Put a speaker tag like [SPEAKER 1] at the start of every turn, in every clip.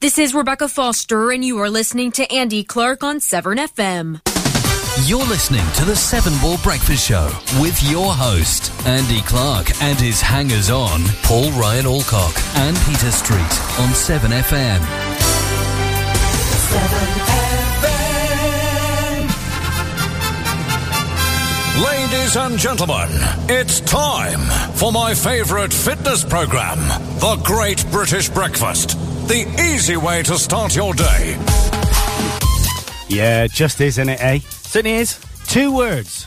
[SPEAKER 1] This is Rebecca Foster, and you are listening to Andy Clark on Severn FM.
[SPEAKER 2] You're listening to the Seven Ball Breakfast Show with your host, Andy Clark, and his hangers on, Paul Ryan Alcock and Peter Street on 7FM.
[SPEAKER 3] 7FM. Ladies and gentlemen, it's time for my favorite fitness program, The Great British Breakfast. The easy way to start your day.
[SPEAKER 4] Yeah, it just is, isn't it, eh?
[SPEAKER 5] Certainly is.
[SPEAKER 4] Two words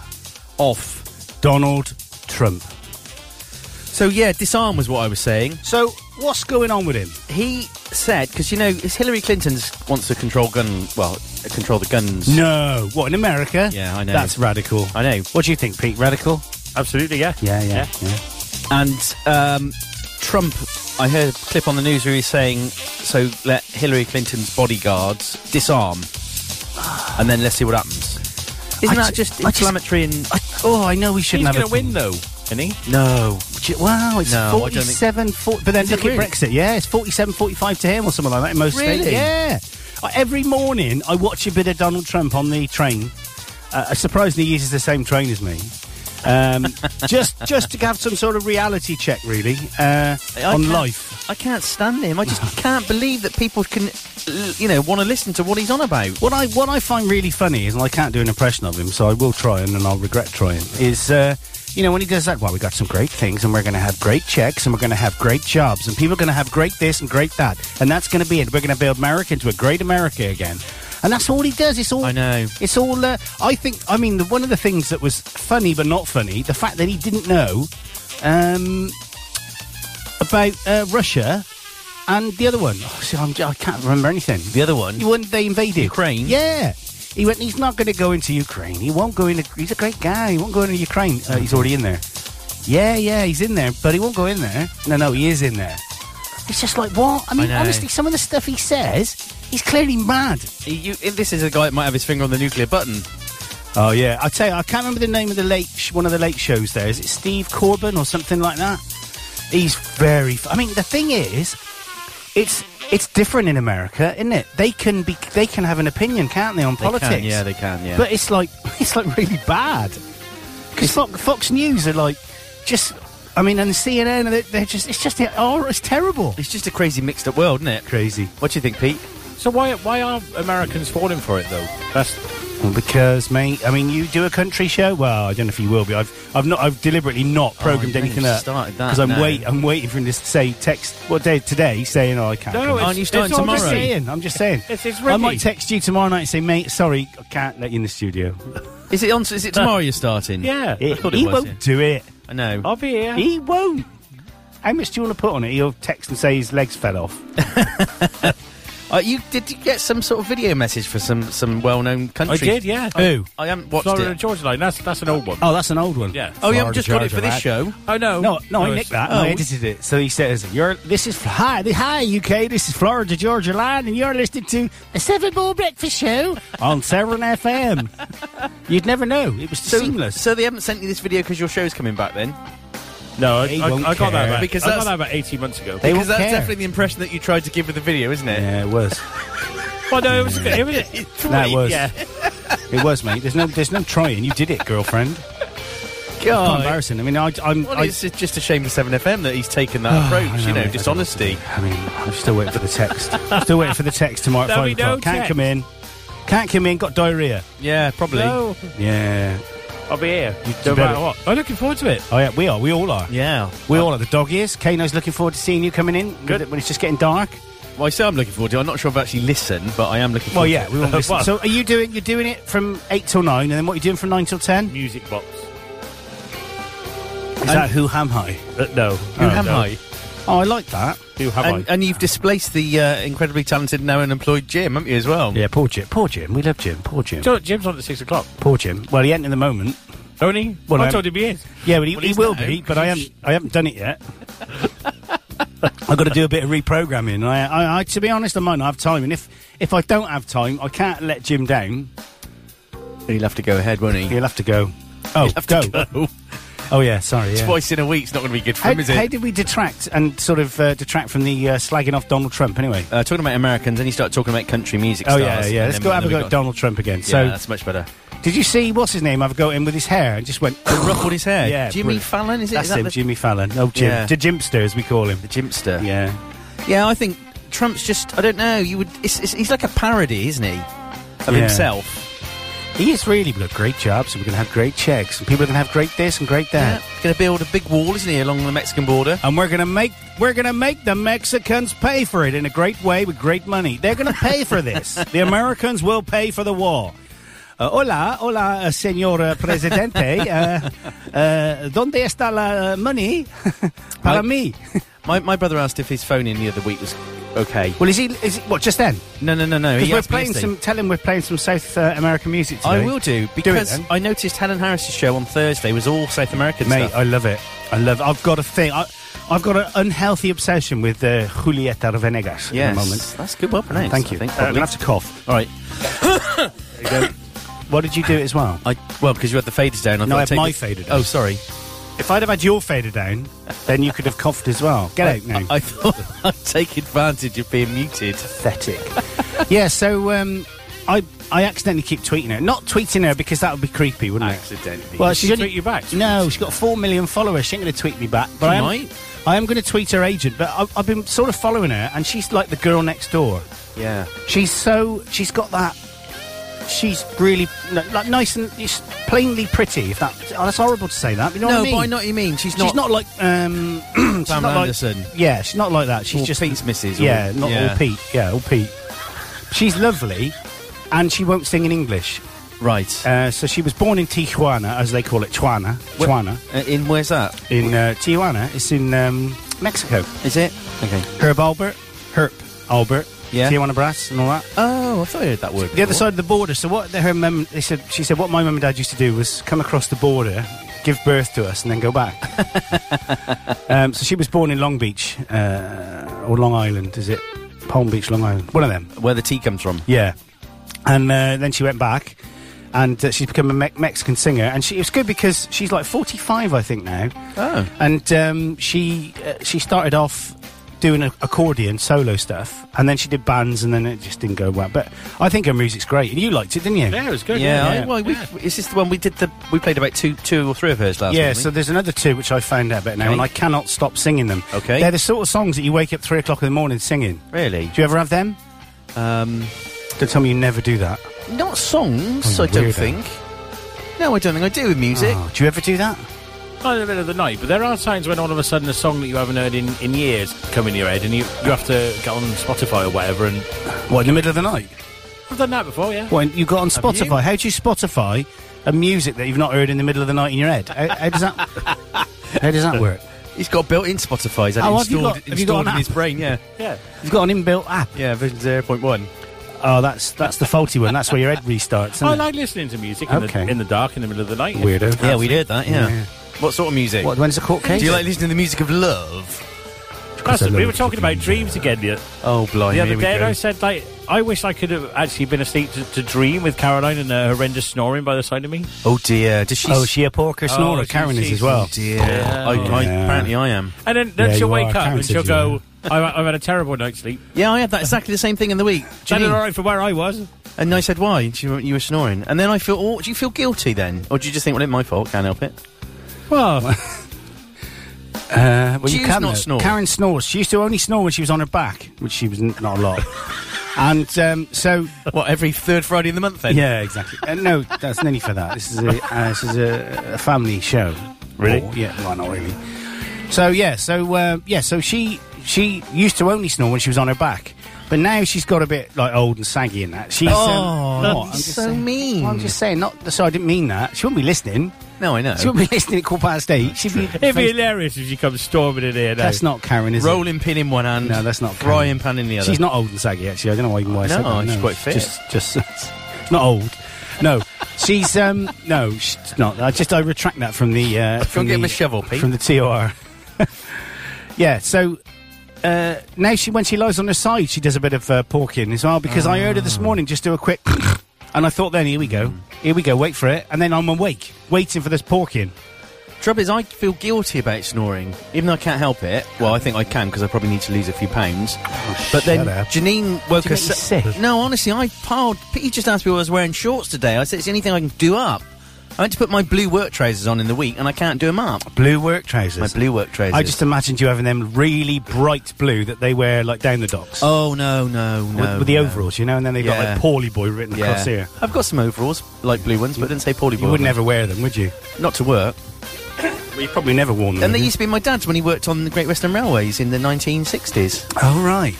[SPEAKER 4] off Donald Trump.
[SPEAKER 5] So yeah, disarm was what I was saying.
[SPEAKER 4] So what's going on with him?
[SPEAKER 5] He said because you know it's Hillary Clinton's wants to control gun. Well, uh, control the guns.
[SPEAKER 4] No, what in America?
[SPEAKER 5] Yeah, I know.
[SPEAKER 4] That's radical.
[SPEAKER 5] I know.
[SPEAKER 4] What do you think, Pete? Radical?
[SPEAKER 6] Absolutely, yeah.
[SPEAKER 4] Yeah, yeah, yeah.
[SPEAKER 5] And um, Trump, I heard a clip on the news where he's saying, "So let Hillary Clinton's bodyguards disarm, and then let's see what happens." Isn't
[SPEAKER 4] I
[SPEAKER 5] that
[SPEAKER 4] ju-
[SPEAKER 5] just
[SPEAKER 4] I just-
[SPEAKER 5] inflammatory
[SPEAKER 4] I, oh, I know we
[SPEAKER 6] He's
[SPEAKER 4] shouldn't
[SPEAKER 6] going
[SPEAKER 4] have a
[SPEAKER 6] to win, though, isn't he?
[SPEAKER 4] No. J- Wow, it's
[SPEAKER 5] No, I don't think-
[SPEAKER 4] 47 40 But then
[SPEAKER 5] Is it
[SPEAKER 4] look at
[SPEAKER 5] really?
[SPEAKER 4] Brexit. Yeah, it's 47 45 to him or something like that in most states.
[SPEAKER 5] Really?
[SPEAKER 4] Yeah. Uh, Every morning, I watch a bit of Donald Trump on the train. Uh, uh, surprisingly, he uses the same train as me. Um, just just to have some sort of reality check, really, uh,
[SPEAKER 5] and I
[SPEAKER 4] on
[SPEAKER 5] can't-
[SPEAKER 4] life.
[SPEAKER 5] I can't stand him. I just can't believe that people can, l- you know, want to listen to what he's on about.
[SPEAKER 4] What I what I find really funny is, and I can't do an impression of him, so I will try and, and I'll regret trying. Is uh, you know when he does that? Well, we got some great things, and we're going to have great checks, and we're going to have great jobs, and people are going to have great this and great that, and that's going to be it. We're going to build America into a great America again, and that's all he does. It's all
[SPEAKER 5] I know.
[SPEAKER 4] It's all. Uh, I think. I mean, the, one of the things that was funny but not funny, the fact that he didn't know um, about uh, Russia. And the other one, oh, see, I'm, I can't remember anything.
[SPEAKER 5] The other one,
[SPEAKER 4] You when they invaded
[SPEAKER 5] Ukraine?
[SPEAKER 4] Yeah. He went. He's not going to go into Ukraine. He won't go into. He's a great guy. He won't go into Ukraine. Uh, he's already in there. Yeah, yeah, he's in there, but he won't go in there. No, no, he is in there. It's just like what? I mean,
[SPEAKER 5] know.
[SPEAKER 4] honestly, some of the stuff he says, he's clearly mad.
[SPEAKER 5] you, this is a guy that might have his finger on the nuclear button.
[SPEAKER 4] Oh yeah, I tell you, I can't remember the name of the late sh- one of the late shows. There is it Steve Corbin or something like that. He's very. F- I mean, the thing is, it's it's different in America, isn't it? They can be they can have an opinion, can't they, on
[SPEAKER 5] They
[SPEAKER 4] politics?
[SPEAKER 5] Can, yeah, they can. Yeah.
[SPEAKER 4] But it's like it's like really bad because Fox, Fox News are like just. I mean, and CNN, they're, they're just it's just oh, it's terrible.
[SPEAKER 5] It's just a crazy mixed up world, isn't it?
[SPEAKER 4] Crazy.
[SPEAKER 5] What do you think, Pete?
[SPEAKER 6] So why why are Americans falling for it, though? That's
[SPEAKER 4] Well, because, mate, I mean, you do a country show. Well, I don't know if you will be. I've, I've not, I've deliberately not programmed
[SPEAKER 5] Oh, you
[SPEAKER 4] anything
[SPEAKER 5] haven't
[SPEAKER 4] up
[SPEAKER 5] started that,
[SPEAKER 4] because I'm
[SPEAKER 5] no.
[SPEAKER 4] wait, I'm waiting for him to say text. What day today? Saying, oh, I can't.
[SPEAKER 6] No,
[SPEAKER 4] come."
[SPEAKER 6] it's-
[SPEAKER 5] Aren't you starting
[SPEAKER 6] it's all
[SPEAKER 4] I'm
[SPEAKER 5] tomorrow?
[SPEAKER 4] just saying. I'm just saying.
[SPEAKER 6] It's- it's
[SPEAKER 4] I might
[SPEAKER 6] Ricky.
[SPEAKER 4] text you tomorrow night and say, mate, sorry, I can't let you in the studio.
[SPEAKER 5] Is it on? Is it tomorrow you're starting?
[SPEAKER 6] Yeah.
[SPEAKER 4] He-
[SPEAKER 5] I thought it
[SPEAKER 4] he
[SPEAKER 5] was,
[SPEAKER 4] won't
[SPEAKER 5] yeah.
[SPEAKER 4] do it.
[SPEAKER 5] I know.
[SPEAKER 6] I'll be here.
[SPEAKER 4] He won't. How much do you want to put on it? He'll text and say his legs fell off.
[SPEAKER 5] Uh, you did you get some sort of video message for some some well-known
[SPEAKER 6] I
[SPEAKER 5] country?
[SPEAKER 6] did, yeah.
[SPEAKER 4] Who?
[SPEAKER 5] I haven't watched
[SPEAKER 6] Florida
[SPEAKER 5] it.
[SPEAKER 6] and Georgia Line. That's that's an old one.
[SPEAKER 4] Oh, that's an old one.
[SPEAKER 6] Yeah.
[SPEAKER 5] Oh, you haven't
[SPEAKER 4] Florida
[SPEAKER 5] just got it
[SPEAKER 4] Georgia
[SPEAKER 5] for this
[SPEAKER 4] Rat.
[SPEAKER 5] show.
[SPEAKER 6] Oh no,
[SPEAKER 4] No, no, I
[SPEAKER 6] it's-
[SPEAKER 4] nicked that. and I
[SPEAKER 5] oh.
[SPEAKER 4] edited it. So he says, "You're this is hi, this- hi UK. This is Florida Georgia Line, and you're listening to the Seven Ball Breakfast Show on Severn FM." You'd never know. It was seamless.
[SPEAKER 5] So they haven't sent you this video because your show's coming back then.
[SPEAKER 6] No, I,
[SPEAKER 4] He
[SPEAKER 6] I,
[SPEAKER 4] won't
[SPEAKER 6] I got
[SPEAKER 4] care.
[SPEAKER 6] that. About,
[SPEAKER 5] Because
[SPEAKER 6] I got
[SPEAKER 5] that's-
[SPEAKER 6] that about eighteen months ago.
[SPEAKER 4] They
[SPEAKER 5] because
[SPEAKER 4] won't
[SPEAKER 5] that's
[SPEAKER 4] care.
[SPEAKER 5] definitely the impression that you tried to give with the video, isn't it?
[SPEAKER 4] yeah, it was.
[SPEAKER 6] Well, no, it was. It was
[SPEAKER 4] That was.
[SPEAKER 6] Yeah.
[SPEAKER 4] It was, mate. There's no, there's no trying. You did it, girlfriend. It's quite
[SPEAKER 5] God.
[SPEAKER 4] embarrassing. I mean, I, I'm.
[SPEAKER 5] Well,
[SPEAKER 4] I,
[SPEAKER 5] it's just- just a shame for 7FM that he's taken that
[SPEAKER 4] I
[SPEAKER 5] approach, you know,
[SPEAKER 4] mate, I don't
[SPEAKER 5] dishonesty.
[SPEAKER 4] I mean, I'm still waiting for the text. I'm still waiting for the text tomorrow at
[SPEAKER 6] There'll
[SPEAKER 4] five
[SPEAKER 6] be no
[SPEAKER 4] o'clock. Can't
[SPEAKER 6] text.
[SPEAKER 4] come in. Can't come in. Got diarrhea.
[SPEAKER 5] Yeah, probably.
[SPEAKER 6] No,
[SPEAKER 4] Yeah.
[SPEAKER 6] I'll be here.
[SPEAKER 4] better.
[SPEAKER 6] no matter what. I'm looking forward to it.
[SPEAKER 4] Oh yeah, we are. We all are.
[SPEAKER 5] Yeah.
[SPEAKER 4] We all are. The dog ears. Kano's looking forward to seeing you coming in. Good. When it's just getting dark.
[SPEAKER 5] Well, I say I'm looking forward to it. I'm not sure if I've actually listened, but I am looking
[SPEAKER 4] Well,
[SPEAKER 5] forward
[SPEAKER 4] yeah, we won't listen.
[SPEAKER 6] Well-
[SPEAKER 4] So, are you doing? You're doing it from eight till nine, and then what are you doing from nine till ten?
[SPEAKER 6] Music box.
[SPEAKER 4] Is that who ham high?
[SPEAKER 6] Uh, no,
[SPEAKER 5] to it. Who am I?
[SPEAKER 4] Oh, I like that.
[SPEAKER 6] Who have
[SPEAKER 5] And,
[SPEAKER 6] I?
[SPEAKER 5] and you've displaced the uh, incredibly talented, now unemployed Jim, haven't you, as well?
[SPEAKER 4] Yeah, poor Jim. Poor Jim. We love Jim. Poor Jim.
[SPEAKER 6] Do you know what, Jim's on at six o'clock.
[SPEAKER 4] Poor Jim. Well, he ain't in the moment.
[SPEAKER 6] Don't he?
[SPEAKER 4] Well,
[SPEAKER 6] I
[SPEAKER 4] I'm-
[SPEAKER 6] told him he is.
[SPEAKER 4] Yeah, but he, he
[SPEAKER 5] he's
[SPEAKER 4] will
[SPEAKER 5] not
[SPEAKER 4] be.
[SPEAKER 5] out,
[SPEAKER 4] But I haven't. I haven't done it yet. I've got to do a bit of reprogramming. and I, I, I, to be honest, I might not have time. And if if I don't have time, I can't let Jim down.
[SPEAKER 5] He'll have to go ahead, won't he?
[SPEAKER 4] He'll have to go. Oh,
[SPEAKER 5] have
[SPEAKER 4] go.
[SPEAKER 5] to go.
[SPEAKER 4] Oh yeah, sorry. Yeah.
[SPEAKER 5] Twice in a week's not going to be good for
[SPEAKER 4] How,
[SPEAKER 5] him, is it?
[SPEAKER 4] how did we detract and sort of uh, detract from the uh, slagging off Donald Trump anyway?
[SPEAKER 5] uh, talking about Americans, then you start talking about country music.
[SPEAKER 4] Oh
[SPEAKER 5] stars,
[SPEAKER 4] yeah, yeah.
[SPEAKER 5] and
[SPEAKER 4] Let's
[SPEAKER 5] then-
[SPEAKER 4] go have
[SPEAKER 5] and
[SPEAKER 4] a
[SPEAKER 5] then
[SPEAKER 4] go
[SPEAKER 5] we
[SPEAKER 4] at
[SPEAKER 5] got-
[SPEAKER 4] Donald Trump again.
[SPEAKER 5] Yeah,
[SPEAKER 4] so,
[SPEAKER 5] that's much better.
[SPEAKER 4] did you see what's his name? Have a go at him with his hair and just went.
[SPEAKER 5] ruffled his hair.
[SPEAKER 4] Yeah,
[SPEAKER 5] Jimmy
[SPEAKER 4] brilliant.
[SPEAKER 5] Fallon is it?
[SPEAKER 4] That's
[SPEAKER 5] Is that
[SPEAKER 4] him,
[SPEAKER 5] the,
[SPEAKER 4] Jimmy Fallon. Oh, Jim,
[SPEAKER 5] Yeah.
[SPEAKER 4] the Jimpster as we call him.
[SPEAKER 5] the Jimster.
[SPEAKER 4] Yeah.
[SPEAKER 5] yeah. I think Trump's just. I don't know. You would. It's, it's, he's like a parody, isn't he, of
[SPEAKER 4] Yeah.
[SPEAKER 5] himself?
[SPEAKER 4] He has really got great jobs, and we're going to have great checks, and people are going to have great this and great that,
[SPEAKER 5] Going to build a big wall, isn't he, along the Mexican border?
[SPEAKER 4] and we're going to make we're going to make the Mexicans pay for it in a great way with great money. They're going to pay for this. the Americans will pay for the war. Uh, hola, hola, uh, señor uh, presidente. uh, uh, ¿Dónde está la uh, money para
[SPEAKER 5] Right.
[SPEAKER 4] mí?
[SPEAKER 5] My, my brother asked if his phone in the other week was okay.
[SPEAKER 4] Well, is he? Is he, what? Just then?
[SPEAKER 5] No, no, no, no.
[SPEAKER 4] Because
[SPEAKER 5] He
[SPEAKER 4] we're
[SPEAKER 5] asked me
[SPEAKER 4] playing
[SPEAKER 5] yesterday.
[SPEAKER 4] some. Tell him we're playing some South uh, American music. Today.
[SPEAKER 5] I will do because
[SPEAKER 4] then.
[SPEAKER 5] I noticed Helen Harris's show on Thursday was all South American
[SPEAKER 4] Mate,
[SPEAKER 5] stuff.
[SPEAKER 4] I love it. I love. I've got a thing. I, I've got an unhealthy obsession with uh, Julieta
[SPEAKER 5] yes,
[SPEAKER 4] Venegas at the moment.
[SPEAKER 5] that's good. Well pronounced.
[SPEAKER 4] Thank you.
[SPEAKER 5] I think,
[SPEAKER 4] Uh, I'm gonna
[SPEAKER 5] probably.
[SPEAKER 4] have to cough.
[SPEAKER 5] all right.
[SPEAKER 4] What did you do as well?
[SPEAKER 5] I well because you had the faders down. I
[SPEAKER 4] No,
[SPEAKER 5] thought
[SPEAKER 4] I
[SPEAKER 5] I'd
[SPEAKER 4] had
[SPEAKER 5] take
[SPEAKER 4] my
[SPEAKER 5] the-
[SPEAKER 4] fader down.
[SPEAKER 5] Oh, sorry.
[SPEAKER 4] If I'd have had your fader down, then you could have coughed as well. Get out now.
[SPEAKER 5] I thought I'd take advantage of being muted.
[SPEAKER 4] pathetic. yeah. So um, I I accidentally keep tweeting her. Not tweeting her because that would be creepy, wouldn't it?
[SPEAKER 5] Accidentally.
[SPEAKER 4] Well,
[SPEAKER 5] Well,
[SPEAKER 4] she's
[SPEAKER 6] she
[SPEAKER 4] only-
[SPEAKER 6] tweet you back?
[SPEAKER 4] No, she's got four million followers. She ain't going to tweet me back. But
[SPEAKER 5] She
[SPEAKER 4] I am,
[SPEAKER 5] might.
[SPEAKER 4] I am going to tweet her agent. But I've, I've been sort of following her, and she's like the girl next door.
[SPEAKER 5] yeah.
[SPEAKER 4] She's so she's got that. She's really no, like nice and just plainly pretty. If that oh, that's horrible to say that. but You know
[SPEAKER 5] No,
[SPEAKER 4] what I mean?
[SPEAKER 5] but I know what you mean. She's not.
[SPEAKER 4] She's not like um, she's
[SPEAKER 5] Pamela
[SPEAKER 4] not like-
[SPEAKER 5] Anderson.
[SPEAKER 4] yeah, she's not like that. She's
[SPEAKER 5] Or
[SPEAKER 4] just
[SPEAKER 5] Pete's missus, or-
[SPEAKER 4] Yeah, not
[SPEAKER 5] yeah.
[SPEAKER 4] all Pete. Yeah, all Pete. She's lovely, and she won't sing in English.
[SPEAKER 5] right.
[SPEAKER 4] Uh, so she was born in Tijuana, as they call it, Tijuana,
[SPEAKER 5] Wh-
[SPEAKER 4] Tijuana.
[SPEAKER 5] uh, in where's that?
[SPEAKER 4] In uh, Tijuana, it's in um, Mexico.
[SPEAKER 5] Is it? Okay.
[SPEAKER 4] Herb Albert, Herb Albert,
[SPEAKER 5] Yeah.
[SPEAKER 4] Tijuana Brass, and all that.
[SPEAKER 5] Oh, I thought I heard that word.
[SPEAKER 4] the other
[SPEAKER 5] before.
[SPEAKER 4] side of the border. So what her mum, they said, she said, what my mum and dad used to do was come across the border, give birth to us, and then go back. um, so she was born in Long Beach uh, or Long Island, is it? Palm Beach, Long Island, one of them.
[SPEAKER 5] Where the tea comes from.
[SPEAKER 4] Yeah, and uh, then she went back, and uh, she's become a Me- Mexican singer. And she, it's good because she's like 45, I think now.
[SPEAKER 5] Oh.
[SPEAKER 4] and um, she uh, she started off doing a- accordion solo stuff, and then she did bands, and then it just didn't go well. But I think her music's great, and you liked it, didn't you?
[SPEAKER 6] Yeah, it was good.
[SPEAKER 5] Yeah,
[SPEAKER 4] yeah.
[SPEAKER 5] I, well, we, is this the one we did the? We played about two, two or three of hers last.
[SPEAKER 4] Yeah,
[SPEAKER 5] week,
[SPEAKER 4] so there's another two which I found out about now,
[SPEAKER 5] Okay.
[SPEAKER 4] and I cannot stop singing them.
[SPEAKER 5] Okay.
[SPEAKER 4] They're the sort of songs that you wake up three o'clock in the morning singing.
[SPEAKER 5] really,
[SPEAKER 4] Do you ever have them?
[SPEAKER 5] um,
[SPEAKER 4] Don't tell me you never do that.
[SPEAKER 5] not songs.
[SPEAKER 4] Oh,
[SPEAKER 5] I don't
[SPEAKER 4] weirdo.
[SPEAKER 5] think. No, I don't think I do with music.
[SPEAKER 4] Oh, do you ever do that?
[SPEAKER 6] Not in the middle of the night, but there are times when all of a sudden a song that you haven't heard in, in years come in your head, and you, you have to get on Spotify or whatever. And
[SPEAKER 4] What in the middle of the night?
[SPEAKER 6] I've done that before, yeah.
[SPEAKER 4] When you got on
[SPEAKER 5] you?
[SPEAKER 4] Spotify, how do you Spotify a music that you've not heard in the middle of the night in your head? How, how does that? how does that work?
[SPEAKER 5] He's got built-in Spotify. He's had
[SPEAKER 4] Oh,
[SPEAKER 5] it
[SPEAKER 4] have you
[SPEAKER 5] installed,
[SPEAKER 4] got- have you got
[SPEAKER 5] installed
[SPEAKER 4] an
[SPEAKER 5] in his
[SPEAKER 4] app?
[SPEAKER 5] brain. Yeah,
[SPEAKER 6] Yeah.
[SPEAKER 4] You've got an inbuilt app.
[SPEAKER 5] yeah. Version zero point one.
[SPEAKER 4] Oh, that's that's the faulty one. That's where your head restarts. Isn't
[SPEAKER 6] I
[SPEAKER 4] it?
[SPEAKER 6] like listening to music
[SPEAKER 4] Okay.
[SPEAKER 6] in, the, in the dark, in the middle of the night.
[SPEAKER 4] weirdo.
[SPEAKER 5] Yeah, we heard that. Yeah.
[SPEAKER 4] Yeah.
[SPEAKER 5] What sort of music?
[SPEAKER 4] What? When's the court case?
[SPEAKER 5] Do you like listening to the music of love?
[SPEAKER 6] That's-
[SPEAKER 4] I love
[SPEAKER 6] we were
[SPEAKER 4] it.
[SPEAKER 6] talking about dreams again the,
[SPEAKER 5] Oh, blimey!
[SPEAKER 6] the other
[SPEAKER 5] here we
[SPEAKER 6] day, and
[SPEAKER 5] go.
[SPEAKER 6] I said, like, I wish I could have actually been asleep to, to dream with Caroline and her horrendous snoring by the side of me.
[SPEAKER 5] Oh dear! Does she?
[SPEAKER 4] oh, is she a porker snorer.
[SPEAKER 6] she's-
[SPEAKER 4] Karen is
[SPEAKER 6] she's-
[SPEAKER 4] as well.
[SPEAKER 5] Oh, dear! I, I,
[SPEAKER 4] Yeah.
[SPEAKER 5] apparently, I am.
[SPEAKER 6] And then, then
[SPEAKER 4] Yeah,
[SPEAKER 6] she'll
[SPEAKER 4] you
[SPEAKER 6] wake
[SPEAKER 4] are.
[SPEAKER 6] up
[SPEAKER 4] Karen
[SPEAKER 6] and
[SPEAKER 4] said
[SPEAKER 6] she'll
[SPEAKER 4] you
[SPEAKER 6] go, I've, I've had a terrible night's sleep.
[SPEAKER 5] Yeah, I had that exactly the same thing in the week.
[SPEAKER 6] That is
[SPEAKER 5] Janine.
[SPEAKER 6] all right for where I was.
[SPEAKER 5] And I said, "Why?" And she went, "You were snoring." And then I feel, "Oh, do you feel guilty then, or do you just think, well, it's my fault, can't help it?"
[SPEAKER 6] Well,
[SPEAKER 4] Uh, well,
[SPEAKER 5] Jews not
[SPEAKER 4] though.
[SPEAKER 5] snore.
[SPEAKER 4] Karen snores. She used to only snore when she was on her back, which she was n- not a lot. and um, so,
[SPEAKER 5] What every third Friday of the month then?
[SPEAKER 4] yeah, exactly. Uh, no, that's nearly for that. This is a uh, this is a, a family show.
[SPEAKER 5] Really?
[SPEAKER 4] Or- yeah. Well, not really. So yeah, so uh, yeah, so she she used to only snore when she was on her back, but now she's got a bit like old and saggy and that. She's um,
[SPEAKER 5] Oh,
[SPEAKER 4] not.
[SPEAKER 5] that's
[SPEAKER 4] I'm just
[SPEAKER 5] so
[SPEAKER 4] saying-
[SPEAKER 5] mean.
[SPEAKER 4] I'm just saying, not. So I didn't mean that. She wouldn't be listening.
[SPEAKER 5] No, I know.
[SPEAKER 4] She wouldn't be listening at quarter past eight. She'd be.
[SPEAKER 6] it'd be hilarious if she comes storming in here now.
[SPEAKER 4] that's not Karen, is it?
[SPEAKER 5] Rolling pin in one hand.
[SPEAKER 4] No, that's not Karen.
[SPEAKER 5] Frying pan in the other.
[SPEAKER 4] She's not old and saggy, actually. I don't know why even why I said
[SPEAKER 5] No,
[SPEAKER 4] that.
[SPEAKER 5] she's quite fit.
[SPEAKER 4] Just, just she's not old. No, she's um, no, she's not. I just I retract that from the uh, from
[SPEAKER 5] get him
[SPEAKER 4] the
[SPEAKER 5] a shovel, Pete.
[SPEAKER 4] from the TOR. yeah, so. Uh, now she, when she lies on her side, she does a bit of uh, porking as well. Because I heard her
[SPEAKER 5] Ah.
[SPEAKER 4] this morning just do a quick,
[SPEAKER 5] Mm.
[SPEAKER 4] and I thought, then here we go, here we go, wait for it, and then I'm awake, waiting for this porking.
[SPEAKER 5] Trouble is, I feel guilty about snoring, even though I can't help it. Well, I think I can because I probably need to lose a few pounds. but then
[SPEAKER 4] Oh, shut up.
[SPEAKER 5] Janine woke
[SPEAKER 4] Do you
[SPEAKER 5] us
[SPEAKER 4] make you sick?
[SPEAKER 5] No, honestly, I piled. He just asked me if I was wearing shorts today. I said it's the only thing I can do up. I had to put my blue work trousers on in the week, and I can't do them up.
[SPEAKER 4] Blue work trousers.
[SPEAKER 5] My blue work trousers.
[SPEAKER 4] I just imagined you having them really bright blue that they wear like down the docks.
[SPEAKER 5] Oh no, no, no.
[SPEAKER 4] with, with the
[SPEAKER 5] no.
[SPEAKER 4] overalls, you know, and then they've got
[SPEAKER 5] Yeah.
[SPEAKER 4] like Paulie Boy written across here.
[SPEAKER 5] I've got some overalls, like blue ones, but didn't say Paulie
[SPEAKER 4] You would never wear them, would you?
[SPEAKER 5] not to work.
[SPEAKER 4] Well, you probably never worn them.
[SPEAKER 5] And they
[SPEAKER 4] have you?
[SPEAKER 5] used to be my dad's when he worked on the Great Western Railways in the 1960s.
[SPEAKER 4] Oh right.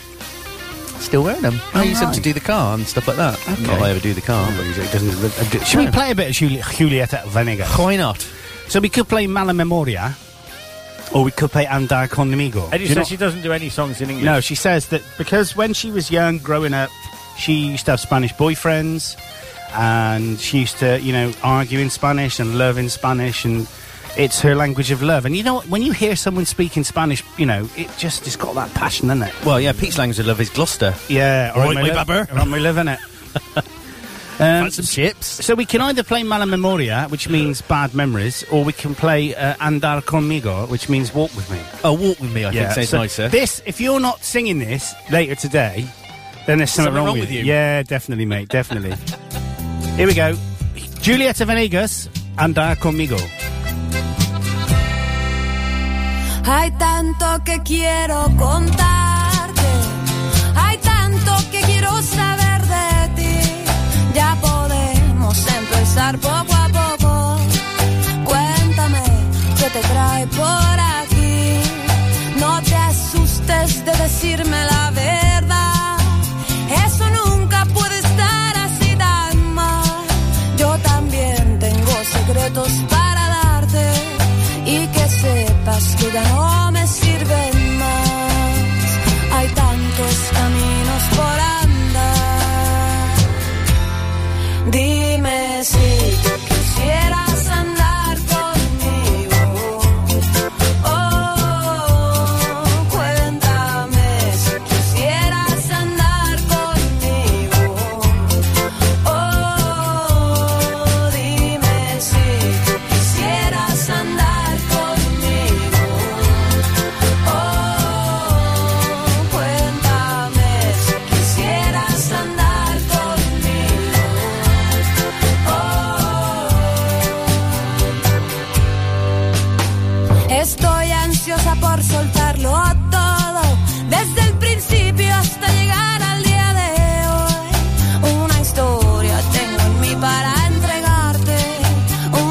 [SPEAKER 5] Still wearing them. I
[SPEAKER 4] Oh,
[SPEAKER 5] used them to
[SPEAKER 4] right.
[SPEAKER 5] do the car and stuff like that. Not that I ever do the car.
[SPEAKER 4] Oh, it doesn't- it doesn't- Should we
[SPEAKER 5] No.
[SPEAKER 4] play a bit of Juli- Julieta Venegas?
[SPEAKER 5] But why not?
[SPEAKER 4] So we could play Mala Memoria, or we could play Andar Conmigo. Do
[SPEAKER 6] Eddie
[SPEAKER 4] you
[SPEAKER 6] says
[SPEAKER 4] know-
[SPEAKER 6] she doesn't do any songs in English.
[SPEAKER 4] No, she says that because when she was young, growing up, she used to have Spanish boyfriends, and she used to, you know, argue in Spanish and love in Spanish, and it's her language of love. And you know, what? when you hear someone speak in Spanish, you know, it just has got that passion in it.
[SPEAKER 5] Well, yeah, Pete's language of love is Gloucester.
[SPEAKER 4] Yeah,
[SPEAKER 5] Right, my bubber.
[SPEAKER 4] or on my love in it. Um,
[SPEAKER 5] some chips.
[SPEAKER 4] so we can either play Mala Memoria, which means bad memories, or we can play uh, Andar Conmigo, which means walk with me.
[SPEAKER 5] Oh, walk with me, I think sounds
[SPEAKER 4] so
[SPEAKER 5] nicer.
[SPEAKER 4] This, if you're not singing this later today, then there's something, wrong, with you. Yeah, definitely, mate, definitely. Here we go. Julieta Venegas, Andar Conmigo.
[SPEAKER 7] Hay tanto que quiero contarte, hay tanto que quiero saber de ti. Ya podemos empezar poco a poco. Cuéntame qué te trae por aquí. No te asustes de decirme la verdad. Eso nunca puede estar así tan mal. Yo también tengo secretos para darte y que sepas que ya no me sirven más. Hay tantos caminos por andar. Dime si tú quisieras andar conmigo. Oh, cuéntame si quisieras andar conmigo. Oh, dime si tú quisieras andar conmigo. Oh, cuéntame si quisieras andar conmigo. Oh, estoy ansiosa por soltarlo todo, desde el principio hasta llegar al día de hoy. Una historia tengo en mí para entregarte,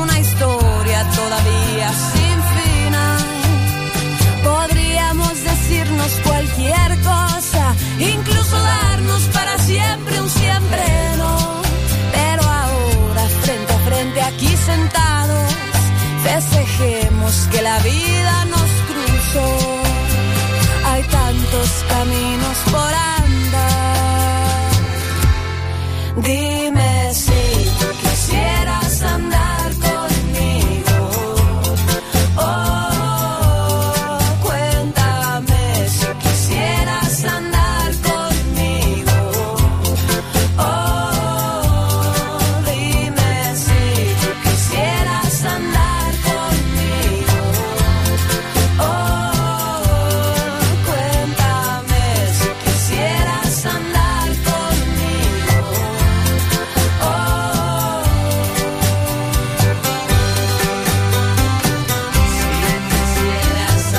[SPEAKER 7] una historia todavía sin final. Podríamos decirnos cualquier cosa, incluso darnos para siempre un siempre no. Pero ahora, frente a frente, aquí sentados, festejemos que la vida nos cruzó. Hay tantos caminos por andar. Dime si tú quisieras andar conmigo. Oh, cuéntame si quisieras andar conmigo. Oh, dime si tú quisieras andar conmigo. Oh, cuéntame si quisieras andar conmigo. Oh. Si quisieras andar conmigo, si quisieras andar conmigo, si quisieras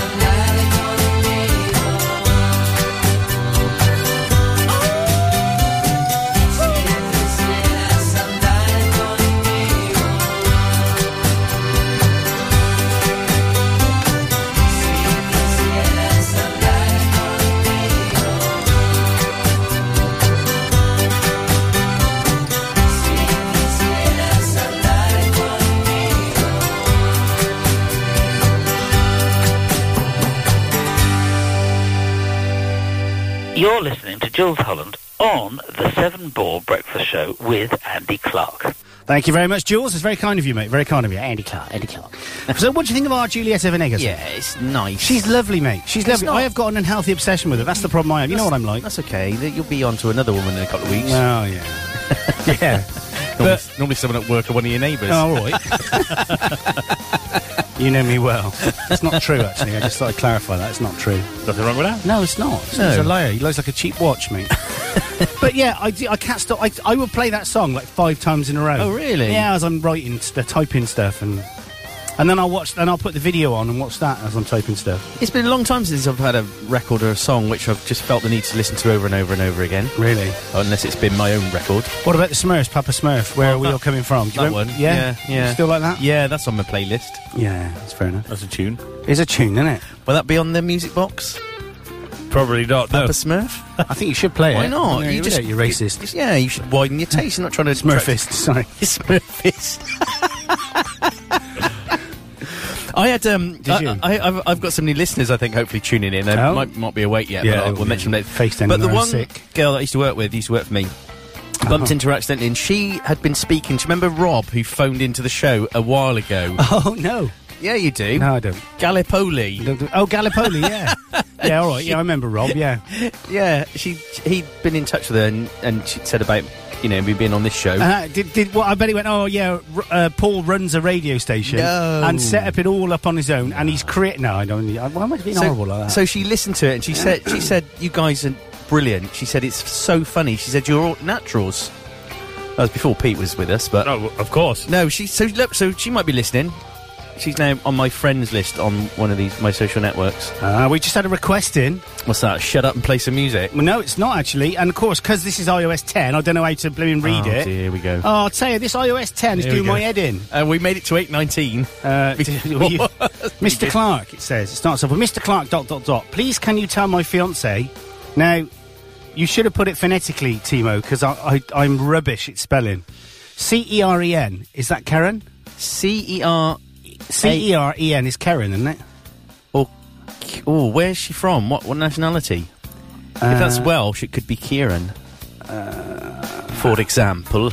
[SPEAKER 7] andar conmigo, si quisieras andar conmigo.
[SPEAKER 8] You're listening to Jules Holland on the Seven Ball Breakfast Show with Andy Clark.
[SPEAKER 4] Thank you very much, Jules. It's very kind of you, mate. Very kind of you. Andy Clark, Andy Clark. so what do you think of our Julieta Venegas?
[SPEAKER 5] Yeah, it's nice.
[SPEAKER 4] She's lovely, mate. She's lovely.
[SPEAKER 5] not-
[SPEAKER 4] I have got an unhealthy obsession with her. That's the problem I have. You know what I'm like.
[SPEAKER 5] That's okay. Th- You'll be on to another woman in a couple of weeks.
[SPEAKER 4] Oh, yeah. yeah.
[SPEAKER 5] normally, normally someone at work or one of your neighbours.
[SPEAKER 4] Oh, all right. You know me well. It's not true, actually. I just thought I'd clarify that. It's not true.
[SPEAKER 6] Nothing wrong with that.
[SPEAKER 4] No, it's not. He's a liar. He looks like a cheap watch, mate. but yeah, I, do- I can't stop. I, I will play that song like five times in a row.
[SPEAKER 5] Oh, really?
[SPEAKER 4] Yeah, as I'm writing, st- uh, typing stuff, and and then I'll watch, and I'll put the video on and watch that as I'm typing stuff.
[SPEAKER 5] It's been a long time since I've had a record or a song which I've just felt the need to listen to over and over and over again.
[SPEAKER 4] Really?
[SPEAKER 5] Unless it's been my own record.
[SPEAKER 4] What about the Smurfs, Papa Smurf? Where are we
[SPEAKER 5] that-
[SPEAKER 4] all coming from? Do you
[SPEAKER 5] that
[SPEAKER 4] remember-
[SPEAKER 5] one.
[SPEAKER 4] Yeah,
[SPEAKER 5] Yeah, yeah.
[SPEAKER 4] You Still like that?
[SPEAKER 5] Yeah, that's on my playlist.
[SPEAKER 4] yeah, that's fair enough.
[SPEAKER 6] That's a tune.
[SPEAKER 4] It's a tune, isn't it?
[SPEAKER 5] Will that be on the music box?
[SPEAKER 6] Probably not.
[SPEAKER 5] Pepper
[SPEAKER 4] Oh.
[SPEAKER 6] No.
[SPEAKER 5] Smurf?
[SPEAKER 4] I think you should play it.
[SPEAKER 5] Why not?
[SPEAKER 4] You, just you racist.
[SPEAKER 5] yeah, you should widen your taste. You're not trying to
[SPEAKER 4] Smurfist, sorry.
[SPEAKER 5] Smurfist. I had um,
[SPEAKER 4] Did you?
[SPEAKER 5] I, I, I've, I've got so many listeners. I think hopefully tuning in. They
[SPEAKER 4] Oh.
[SPEAKER 5] might not be awake yet.
[SPEAKER 4] Yeah,
[SPEAKER 5] but
[SPEAKER 4] they
[SPEAKER 5] I'll,
[SPEAKER 4] will
[SPEAKER 5] we'll
[SPEAKER 4] be.
[SPEAKER 5] mention them
[SPEAKER 4] Face
[SPEAKER 5] later.
[SPEAKER 4] down
[SPEAKER 5] But the
[SPEAKER 4] when I
[SPEAKER 5] one
[SPEAKER 4] was sick. Oh.
[SPEAKER 5] girl that I used to work with used to work for me. Bumped into her accidentally, and she had been speaking. Do you remember Rob, who phoned into the show a while ago?
[SPEAKER 4] Oh no,
[SPEAKER 5] yeah, you do.
[SPEAKER 4] no, I don't.
[SPEAKER 5] Gallipoli.
[SPEAKER 4] Don't do- Oh, Gallipoli, yeah, yeah, all right, yeah, I remember Rob, yeah.
[SPEAKER 5] Yeah, she he'd been in touch with her, and, and she said about you know me being on this show.
[SPEAKER 4] Uh, did, did well, I bet he went, oh, yeah, R- uh, Paul runs a radio station
[SPEAKER 5] No.
[SPEAKER 4] and set up it all up on his own, and he's creating. No, I don't. I- Why am I being horrible like that?
[SPEAKER 5] so she listened to it and she said, she said, you guys are brilliant. She said, it's so funny. She said, you're all naturals. That was before Pete was with us, but
[SPEAKER 6] No, of course.
[SPEAKER 5] no, she so look, so she might be listening. She's now on my friends list on one of these my social networks.
[SPEAKER 4] Uh, we just had a request in.
[SPEAKER 5] What's that? Shut up and play some music.
[SPEAKER 4] Well, no, it's not actually, and of course, because this is iOS 10, I don't know how to blooming read
[SPEAKER 5] oh, Dear,
[SPEAKER 4] it.
[SPEAKER 5] here we go.
[SPEAKER 4] Oh, I'll tell you, this iOS 10 is
[SPEAKER 5] Here we
[SPEAKER 4] doing
[SPEAKER 5] go.
[SPEAKER 4] my head in.
[SPEAKER 5] And we made it to eight nineteen.
[SPEAKER 4] Uh,
[SPEAKER 5] We
[SPEAKER 4] d-
[SPEAKER 5] did.
[SPEAKER 4] will you- Mr. Clark, it says, it starts off with Mr. Clark, dot, dot, dot. Please can you tell my fiance? Now, you should have put it phonetically, Timo, because I, I, I'm rubbish at spelling. C E R E N. Is that Karen?
[SPEAKER 5] C E R.
[SPEAKER 4] C E R E N is Karen, isn't it?
[SPEAKER 5] Or oh, where's she from? What what nationality? if that's
[SPEAKER 4] Uh,
[SPEAKER 5] Welsh, it could be Kieran.
[SPEAKER 4] uh,
[SPEAKER 5] For example,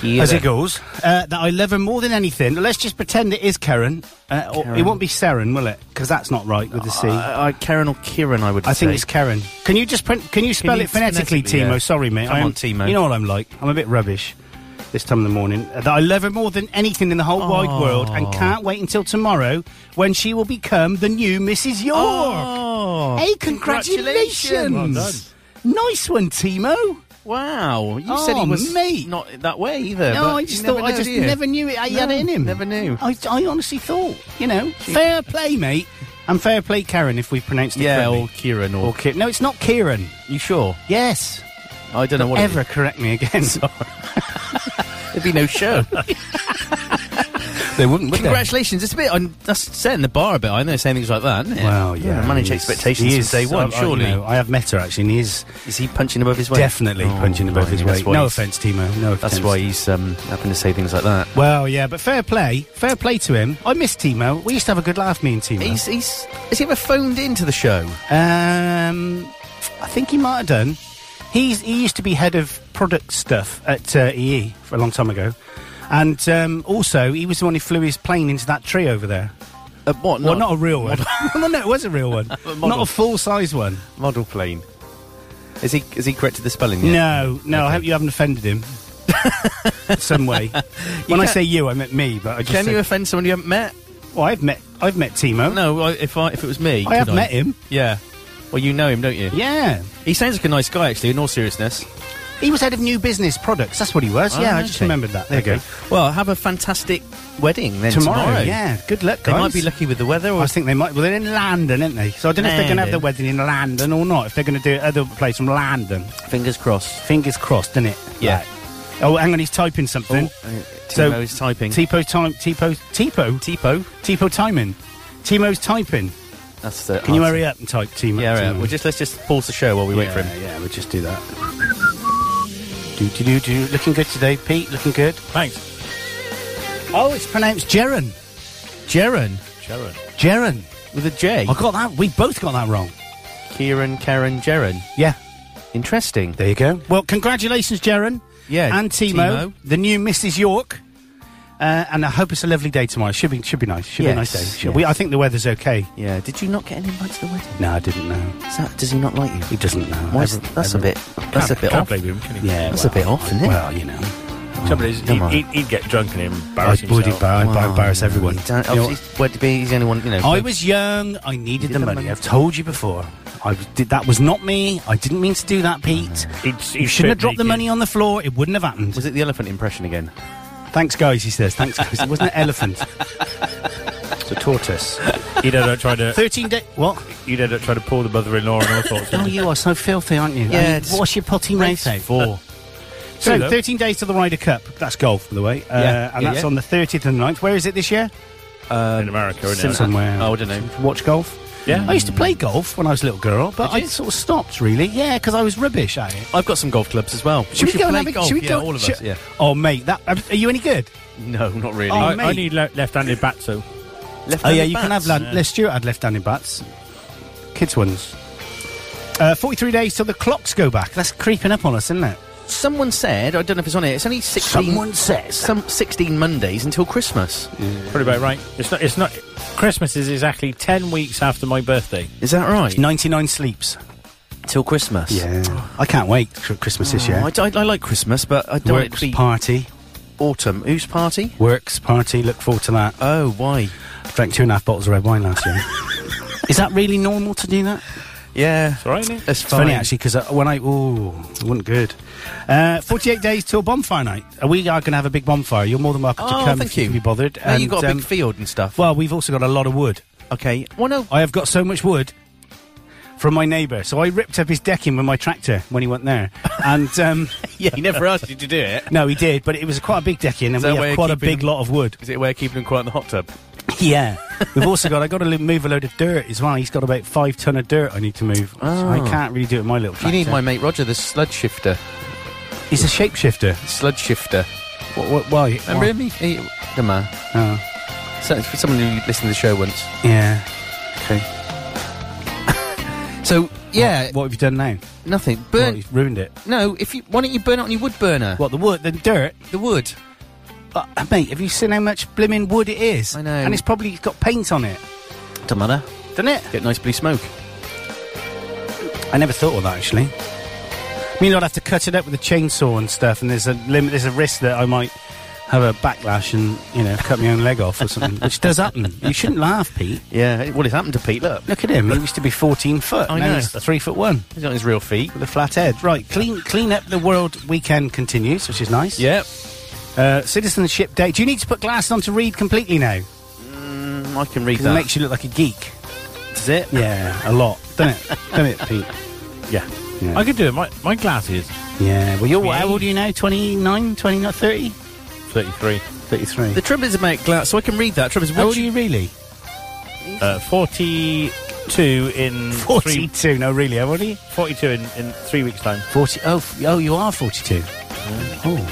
[SPEAKER 5] Kieran.
[SPEAKER 4] As it goes, uh, that I love her more than anything. Let's just pretend it is Karen. Uh, or It won't be Saren, will it? Because that's not right with the C. I
[SPEAKER 5] I, I, Karen or Kieran, I would.
[SPEAKER 4] think
[SPEAKER 5] say.
[SPEAKER 4] it's Karen. Can you just print, can you spell
[SPEAKER 5] you
[SPEAKER 4] it phonetically,
[SPEAKER 5] phonetically,
[SPEAKER 4] Timo?
[SPEAKER 5] yeah.
[SPEAKER 4] Sorry, mate.
[SPEAKER 5] Come
[SPEAKER 4] I'm,
[SPEAKER 5] on, Timo.
[SPEAKER 4] You know what I'm like. I'm a bit rubbish this time of the morning. Uh, That I love her more than anything in the whole wide world, and can't wait until tomorrow when she will become the new Mrs. York.
[SPEAKER 5] Oh,
[SPEAKER 4] hey, congratulations!
[SPEAKER 5] congratulations.
[SPEAKER 4] Nice one, Timo.
[SPEAKER 5] wow! You
[SPEAKER 4] Oh,
[SPEAKER 5] said he was
[SPEAKER 4] mate.
[SPEAKER 5] not that way either.
[SPEAKER 4] No,
[SPEAKER 5] but
[SPEAKER 4] I
[SPEAKER 5] you
[SPEAKER 4] just
[SPEAKER 5] never
[SPEAKER 4] thought I
[SPEAKER 5] know,
[SPEAKER 4] just
[SPEAKER 5] do you?
[SPEAKER 4] never knew it. I had it in
[SPEAKER 5] No,
[SPEAKER 4] him. Oh,
[SPEAKER 5] never knew.
[SPEAKER 4] I, I honestly thought, you know, fair play, mate, and fair play, Karen, if we pronounced it
[SPEAKER 5] Yeah,
[SPEAKER 4] correctly.
[SPEAKER 5] or Kieran, or,
[SPEAKER 4] or Ki- No, it's not Kieran.
[SPEAKER 5] you sure?
[SPEAKER 4] Yes.
[SPEAKER 5] I don't know what. it
[SPEAKER 4] Ever correct me again?
[SPEAKER 5] is. There'd be no show.
[SPEAKER 4] they wouldn't. Would
[SPEAKER 5] Congratulations! It's a bit. I'm, that's setting the bar a bit. I know saying things like that. Isn't it?
[SPEAKER 4] Well, yeah.
[SPEAKER 5] manage
[SPEAKER 4] he's-
[SPEAKER 5] expectations
[SPEAKER 4] he
[SPEAKER 5] since day one.
[SPEAKER 4] I- I
[SPEAKER 5] surely.
[SPEAKER 4] know. I, have met her actually, and he is
[SPEAKER 5] Is he punching above his weight?
[SPEAKER 4] definitely
[SPEAKER 5] Oh,
[SPEAKER 4] punching above his
[SPEAKER 5] blimey, that's
[SPEAKER 4] weight.
[SPEAKER 5] why
[SPEAKER 4] No
[SPEAKER 5] he's-
[SPEAKER 4] offense, Timo. No offense.
[SPEAKER 5] That's why he's um, happened to say things like that.
[SPEAKER 4] Well, yeah, but fair play, fair play to him. I miss Timo. We used to have a good laugh, me and Timo.
[SPEAKER 5] He's, he's has he ever phoned into the show?
[SPEAKER 4] Um, I think he might have done. He's he used to be head of product stuff at uh, EE for a long time ago, and um, also he was the one who flew his plane into that tree over there.
[SPEAKER 5] Uh, what?
[SPEAKER 4] Well, not a real one. well, no, it was a real one, not
[SPEAKER 5] model.
[SPEAKER 4] a full size one.
[SPEAKER 5] model plane. Is he has he corrected the spelling? Yet?
[SPEAKER 4] No, no. I hope you haven't offended him. Some way. when I
[SPEAKER 5] can't-
[SPEAKER 4] say you, I meant me. But I just
[SPEAKER 5] Can
[SPEAKER 4] said,
[SPEAKER 5] you offend someone you haven't met?
[SPEAKER 4] well, I've met I've met Timo.
[SPEAKER 5] No. I, if I if it was me,
[SPEAKER 4] I have
[SPEAKER 5] could
[SPEAKER 4] met him.
[SPEAKER 5] Yeah. Well, you know him, don't you?
[SPEAKER 4] Yeah,
[SPEAKER 5] He sounds like a nice guy, actually. In all seriousness.
[SPEAKER 4] he was head of new business products. That's what he was. yeah, I just
[SPEAKER 5] Oh, okay.
[SPEAKER 4] remembered that. There you go.
[SPEAKER 5] Well, have a fantastic wedding then
[SPEAKER 4] Tomorrow,
[SPEAKER 5] tomorrow.
[SPEAKER 4] yeah. Good luck,
[SPEAKER 5] They
[SPEAKER 4] guys.
[SPEAKER 5] might be lucky with the weather. Or
[SPEAKER 4] I think they might. Well, they're in London, aren't they? So I don't know if they're going to
[SPEAKER 5] London.
[SPEAKER 4] have the wedding in London or not. If they're going to do it other place from London,
[SPEAKER 5] fingers crossed.
[SPEAKER 4] fingers crossed, isn't it?
[SPEAKER 5] Yeah. Oh,
[SPEAKER 4] Right. Oh, hang on, he's typing something. So-
[SPEAKER 5] Timo is typing.
[SPEAKER 4] Tipo time. Tipo. Tipo.
[SPEAKER 5] Tipo.
[SPEAKER 4] Tipo timing. Timo's typing.
[SPEAKER 5] That's the.
[SPEAKER 4] Can you hurry up and type Timo?
[SPEAKER 5] Yeah,
[SPEAKER 4] Timo.
[SPEAKER 5] right. We'll just let's just pause the show while we wait
[SPEAKER 4] yeah,
[SPEAKER 5] for him.
[SPEAKER 4] Yeah, we'll just do that. Do do do do. Looking good today, Pete. Looking good.
[SPEAKER 6] Thanks.
[SPEAKER 4] Oh, it's pronounced Jeren.
[SPEAKER 5] Jaron
[SPEAKER 6] Sharon.
[SPEAKER 4] Jeren.
[SPEAKER 5] with a J.
[SPEAKER 4] I got that. We both got that wrong.
[SPEAKER 5] Kieran, Karen, Jaron.
[SPEAKER 4] Yeah.
[SPEAKER 5] Interesting.
[SPEAKER 4] There you go. Well, congratulations, Jaron.
[SPEAKER 5] Yeah,
[SPEAKER 4] And Timo,
[SPEAKER 5] Timo.
[SPEAKER 4] the new Mrs. York. Uh, and I hope it's a lovely day tomorrow. Should be, should be nice. Should be a nice day.
[SPEAKER 5] Yes,
[SPEAKER 4] Should- we-
[SPEAKER 5] yes.
[SPEAKER 4] I think the weather's okay.
[SPEAKER 5] Yeah. Did you not get an invite to the wedding?
[SPEAKER 4] No, I didn't know.
[SPEAKER 5] Is that, does he not like you?
[SPEAKER 4] He doesn't know.
[SPEAKER 5] Why is-
[SPEAKER 4] Every-
[SPEAKER 5] that's
[SPEAKER 4] every-
[SPEAKER 5] a bit. That's a
[SPEAKER 6] Can't-
[SPEAKER 5] bit
[SPEAKER 6] can't
[SPEAKER 5] off.
[SPEAKER 6] blame him, can you?
[SPEAKER 4] Yeah,
[SPEAKER 5] That's
[SPEAKER 4] well,
[SPEAKER 5] a bit off, isn't it?
[SPEAKER 4] Well, you know,
[SPEAKER 6] Trouble is,
[SPEAKER 5] Come
[SPEAKER 6] he'd,
[SPEAKER 5] on.
[SPEAKER 6] he'd, he'd get drunk and embarrass
[SPEAKER 4] I
[SPEAKER 6] himself.
[SPEAKER 4] would embar- I'd embarrass everyone.
[SPEAKER 5] He don't-
[SPEAKER 4] You know
[SPEAKER 5] obviously, he's- well, to be, he's the only one, you know.
[SPEAKER 4] I was young. I needed the
[SPEAKER 5] the
[SPEAKER 4] money.
[SPEAKER 5] money.
[SPEAKER 4] I've told you before. I was- did. That was not me. I didn't mean to do that, Pete.
[SPEAKER 6] He'd- he'd
[SPEAKER 4] You shouldn't have
[SPEAKER 6] spit
[SPEAKER 4] dropped the
[SPEAKER 6] naked.
[SPEAKER 4] money on the floor. It wouldn't have happened.
[SPEAKER 5] Was it the elephant impression again?
[SPEAKER 4] Thanks, guys. He says. Thanks, guys. It wasn't an elephant. It's a tortoise.
[SPEAKER 6] He'd end up trying to.
[SPEAKER 4] Thirteen day. What?
[SPEAKER 6] He'd end up trying to pull the mother-in-law and all sorts.
[SPEAKER 4] Oh,
[SPEAKER 6] of
[SPEAKER 4] you are so filthy, aren't you?
[SPEAKER 5] Yeah,
[SPEAKER 4] I mean,
[SPEAKER 5] it's
[SPEAKER 4] wash your potty mouth out.
[SPEAKER 5] Four.
[SPEAKER 4] So,
[SPEAKER 6] Hello.
[SPEAKER 4] 13 days to the Ryder Cup. That's golf, by the way. Uh,
[SPEAKER 5] Yeah,
[SPEAKER 4] and
[SPEAKER 5] yeah,
[SPEAKER 4] that's
[SPEAKER 5] yeah.
[SPEAKER 4] on the 30th and the 9th. Where is it this year?
[SPEAKER 6] in America, isn't
[SPEAKER 4] Simpson.
[SPEAKER 6] it? Uh,
[SPEAKER 4] Somewhere.
[SPEAKER 5] Oh, I don't know.
[SPEAKER 4] Watch golf.
[SPEAKER 6] Yeah.
[SPEAKER 5] Oh,
[SPEAKER 4] I used to play golf when I was a little girl, but
[SPEAKER 5] Did
[SPEAKER 4] I
[SPEAKER 5] you?
[SPEAKER 4] sort of stopped, really. Yeah, because I was rubbish at it.
[SPEAKER 5] I've got some golf clubs as well.
[SPEAKER 4] Should we, go and
[SPEAKER 5] play
[SPEAKER 4] have a
[SPEAKER 5] golf?
[SPEAKER 4] Should we
[SPEAKER 5] yeah,
[SPEAKER 4] go?
[SPEAKER 5] all of
[SPEAKER 4] should-
[SPEAKER 5] us. Yeah.
[SPEAKER 4] Oh, mate, that, are you any good?
[SPEAKER 5] No, not really.
[SPEAKER 4] Oh,
[SPEAKER 6] I, I
[SPEAKER 4] mate.
[SPEAKER 6] need le- left-handed bat too.
[SPEAKER 4] Oh, yeah, you can have. Land- Les Stewart had left-handed bats, kids ones. Uh, Forty-three days till the clocks go back. That's creeping up on us, isn't it?
[SPEAKER 5] Someone said, I don't know if it's on it. It's only sixteen.
[SPEAKER 4] says
[SPEAKER 5] some 16 Mondays until Christmas.
[SPEAKER 6] Probably about right. It's not. It's not. Christmas is exactly ten weeks after my birthday.
[SPEAKER 5] Is that right?
[SPEAKER 4] ninety-nine sleeps.
[SPEAKER 5] Till Christmas.
[SPEAKER 4] Yeah, I can't wait for Christmas this year.
[SPEAKER 5] Oh, I, d- I like Christmas, but I don't want it
[SPEAKER 4] Works
[SPEAKER 5] to be
[SPEAKER 4] party,
[SPEAKER 5] autumn. Whose party?
[SPEAKER 4] works party. Look forward to that.
[SPEAKER 5] Oh, why?
[SPEAKER 4] Drank two and a half bottles of red wine last year. Is that really normal to do that?
[SPEAKER 5] Yeah.
[SPEAKER 6] All right, isn't it?
[SPEAKER 5] That's
[SPEAKER 4] It's funny
[SPEAKER 5] fine.
[SPEAKER 4] actually because when I oh, it wasn't good. Uh, Forty-eight days till bonfire night. Uh, We are going to have a big bonfire. You're more than welcome
[SPEAKER 5] Oh,
[SPEAKER 4] to come
[SPEAKER 5] thank
[SPEAKER 4] if you
[SPEAKER 5] you.
[SPEAKER 4] can be bothered.
[SPEAKER 5] Now you've got a
[SPEAKER 4] And,
[SPEAKER 5] big
[SPEAKER 4] um,
[SPEAKER 5] field and stuff.
[SPEAKER 4] Well, we've also got a lot of wood.
[SPEAKER 5] okay. Well, no.
[SPEAKER 4] I have got so much wood from my neighbour, so I ripped up his decking with my tractor when he went there. and um,
[SPEAKER 5] Yeah, he never asked you to do it.
[SPEAKER 4] no, he did, but it was quite a big decking, and
[SPEAKER 5] Is that
[SPEAKER 4] we
[SPEAKER 5] where
[SPEAKER 4] have
[SPEAKER 5] you're
[SPEAKER 4] quite a
[SPEAKER 5] keeping
[SPEAKER 4] big
[SPEAKER 5] them?
[SPEAKER 4] lot of wood.
[SPEAKER 5] Is it where keeping them quiet in the hot tub?
[SPEAKER 4] Yeah, we've also got. I got to lo- move a load of dirt as well. He's got about five ton of dirt I need to move. So I
[SPEAKER 5] Oh.
[SPEAKER 4] can't really do it with my little.
[SPEAKER 5] You
[SPEAKER 4] Tractor.
[SPEAKER 5] need my mate Roger, the sludge shifter.
[SPEAKER 4] He's a shapeshifter.
[SPEAKER 5] Sludge shifter.
[SPEAKER 4] What, what, why?
[SPEAKER 5] Remember him? He, he, the man.
[SPEAKER 4] Oh.
[SPEAKER 5] So, for someone who listened to the show once.
[SPEAKER 4] Yeah.
[SPEAKER 5] So, yeah,
[SPEAKER 4] What have you done now?
[SPEAKER 5] nothing.
[SPEAKER 4] Well,
[SPEAKER 5] Burn.
[SPEAKER 4] he's ruined it.
[SPEAKER 5] No, if you why don't you burn it on your wood burner?
[SPEAKER 4] What the wood? The dirt?
[SPEAKER 5] The wood.
[SPEAKER 4] Uh, mate, have you seen how much blimmin' wood it is?
[SPEAKER 5] I know.
[SPEAKER 4] And it's probably got paint on it,
[SPEAKER 5] Don't matter.
[SPEAKER 4] doesn't it?
[SPEAKER 5] Get nice blue smoke.
[SPEAKER 4] I never thought of that actually. I mean, I'd have to cut it up with a chainsaw and stuff, and there's a limit. There's a risk that I might have a backlash and you know cut my own leg off or something, which does happen. You shouldn't laugh, Pete.
[SPEAKER 5] Yeah, it- well, it's happened to Pete. Look,
[SPEAKER 4] Look at him. He used to be 14 foot.
[SPEAKER 5] I
[SPEAKER 4] now
[SPEAKER 5] know.
[SPEAKER 4] He's three foot one
[SPEAKER 5] he's on his real feet.
[SPEAKER 4] with a flat head. Right. Clean, clean up the world weekend continues, which is nice.
[SPEAKER 5] Yeah,
[SPEAKER 4] Uh, citizenship day. Do you need to put glasses on to read completely now?
[SPEAKER 5] I can read
[SPEAKER 4] 'Cause it
[SPEAKER 5] that.
[SPEAKER 4] makes you look like a geek.
[SPEAKER 5] That's it.
[SPEAKER 4] Yeah, a lot. Don't it? Don't it, Pete?
[SPEAKER 6] Yeah.
[SPEAKER 4] Yeah.
[SPEAKER 6] I could do it. My my glasses.
[SPEAKER 4] Yeah. Well, you're
[SPEAKER 6] Yeah.
[SPEAKER 4] how old are you now? 29, 29, 30?
[SPEAKER 6] Thirty-three.
[SPEAKER 4] 33.
[SPEAKER 5] The trouble is about glass, so I can read that. Trouble is,
[SPEAKER 4] How old
[SPEAKER 5] would
[SPEAKER 4] are
[SPEAKER 5] you,
[SPEAKER 4] you really?
[SPEAKER 6] Uh, Forty-two in three.
[SPEAKER 4] 42. No, really, how old are you?
[SPEAKER 6] Forty-two in, in three weeks' time.
[SPEAKER 4] 40. Oh, f- oh you are 42. Oh.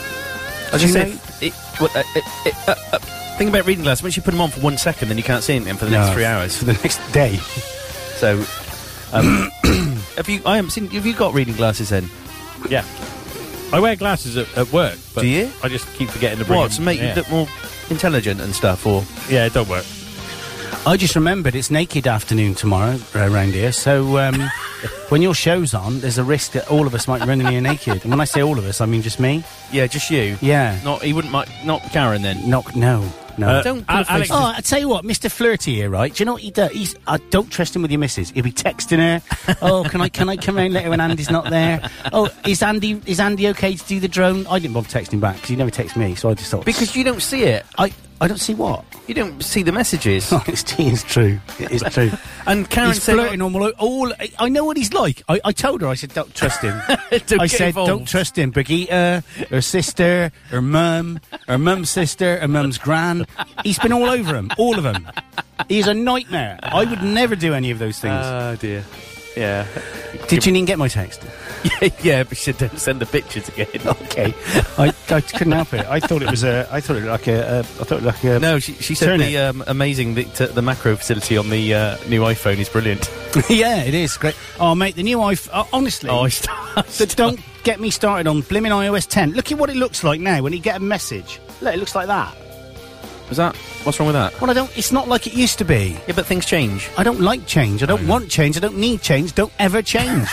[SPEAKER 5] I
[SPEAKER 4] do
[SPEAKER 5] just
[SPEAKER 4] you
[SPEAKER 5] said, it, what, uh, it, it, uh, uh, thing about reading glass. Once you put them on for one second, then you can't see anything for the
[SPEAKER 4] No.
[SPEAKER 5] next three hours.
[SPEAKER 4] For the next day.
[SPEAKER 5] So, um, have you? I haven't seen. Have you got reading glasses then?
[SPEAKER 6] Yeah. I wear glasses at, at work. But
[SPEAKER 5] Do you?
[SPEAKER 6] I just keep forgetting to bring
[SPEAKER 5] What to
[SPEAKER 6] them.
[SPEAKER 5] make
[SPEAKER 6] yeah.
[SPEAKER 5] you look more intelligent and stuff? Or
[SPEAKER 6] Yeah, it don't work.
[SPEAKER 4] I just remembered it's naked afternoon tomorrow around here. So um, when your show's on, there's a risk that all of us might run in here naked. And when I say all of us, I mean just me.
[SPEAKER 5] yeah, just you.
[SPEAKER 4] Yeah.
[SPEAKER 5] Not he wouldn't mind. Not Karen then.
[SPEAKER 4] Knock. No. No.
[SPEAKER 6] Uh,
[SPEAKER 5] Don't put
[SPEAKER 6] Al-
[SPEAKER 5] a face-
[SPEAKER 6] Alex,
[SPEAKER 4] Oh, I tell you what, Mr. Flirty here, right? Do you know what he does? He's, I don't trust him with your missus. He'll be texting her. oh, can I can I come round later when Andy's not there? Oh, is Andy is Andy okay to do the drone? I didn't bother texting back because he never texts me, so I just thought
[SPEAKER 5] Because you don't see it.
[SPEAKER 4] I I don't see what.
[SPEAKER 5] You don't see the messages.
[SPEAKER 4] Honesty is true. It is true.
[SPEAKER 5] And Karen
[SPEAKER 4] he's
[SPEAKER 5] said,
[SPEAKER 4] flirting on all, all. I- I know what he's like. I, I told her. I said, don't trust him.
[SPEAKER 5] Don't
[SPEAKER 4] I
[SPEAKER 5] get
[SPEAKER 4] said, don't
[SPEAKER 5] involved."
[SPEAKER 4] trust him. Brigitte, her sister, her mum, her mum's sister, her mum's gran. He's been all over him. All of them. He's a nightmare. I would never do any of those things.
[SPEAKER 5] Oh dear. Yeah.
[SPEAKER 4] Did you even get my text?
[SPEAKER 5] yeah, but she don't send the pictures again.
[SPEAKER 4] Okay. I, I couldn't help it. I thought it was a. I thought it looked like a. a I thought it looked like a.
[SPEAKER 5] No, she, she said
[SPEAKER 4] Turn
[SPEAKER 5] the um, amazing the, t- the macro facility on the uh, new iPhone is brilliant.
[SPEAKER 4] yeah, it is great. Oh, mate, the new iPhone. Oh, honestly.
[SPEAKER 5] Oh, I st-
[SPEAKER 4] So don't get me started on blimmin' iOS 10. Look at what it looks like now when you get a message. Look, it looks like that.
[SPEAKER 5] Is that what's wrong with that?
[SPEAKER 4] Well, I don't. It's not like it used to be.
[SPEAKER 5] Yeah, but things change.
[SPEAKER 4] I don't like change. I
[SPEAKER 5] Oh,
[SPEAKER 4] don't want change. I don't need change. Don't ever change.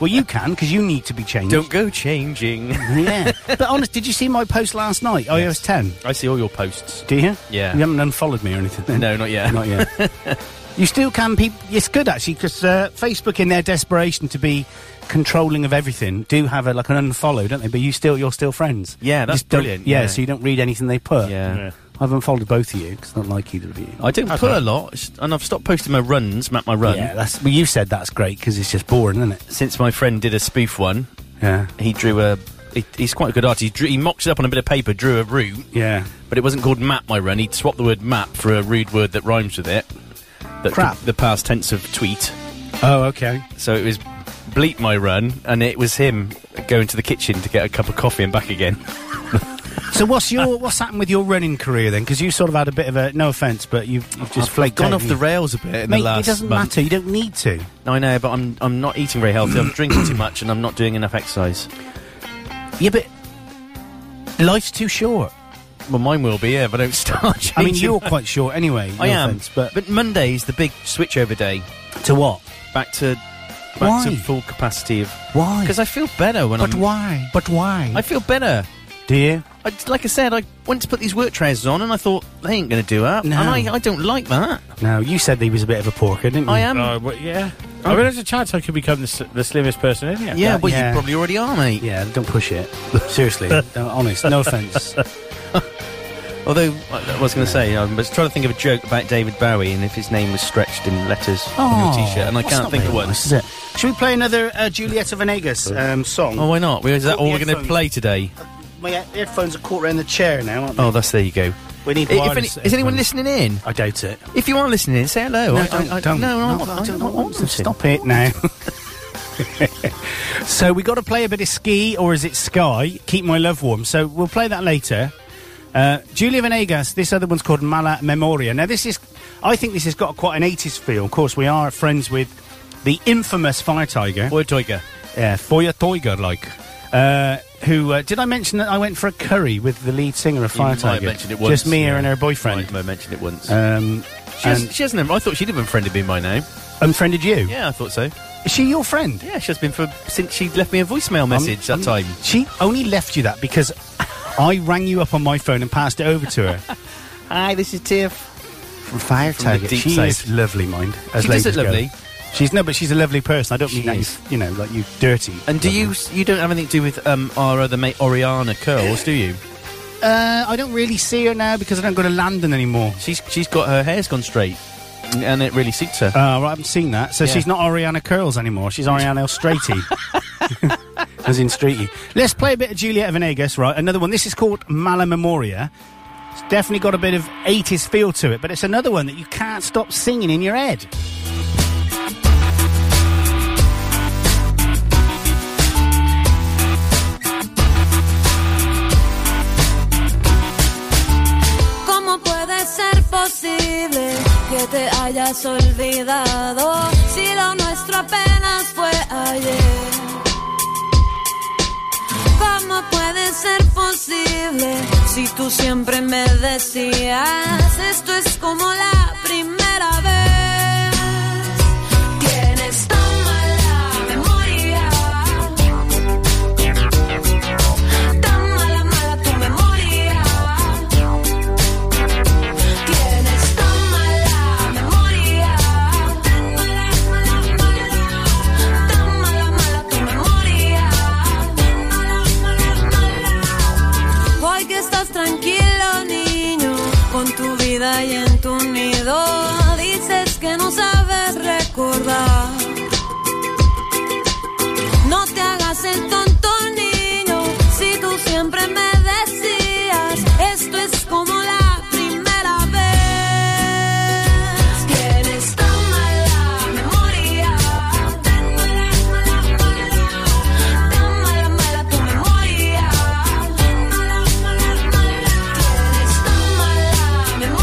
[SPEAKER 4] well, you can because you need to be changed.
[SPEAKER 5] go changing.
[SPEAKER 4] yeah. But honest, did you see my post last night? iOS 10.
[SPEAKER 5] I see all your posts.
[SPEAKER 4] Do you?
[SPEAKER 5] Yeah.
[SPEAKER 4] You haven't unfollowed me or anything? Then?
[SPEAKER 5] No, not yet.
[SPEAKER 4] Not yet. you still can. People, it's good actually because uh, Facebook, in their desperation to be controlling of everything, do have a, like an unfollow, don't they? But you still, you're still friends.
[SPEAKER 5] Yeah,
[SPEAKER 4] You
[SPEAKER 5] that's
[SPEAKER 4] don't-
[SPEAKER 5] brilliant,
[SPEAKER 4] Yeah,
[SPEAKER 5] yeah.
[SPEAKER 4] So you don't read anything they put.
[SPEAKER 5] Yeah.
[SPEAKER 6] Yeah.
[SPEAKER 4] I've unfollowed both of you because I don't like either of you.
[SPEAKER 5] I don't put a lot, s- and I've stopped posting my runs, map my run.
[SPEAKER 4] Yeah, that's well. You said that's great because it's just boring, isn't it?
[SPEAKER 5] Since my friend did a spoof one,
[SPEAKER 4] Yeah,
[SPEAKER 5] he drew a. He, he's quite a good artist. He, drew, he mocked it up on a bit of paper, drew a route,
[SPEAKER 4] yeah.
[SPEAKER 5] but it wasn't called map my run. He'd swapped the word map for a rude word that rhymes with it. That
[SPEAKER 4] Crap.
[SPEAKER 5] The past tense of tweet.
[SPEAKER 4] Oh, okay.
[SPEAKER 5] So it was bleep my run, and it was him going to the kitchen to get a cup of coffee and back again.
[SPEAKER 4] So what's
[SPEAKER 5] Uh,
[SPEAKER 4] your what's happened with your running career then? Because you sort of had a bit of a no offense, but you've, you've just
[SPEAKER 5] I've
[SPEAKER 4] flaked
[SPEAKER 5] gone
[SPEAKER 4] out,
[SPEAKER 5] off the
[SPEAKER 4] haven't you?
[SPEAKER 5] rails a bit in
[SPEAKER 4] Mate,
[SPEAKER 5] the last
[SPEAKER 4] it doesn't
[SPEAKER 5] month.
[SPEAKER 4] matter. You don't need to.
[SPEAKER 5] No, I know, but I'm I'm not eating very healthy. I'm drinking too much, and I'm not doing enough exercise.
[SPEAKER 4] Yeah, but life's too short.
[SPEAKER 5] Well, mine will be, yeah, if I don't start.
[SPEAKER 4] I mean,
[SPEAKER 5] changing
[SPEAKER 4] you're
[SPEAKER 5] my-
[SPEAKER 4] quite short anyway. no
[SPEAKER 5] I am,
[SPEAKER 4] offence,
[SPEAKER 5] but
[SPEAKER 4] but
[SPEAKER 5] but Monday's the big switchover day.
[SPEAKER 4] to what?
[SPEAKER 5] Back to back to
[SPEAKER 4] Why?
[SPEAKER 5] full capacity of
[SPEAKER 4] Why?
[SPEAKER 5] because I feel better when
[SPEAKER 4] but
[SPEAKER 5] I'm.
[SPEAKER 4] why? But why?
[SPEAKER 5] I feel better.
[SPEAKER 4] Do you?
[SPEAKER 5] I, like I said, I went to put these work trousers on, and I thought they ain't going to do up,
[SPEAKER 4] No.
[SPEAKER 5] and I, I don't like that.
[SPEAKER 4] No, you said he was a bit of a porker, didn't you?
[SPEAKER 5] I am.
[SPEAKER 6] Oh, but yeah. I mean, there's a chance I could become the, s- the slimmest person in here.
[SPEAKER 5] yeah,
[SPEAKER 4] that-
[SPEAKER 5] well,
[SPEAKER 4] yeah.
[SPEAKER 5] you probably already are, mate.
[SPEAKER 4] Yeah, don't push it. Seriously, no, honest, no offense.
[SPEAKER 5] Although I, I was going to say, I was trying to think of a joke about David Bowie and if his name was stretched in letters on your t-shirt, and I
[SPEAKER 4] that's
[SPEAKER 5] can't
[SPEAKER 4] not
[SPEAKER 5] think of
[SPEAKER 4] very
[SPEAKER 5] one.
[SPEAKER 4] nice, is it? Should we play another uh, Julieta Venegas um, song?
[SPEAKER 5] Oh, why not? Well, Is that
[SPEAKER 4] Put
[SPEAKER 5] all
[SPEAKER 4] the
[SPEAKER 5] we're going to
[SPEAKER 4] headphones-
[SPEAKER 5] play today?
[SPEAKER 4] My he- headphones are caught around the chair now, aren't they?
[SPEAKER 5] Oh, that's there you go.
[SPEAKER 4] We need
[SPEAKER 5] I- if
[SPEAKER 4] wireless
[SPEAKER 5] any- is anyone
[SPEAKER 4] headphones.
[SPEAKER 5] listening in?
[SPEAKER 4] I doubt it.
[SPEAKER 5] If you are listening in, say hello. I, I, I, uh, No, no, I, don't want to.
[SPEAKER 4] Stop it now. so we got to play a bit of ski, or is it sky? Keep my love warm. So we'll play that later. Uh, Julia Venegas. This other one's called Mala Memoria. Now this is, I think this has got quite an 80s feel. Of course, we are friends with the infamous Fire Tiger.
[SPEAKER 5] Boy Tiger.
[SPEAKER 4] Yeah, Foya Toiger, like. Uh, who uh, did I mention that I went for a curry with the lead singer of
[SPEAKER 5] You might
[SPEAKER 4] Fire
[SPEAKER 5] have
[SPEAKER 4] Tiger?
[SPEAKER 5] mentioned it once,
[SPEAKER 4] Just me
[SPEAKER 5] yeah.
[SPEAKER 4] and her
[SPEAKER 5] Right,
[SPEAKER 4] boyfriend.
[SPEAKER 5] I mentioned it once.
[SPEAKER 4] Um,
[SPEAKER 5] she, has,
[SPEAKER 4] and-
[SPEAKER 5] she hasn't. I thought she'd have been friended me by now.
[SPEAKER 4] unfriended you?
[SPEAKER 5] Yeah, I thought so.
[SPEAKER 4] Is she your friend?
[SPEAKER 5] Yeah, she has been for since she left me a voicemail message
[SPEAKER 4] Um,
[SPEAKER 5] that
[SPEAKER 4] um,
[SPEAKER 5] time.
[SPEAKER 4] She only left you that because I rang you up on my phone and passed it over to her.
[SPEAKER 5] Hi, this is Tiff.
[SPEAKER 4] From Fire
[SPEAKER 5] Target.
[SPEAKER 4] She
[SPEAKER 5] She
[SPEAKER 4] is
[SPEAKER 5] is
[SPEAKER 4] lovely, mind. As
[SPEAKER 5] She does
[SPEAKER 4] ladies
[SPEAKER 5] look
[SPEAKER 4] go.
[SPEAKER 5] lovely.
[SPEAKER 4] She's no, but she's a lovely person. I don't
[SPEAKER 5] She
[SPEAKER 4] mean that you,
[SPEAKER 5] is.
[SPEAKER 4] you know, like you dirty.
[SPEAKER 5] And do you you don't have anything to do with um, our other mate Oriana Curls, do you?
[SPEAKER 4] Uh, I don't really see her now because I don't go to London anymore.
[SPEAKER 5] She's she's got her hair's gone straight, and it really suits her.
[SPEAKER 4] Uh, right, I haven't seen that. So
[SPEAKER 5] Yeah.
[SPEAKER 4] she's not Ariana Curls anymore. She's Ariana El Streety. As in Streety. Let's play a bit of Juliet Venegas, right? Another one. This is called Mala Memoria. It's definitely got a bit of 80s feel to it, but it's another one that you can't stop singing in your head.
[SPEAKER 7] ¿Cómo puede ser posible que te hayas olvidado si lo nuestro apenas fue ayer? ¿Cómo puede ser posible si tú siempre me decías esto es como la primera vez? Tienes tan mala memoria. Tan mala, mala tu memoria. Tienes tan mala memoria. Tan mala, mala, mala. Tan mala, mala tu memoria. Tan mala, mala, mala. Hoy que estás tranquilo, niño, con tu vida y en tu nido. Dices que no sabes recordar. No te hagas el tonto niño, si tú siempre me decías, esto es como la primera vez. Tienes tan mala memoria, tan mala, mala, mala, tan mala, mala tu memoria, tan mala, mala, mala, tienes tan mala memoria.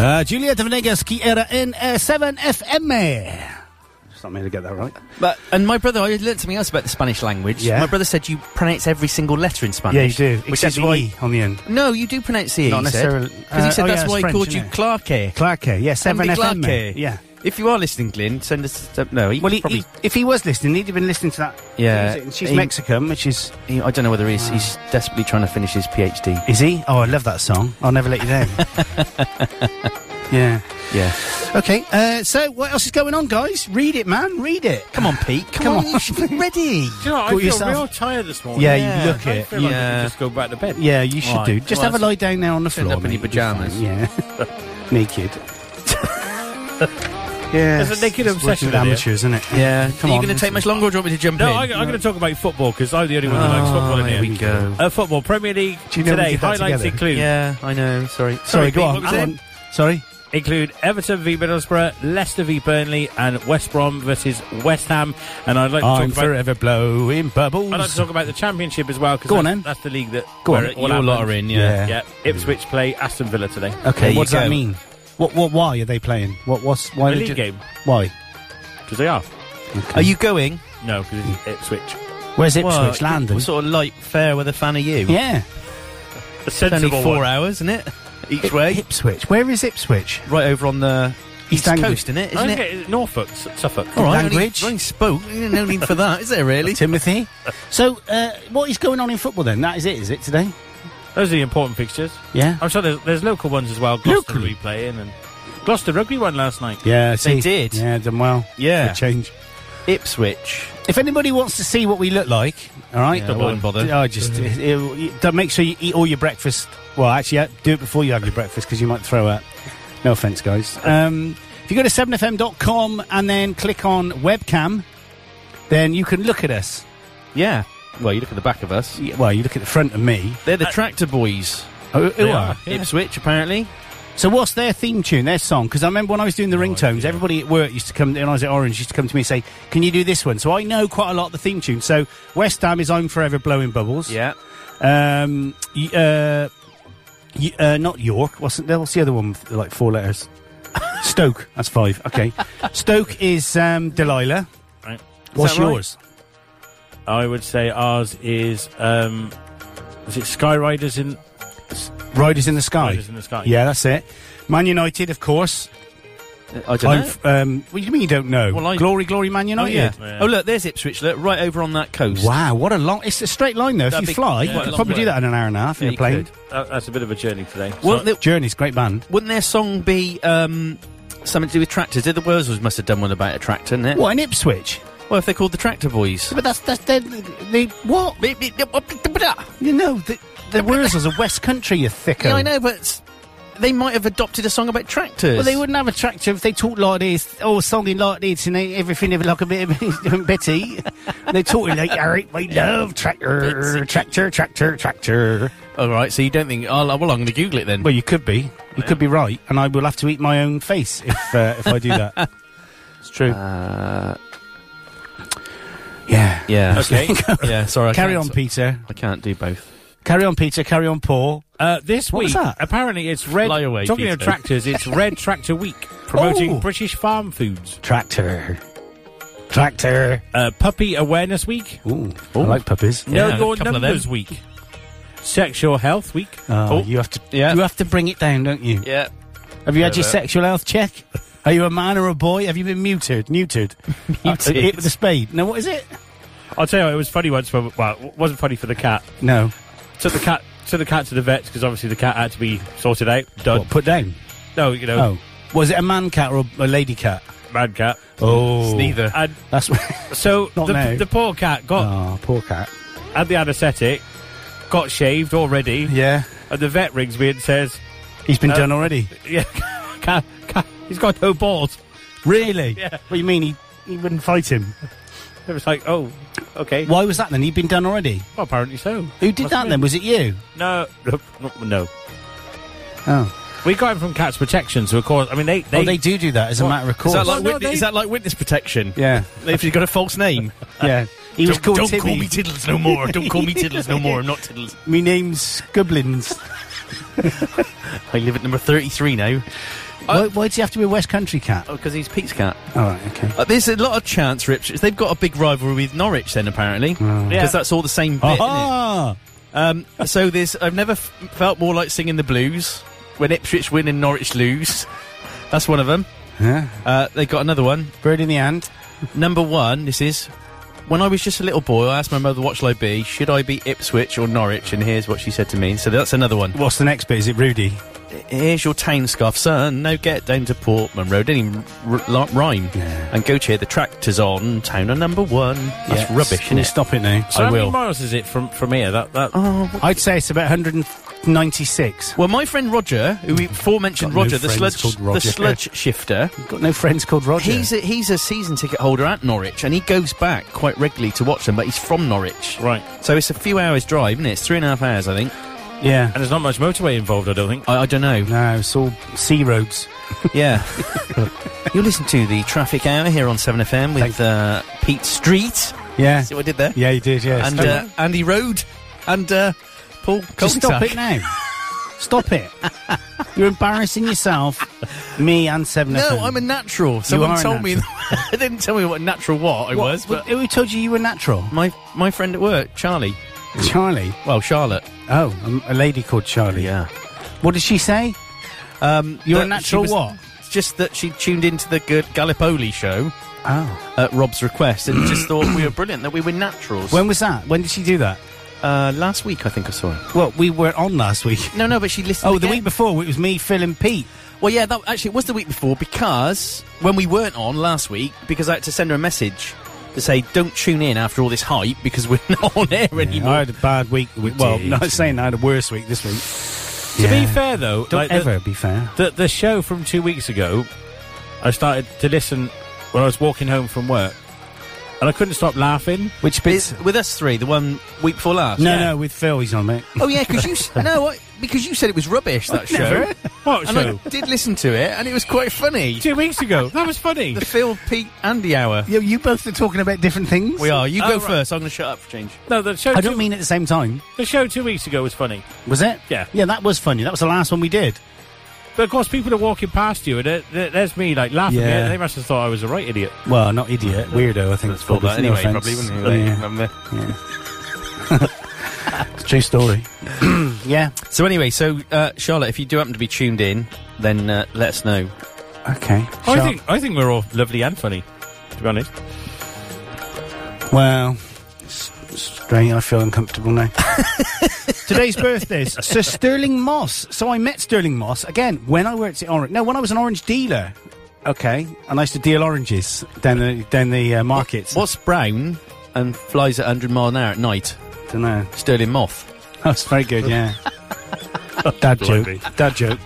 [SPEAKER 4] Uh, Julieta Venegas, que era en uh, 7FM. Just not meant to get that right.
[SPEAKER 5] But and my brother, I learned something else about the Spanish language.
[SPEAKER 4] Yeah.
[SPEAKER 5] My brother said you pronounce every single letter in Spanish.
[SPEAKER 4] Yeah, you do.
[SPEAKER 5] Which
[SPEAKER 4] Except
[SPEAKER 5] is
[SPEAKER 4] the
[SPEAKER 5] why.
[SPEAKER 4] E on the end.
[SPEAKER 5] No, you do pronounce the E.
[SPEAKER 4] Not
[SPEAKER 5] he said. 'Cause
[SPEAKER 4] necessarily- uh,
[SPEAKER 5] he said
[SPEAKER 4] oh, yeah,
[SPEAKER 5] that's
[SPEAKER 4] it's
[SPEAKER 5] why
[SPEAKER 4] French,
[SPEAKER 5] he called
[SPEAKER 4] isn't
[SPEAKER 5] you
[SPEAKER 4] it?
[SPEAKER 5] Clarke.
[SPEAKER 4] Clarke, yeah,
[SPEAKER 5] Andy
[SPEAKER 4] 7FM.
[SPEAKER 5] Clarke.
[SPEAKER 4] Yeah.
[SPEAKER 5] If you are listening, Glyn, send us. Uh, no, he
[SPEAKER 4] Well, he,
[SPEAKER 5] probably.
[SPEAKER 4] he- if he was listening, he'd have been listening to that.
[SPEAKER 5] Yeah,
[SPEAKER 4] music. And she's
[SPEAKER 5] he-
[SPEAKER 4] Mexican, which is.
[SPEAKER 5] he- I don't know whether he's, he's desperately trying to finish his PhD.
[SPEAKER 4] Is he? Oh, I love that song. I'll never let you down. yeah.
[SPEAKER 5] Yeah.
[SPEAKER 4] Okay. Uh, so, what else is going on, guys? Read it, man. Read it.
[SPEAKER 5] Come on, Pete. Come,
[SPEAKER 4] Come
[SPEAKER 5] on.
[SPEAKER 4] on.
[SPEAKER 5] You should be ready.
[SPEAKER 6] Do you know, what, I
[SPEAKER 4] Call
[SPEAKER 6] feel
[SPEAKER 4] yourself-
[SPEAKER 6] real tired this morning.
[SPEAKER 4] Yeah, you look
[SPEAKER 6] I
[SPEAKER 4] it.
[SPEAKER 6] feel like I
[SPEAKER 5] Yeah.
[SPEAKER 6] could just go back to bed.
[SPEAKER 4] Yeah, you should
[SPEAKER 5] Right.
[SPEAKER 4] do. Just
[SPEAKER 5] Well,
[SPEAKER 4] have a lie down there on the
[SPEAKER 5] turn
[SPEAKER 4] floor.
[SPEAKER 5] up in your
[SPEAKER 4] mate. You're
[SPEAKER 5] pyjamas.
[SPEAKER 4] fine. Yeah. naked. yeah.
[SPEAKER 6] There's a naked
[SPEAKER 4] it's working
[SPEAKER 6] obsession
[SPEAKER 4] with
[SPEAKER 6] with it.
[SPEAKER 4] amateurs, isn't it?
[SPEAKER 5] Yeah.
[SPEAKER 4] Come
[SPEAKER 5] Are you
[SPEAKER 4] on,
[SPEAKER 5] going to
[SPEAKER 4] listen.
[SPEAKER 5] take much longer, or do you want me to jump
[SPEAKER 6] No,
[SPEAKER 5] in?
[SPEAKER 6] I, I'm going to talk about football because I'm the only one that likes football in
[SPEAKER 4] there Oh,
[SPEAKER 6] here.
[SPEAKER 4] we go.
[SPEAKER 6] Uh, football Premier League
[SPEAKER 4] Do you know we
[SPEAKER 6] today
[SPEAKER 4] did that
[SPEAKER 6] highlights
[SPEAKER 4] together?
[SPEAKER 6] include
[SPEAKER 5] yeah, I know. Sorry.
[SPEAKER 4] Sorry, go
[SPEAKER 6] Pete,
[SPEAKER 4] on.
[SPEAKER 6] what was
[SPEAKER 4] go
[SPEAKER 6] it?
[SPEAKER 4] on. Sorry.
[SPEAKER 6] include Everton v Middlesbrough, Leicester v Burnley, and West Brom versus West Ham. And I'd like to
[SPEAKER 4] Oh,
[SPEAKER 6] talk about.
[SPEAKER 4] blowing bubbles.
[SPEAKER 6] I'd like to talk about the Championship as well because
[SPEAKER 4] Go on
[SPEAKER 6] that's,
[SPEAKER 4] then.
[SPEAKER 6] that's the league that
[SPEAKER 4] Go on,
[SPEAKER 6] where it all
[SPEAKER 5] You all lot
[SPEAKER 6] happened.
[SPEAKER 5] are in. Yeah.
[SPEAKER 4] Yeah.
[SPEAKER 6] Yeah, Ipswich play Aston Villa today.
[SPEAKER 5] There
[SPEAKER 4] Okay, what
[SPEAKER 5] you
[SPEAKER 4] does that
[SPEAKER 5] go.
[SPEAKER 4] mean? What, what, why are they playing? What, what's, why
[SPEAKER 6] A
[SPEAKER 4] did
[SPEAKER 6] league
[SPEAKER 4] you-
[SPEAKER 6] game
[SPEAKER 4] Why?
[SPEAKER 6] because they are.
[SPEAKER 5] Are you going?
[SPEAKER 6] No, because it's Ipswich.
[SPEAKER 4] Where's Ipswich?
[SPEAKER 5] Well,
[SPEAKER 4] London.
[SPEAKER 5] What sort of light fair weather fan are you?
[SPEAKER 4] Yeah.
[SPEAKER 6] A
[SPEAKER 5] It's only
[SPEAKER 6] sensible
[SPEAKER 5] four
[SPEAKER 6] one.
[SPEAKER 5] hours, isn't it? Each way.
[SPEAKER 4] Ipswich. Where is Ipswich?
[SPEAKER 5] Right over on the
[SPEAKER 4] East
[SPEAKER 5] east
[SPEAKER 4] Anglia.
[SPEAKER 5] coast, isn't it? Isn't
[SPEAKER 6] I
[SPEAKER 5] it?
[SPEAKER 6] think it's Norfolk, S- Suffolk.
[SPEAKER 5] All right,
[SPEAKER 4] Language.
[SPEAKER 5] Only, only spoke. No need for that, is there really?
[SPEAKER 4] Timothy. so, uh, what is going on in football then? That is it, is it today?
[SPEAKER 6] Those are the important fixtures.
[SPEAKER 5] Oh,
[SPEAKER 4] Yeah.
[SPEAKER 6] I'm sure there's, there's local ones as well. Gloucester
[SPEAKER 4] Local.
[SPEAKER 6] we play in and Gloucester rugby won last night.
[SPEAKER 4] Yeah, I see.
[SPEAKER 5] did.
[SPEAKER 4] Yeah, done well.
[SPEAKER 5] Yeah.
[SPEAKER 4] Good change.
[SPEAKER 5] Ipswich.
[SPEAKER 4] If anybody wants to see what we look like, all right,
[SPEAKER 5] Yeah, I wouldn't
[SPEAKER 4] well,
[SPEAKER 5] bother.
[SPEAKER 4] I just it, it- don't make sure you eat all your breakfast. Well, actually, uh, do it before you have your breakfast because you might throw up. No offense, guys. Um, if you go to 7fm.com and then click on webcam, then you can look at us.
[SPEAKER 5] Yeah. Well, you look at the back of us.
[SPEAKER 4] Y- Well, you look at the front of me.
[SPEAKER 5] They're the tractor boys.
[SPEAKER 4] Oh, who
[SPEAKER 6] They
[SPEAKER 4] are?
[SPEAKER 6] are. Yeah.
[SPEAKER 5] Ipswich, apparently.
[SPEAKER 4] So what's their theme tune, their song? Because I remember when I was doing the ringtones, everybody at work used to come, and I was at Orange, used to come to me and say, can you do this one? So I know quite a lot of the theme tune. So West Ham is I'm Forever Blowing Bubbles.
[SPEAKER 5] Yeah.
[SPEAKER 4] Um, y- uh, y- uh, not York. What's, the- what's the other one with like four letters? Stoke. That's five. Okay. Stoke is um, Delilah.
[SPEAKER 6] Right.
[SPEAKER 4] What's
[SPEAKER 5] that right?
[SPEAKER 4] yours?
[SPEAKER 6] I would say ours is um, is it Sky Riders in
[SPEAKER 4] Riders in the Sky.
[SPEAKER 6] Riders in the Sky?
[SPEAKER 4] Yeah, that's it. Man United, of course.
[SPEAKER 5] I don't
[SPEAKER 4] I'm
[SPEAKER 5] know.
[SPEAKER 4] f- um, what do you mean you don't know?
[SPEAKER 5] Well, I-
[SPEAKER 4] Glory, glory, Man United.
[SPEAKER 5] yeah.
[SPEAKER 6] Yeah.
[SPEAKER 5] Oh, look, there's Ipswich. Look, right over on that coast.
[SPEAKER 4] Wow, what a long! It's a straight line though. If
[SPEAKER 5] That'd
[SPEAKER 4] you
[SPEAKER 5] be quite
[SPEAKER 4] fly, you
[SPEAKER 5] a
[SPEAKER 4] could
[SPEAKER 5] long
[SPEAKER 4] probably do
[SPEAKER 5] way.
[SPEAKER 4] that in an hour and a half in
[SPEAKER 5] Yeah,
[SPEAKER 4] a
[SPEAKER 5] you
[SPEAKER 4] plane.
[SPEAKER 5] could.
[SPEAKER 6] That- that's a bit of a journey today.
[SPEAKER 5] Wouldn't,
[SPEAKER 6] So-
[SPEAKER 5] there,
[SPEAKER 4] Journey's great band.
[SPEAKER 5] wouldn't their song be um, something to do with tractors? Did the Wurzels must have done one about a tractor, didn't it?
[SPEAKER 4] What an Ipswich!
[SPEAKER 5] Well, if they're called the Tractor Boys.
[SPEAKER 4] But that's that's they, they what
[SPEAKER 5] Yeah,
[SPEAKER 4] you know the the Wurzels are West Country. You thicker.
[SPEAKER 5] I know, but s- they might have adopted a song about tractors.
[SPEAKER 4] Well, they wouldn't have a tractor if they talked like this, or songing like this, and they, everything of like a bit of Betty. they talking like, all right, we love tractor, tractor, tractor, tractor.
[SPEAKER 5] All right, so you don't think? Oh, well, I'm going to Google it then.
[SPEAKER 4] Well, you could be, you could be right, and I will have to eat my own face if uh, if I do that. It's true. yeah.
[SPEAKER 5] yeah.
[SPEAKER 6] okay.
[SPEAKER 5] yeah. Sorry. I
[SPEAKER 4] Carry
[SPEAKER 5] can't-
[SPEAKER 4] on, Peter.
[SPEAKER 5] I can't do both.
[SPEAKER 4] Carry on, Peter. Carry on, Paul.
[SPEAKER 6] Uh, this
[SPEAKER 4] What
[SPEAKER 6] week,
[SPEAKER 4] was that?
[SPEAKER 6] apparently, it's red.
[SPEAKER 5] Fly away,
[SPEAKER 6] talking
[SPEAKER 5] Peter.
[SPEAKER 6] of tractors, it's Red Tractor Week, promoting
[SPEAKER 4] Oh.
[SPEAKER 6] British farm foods.
[SPEAKER 4] Tractor. Tractor.
[SPEAKER 6] Uh, Puppy Awareness Week,
[SPEAKER 4] Ooh, I like puppies.
[SPEAKER 5] Yeah,
[SPEAKER 6] Know
[SPEAKER 5] a
[SPEAKER 6] Your
[SPEAKER 5] couple of them.
[SPEAKER 6] Numbers Week, Sexual Health Week.
[SPEAKER 4] Oh, you have to.
[SPEAKER 5] Yeah.
[SPEAKER 4] You have to bring it down, don't you?
[SPEAKER 5] Yeah.
[SPEAKER 4] Have you had your
[SPEAKER 5] Yeah.
[SPEAKER 4] sexual health check? Are you a man or a boy? Have you been muted? Neutered?
[SPEAKER 5] Muted.
[SPEAKER 4] Uh, hit with a spade. No, what is it?
[SPEAKER 6] I'll tell you, what, it was funny once. When, well, it wasn't funny for the cat.
[SPEAKER 4] No.
[SPEAKER 6] Took the cat, took the cat to the vets because obviously the cat had to be sorted out. Done.
[SPEAKER 4] What, put down?
[SPEAKER 6] No, you know,
[SPEAKER 4] Oh. Was it a man cat or a, a lady cat?
[SPEAKER 6] mad cat.
[SPEAKER 4] Oh.
[SPEAKER 5] Neither.
[SPEAKER 6] And
[SPEAKER 4] That's.
[SPEAKER 6] so
[SPEAKER 4] Not now.
[SPEAKER 6] the, the poor cat got
[SPEAKER 4] oh, poor cat.
[SPEAKER 6] had the anaesthetic, got shaved already,
[SPEAKER 4] Yeah.
[SPEAKER 6] and the vet rings me and says,
[SPEAKER 4] He's been
[SPEAKER 6] Uh,
[SPEAKER 4] done already.
[SPEAKER 6] "Yeah, cat, cat, he's got no balls."
[SPEAKER 4] Really?
[SPEAKER 6] Yeah.
[SPEAKER 4] What do you mean? He, he wouldn't fight him.
[SPEAKER 6] It was like, "Oh, okay."
[SPEAKER 4] Why was that then? He'd been done already.
[SPEAKER 6] Well, apparently so.
[SPEAKER 4] Who did
[SPEAKER 6] Must
[SPEAKER 4] that
[SPEAKER 6] be.
[SPEAKER 4] then? Was it you?
[SPEAKER 6] No, no, no, no.
[SPEAKER 4] Oh.
[SPEAKER 6] We got him from Cats Protection, so of course, I mean, they they,
[SPEAKER 4] oh, they do do that as a
[SPEAKER 6] What?
[SPEAKER 4] matter of
[SPEAKER 5] Is
[SPEAKER 4] course.
[SPEAKER 5] that like
[SPEAKER 6] no,
[SPEAKER 5] witness,
[SPEAKER 6] they-
[SPEAKER 5] is that Uh, like witness protection?
[SPEAKER 4] yeah,
[SPEAKER 5] If you've got a false name,
[SPEAKER 4] yeah. He was called Timmy.
[SPEAKER 5] Tiddles no more. Don't call me Tiddles no more. I'm not Tiddles.
[SPEAKER 4] Me name's Goblins.
[SPEAKER 5] I live at number 33 now.
[SPEAKER 4] Why, why does he have to be a West Country cat?
[SPEAKER 5] Because Oh, he's Pete's cat.
[SPEAKER 4] All right, okay.
[SPEAKER 5] Uh, there's a lot of chance, Rich. They've got a big rivalry with Norwich, then apparently, because
[SPEAKER 6] Yeah.
[SPEAKER 5] that's all the same bit. isn't it?
[SPEAKER 4] Ah,
[SPEAKER 5] Um, so there's, I've never f- felt more like singing the blues when Ipswich win and Norwich lose. That's one of them.
[SPEAKER 4] Yeah.
[SPEAKER 5] Uh, they got another one.
[SPEAKER 4] Bird in the hand.
[SPEAKER 5] Number one, this is. When I was just a little boy, I asked my mother, what shall I be? Should I be Ipswich or Norwich? And here's what she said to me. So that's another one.
[SPEAKER 4] What's the next bit? Is it Rudy?
[SPEAKER 5] Here's your town scarf, son. Now get down to Portman Road. Didn't even r- r- rhyme.
[SPEAKER 4] Yeah.
[SPEAKER 5] And go cheer the tractors on. Town on number one. That's
[SPEAKER 4] Yeah.
[SPEAKER 5] rubbish, isn't
[SPEAKER 4] Can you
[SPEAKER 5] it?
[SPEAKER 4] stop it now?
[SPEAKER 6] So
[SPEAKER 5] I
[SPEAKER 6] how
[SPEAKER 5] will.
[SPEAKER 6] many miles is it from, from here? That that
[SPEAKER 4] Oh. I'd say it's about 196.
[SPEAKER 5] Well, my friend Roger, who we aforementioned
[SPEAKER 4] Got no
[SPEAKER 5] Roger, the
[SPEAKER 4] friends
[SPEAKER 5] sludge,
[SPEAKER 4] called
[SPEAKER 5] the
[SPEAKER 4] Roger.
[SPEAKER 5] sludge shifter.
[SPEAKER 4] Got no friends called Roger.
[SPEAKER 5] He's a, he's a season ticket holder at Norwich, and he goes back quite regularly to watch them. But he's from Norwich,
[SPEAKER 6] right?
[SPEAKER 5] so it's a few hours drive, isn't it? It's three and a half hours, I think.
[SPEAKER 4] yeah.
[SPEAKER 6] And there's not much motorway involved, I don't think.
[SPEAKER 5] I, I don't know.
[SPEAKER 4] No, it's all sea roads.
[SPEAKER 5] yeah, you listen to the traffic hour here on Seven FM with uh, Pete Street.
[SPEAKER 4] Yeah.
[SPEAKER 5] See what I did there?
[SPEAKER 4] Yeah, you did, yeah.
[SPEAKER 5] and
[SPEAKER 4] Stop
[SPEAKER 5] uh, Andy Road, and uh, Paul.
[SPEAKER 4] it. Just stop
[SPEAKER 5] Koltak.
[SPEAKER 4] it now. stop it. You're embarrassing yourself, me and 7
[SPEAKER 5] No, I'm a natural. Someone
[SPEAKER 4] are a
[SPEAKER 5] told me. they didn't tell me what natural what I was, but
[SPEAKER 4] Who told you you were natural?
[SPEAKER 5] my my friend at work, Charlie.
[SPEAKER 4] Charlie.
[SPEAKER 5] Well, Charlotte.
[SPEAKER 4] Oh, um, a lady called Charlie. What did she say?
[SPEAKER 5] Um,
[SPEAKER 4] You're a
[SPEAKER 5] that she
[SPEAKER 4] natural
[SPEAKER 5] was-
[SPEAKER 4] what?
[SPEAKER 5] Just that she tuned into the good Gallipoli show
[SPEAKER 4] Oh.
[SPEAKER 5] at Rob's request and just thought we were brilliant, that we were naturals.
[SPEAKER 4] When was that? When did she do that?
[SPEAKER 5] uh, last week, I think I saw her.
[SPEAKER 4] Well, we weren't on last week.
[SPEAKER 5] No, no, but she listened.
[SPEAKER 4] Oh, the
[SPEAKER 5] again.
[SPEAKER 4] week before, it was me, Phil, and Pete.
[SPEAKER 5] Well, yeah, that actually it was the week before because when we weren't on last week, because I had to send her a message to say don't tune in after all this hype because we're not on air anymore.
[SPEAKER 4] I had a bad week. the week- well,
[SPEAKER 6] did.
[SPEAKER 4] not saying I had a worse week this week.
[SPEAKER 6] To be
[SPEAKER 4] Yeah.
[SPEAKER 6] fair, though,
[SPEAKER 4] Don't
[SPEAKER 6] like, the-
[SPEAKER 4] ever be fair.
[SPEAKER 6] The, the show from two weeks ago, I started to listen when I was walking home from work, and I couldn't stop laughing.
[SPEAKER 4] Which
[SPEAKER 5] It's with us three, the one week before last.
[SPEAKER 4] No,
[SPEAKER 5] Yeah.
[SPEAKER 4] no, with Phil, he's on, mate.
[SPEAKER 5] Oh yeah, because you s- no, I, because you said it was rubbish that show,
[SPEAKER 4] Never.
[SPEAKER 6] What
[SPEAKER 5] and
[SPEAKER 6] show?
[SPEAKER 5] I did listen to it, and it was quite funny.
[SPEAKER 6] two weeks ago. That was funny.
[SPEAKER 5] The Phil, Pete, Andy hour.
[SPEAKER 4] You, you both are talking about different things.
[SPEAKER 5] We are. You go
[SPEAKER 6] Oh, right.
[SPEAKER 5] first. I'm going to shut up for change.
[SPEAKER 6] no, the show.
[SPEAKER 4] I
[SPEAKER 6] two-
[SPEAKER 4] don't mean at the same time.
[SPEAKER 6] the show two weeks ago was funny,
[SPEAKER 4] Was it?
[SPEAKER 6] Yeah.
[SPEAKER 4] Yeah, that was funny. That was the last one we did.
[SPEAKER 6] but of course people are walking past you, and there- there- there's me like laughing.
[SPEAKER 4] Yeah.
[SPEAKER 6] Yeah. They must have thought I was a right idiot.
[SPEAKER 4] Well, not idiot, weirdo. I think it's probably no offense. Yeah, it's a true story. yeah.
[SPEAKER 5] So anyway, so uh, Charlotte, if you do happen to be tuned in, then uh, let us know.
[SPEAKER 4] Okay.
[SPEAKER 6] I
[SPEAKER 4] Sharp.
[SPEAKER 6] think I think we're all lovely and funny. To be honest,
[SPEAKER 4] Well, s- strange. I feel uncomfortable now. Today's birthdays. Sir Sterling Moss. So I met Sterling Moss again when I worked at Orange. No, when I was an orange dealer. Okay, and I used to deal oranges down the down the uh, markets.
[SPEAKER 5] What's brown and flies at 100 mile an hour at night?
[SPEAKER 4] Don't know.
[SPEAKER 5] Sterling moth.
[SPEAKER 4] That's very good, yeah. Dad joke. Dad joke.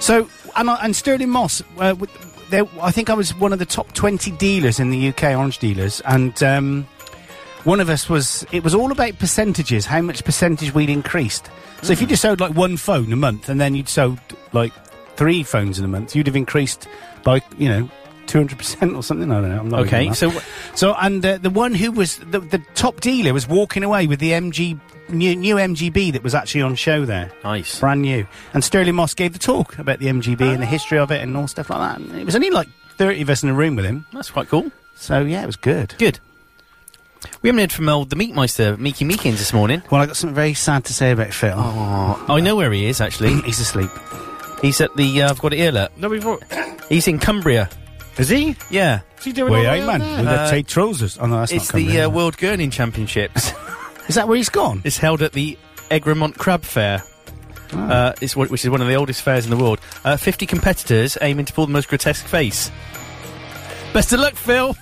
[SPEAKER 4] So, and, I- and Sterling Moss, uh, with- there, I think I was one of the top 20 dealers in the UK, orange dealers, and um, one of us was, it was all about percentages, how much percentage we'd increased. So if you just sold like one phone a month and then you'd sold like three phones in a month, you'd have increased by, you know, 200% or something. I don't know. I'm not
[SPEAKER 5] Okay,
[SPEAKER 4] even-
[SPEAKER 5] so wh-
[SPEAKER 4] so, and uh, the one who was the, the top dealer was walking away with the MG new, new MGB that was actually on show there,
[SPEAKER 5] nice.
[SPEAKER 4] brand new. And Sterling Moss gave the talk about the MGB and the history of it and all stuff like that. And it was only like thirty of us in a room with him,
[SPEAKER 5] That's quite cool.
[SPEAKER 4] so yeah, it was good.
[SPEAKER 5] Good. We haven't heard from old the Meatmeister, Meeky Meekins, this morning.
[SPEAKER 4] Well, I got something very sad to say about Phil.
[SPEAKER 5] I know where he is, actually.
[SPEAKER 4] He's asleep.
[SPEAKER 5] He's at the, uh, I've got it here, look.
[SPEAKER 6] no, we've. all- What's
[SPEAKER 5] He's in Cumbria.
[SPEAKER 4] Is he?
[SPEAKER 5] Yeah.
[SPEAKER 6] he doing?
[SPEAKER 4] Well,
[SPEAKER 6] all
[SPEAKER 4] yeah,
[SPEAKER 6] the way
[SPEAKER 4] man,
[SPEAKER 6] out
[SPEAKER 4] with
[SPEAKER 6] there?
[SPEAKER 4] the tight trousers. Oh no, that's
[SPEAKER 5] It's
[SPEAKER 4] not coming.
[SPEAKER 5] the uh,
[SPEAKER 4] in.
[SPEAKER 5] World Gurning Championships.
[SPEAKER 4] is that where he's gone?
[SPEAKER 5] it's held at the Egremont Crab Fair. Uh, it's what, which is one of the oldest fairs in the world. Uh, 50 competitors aiming to pull the most grotesque face. Best of luck, Phil.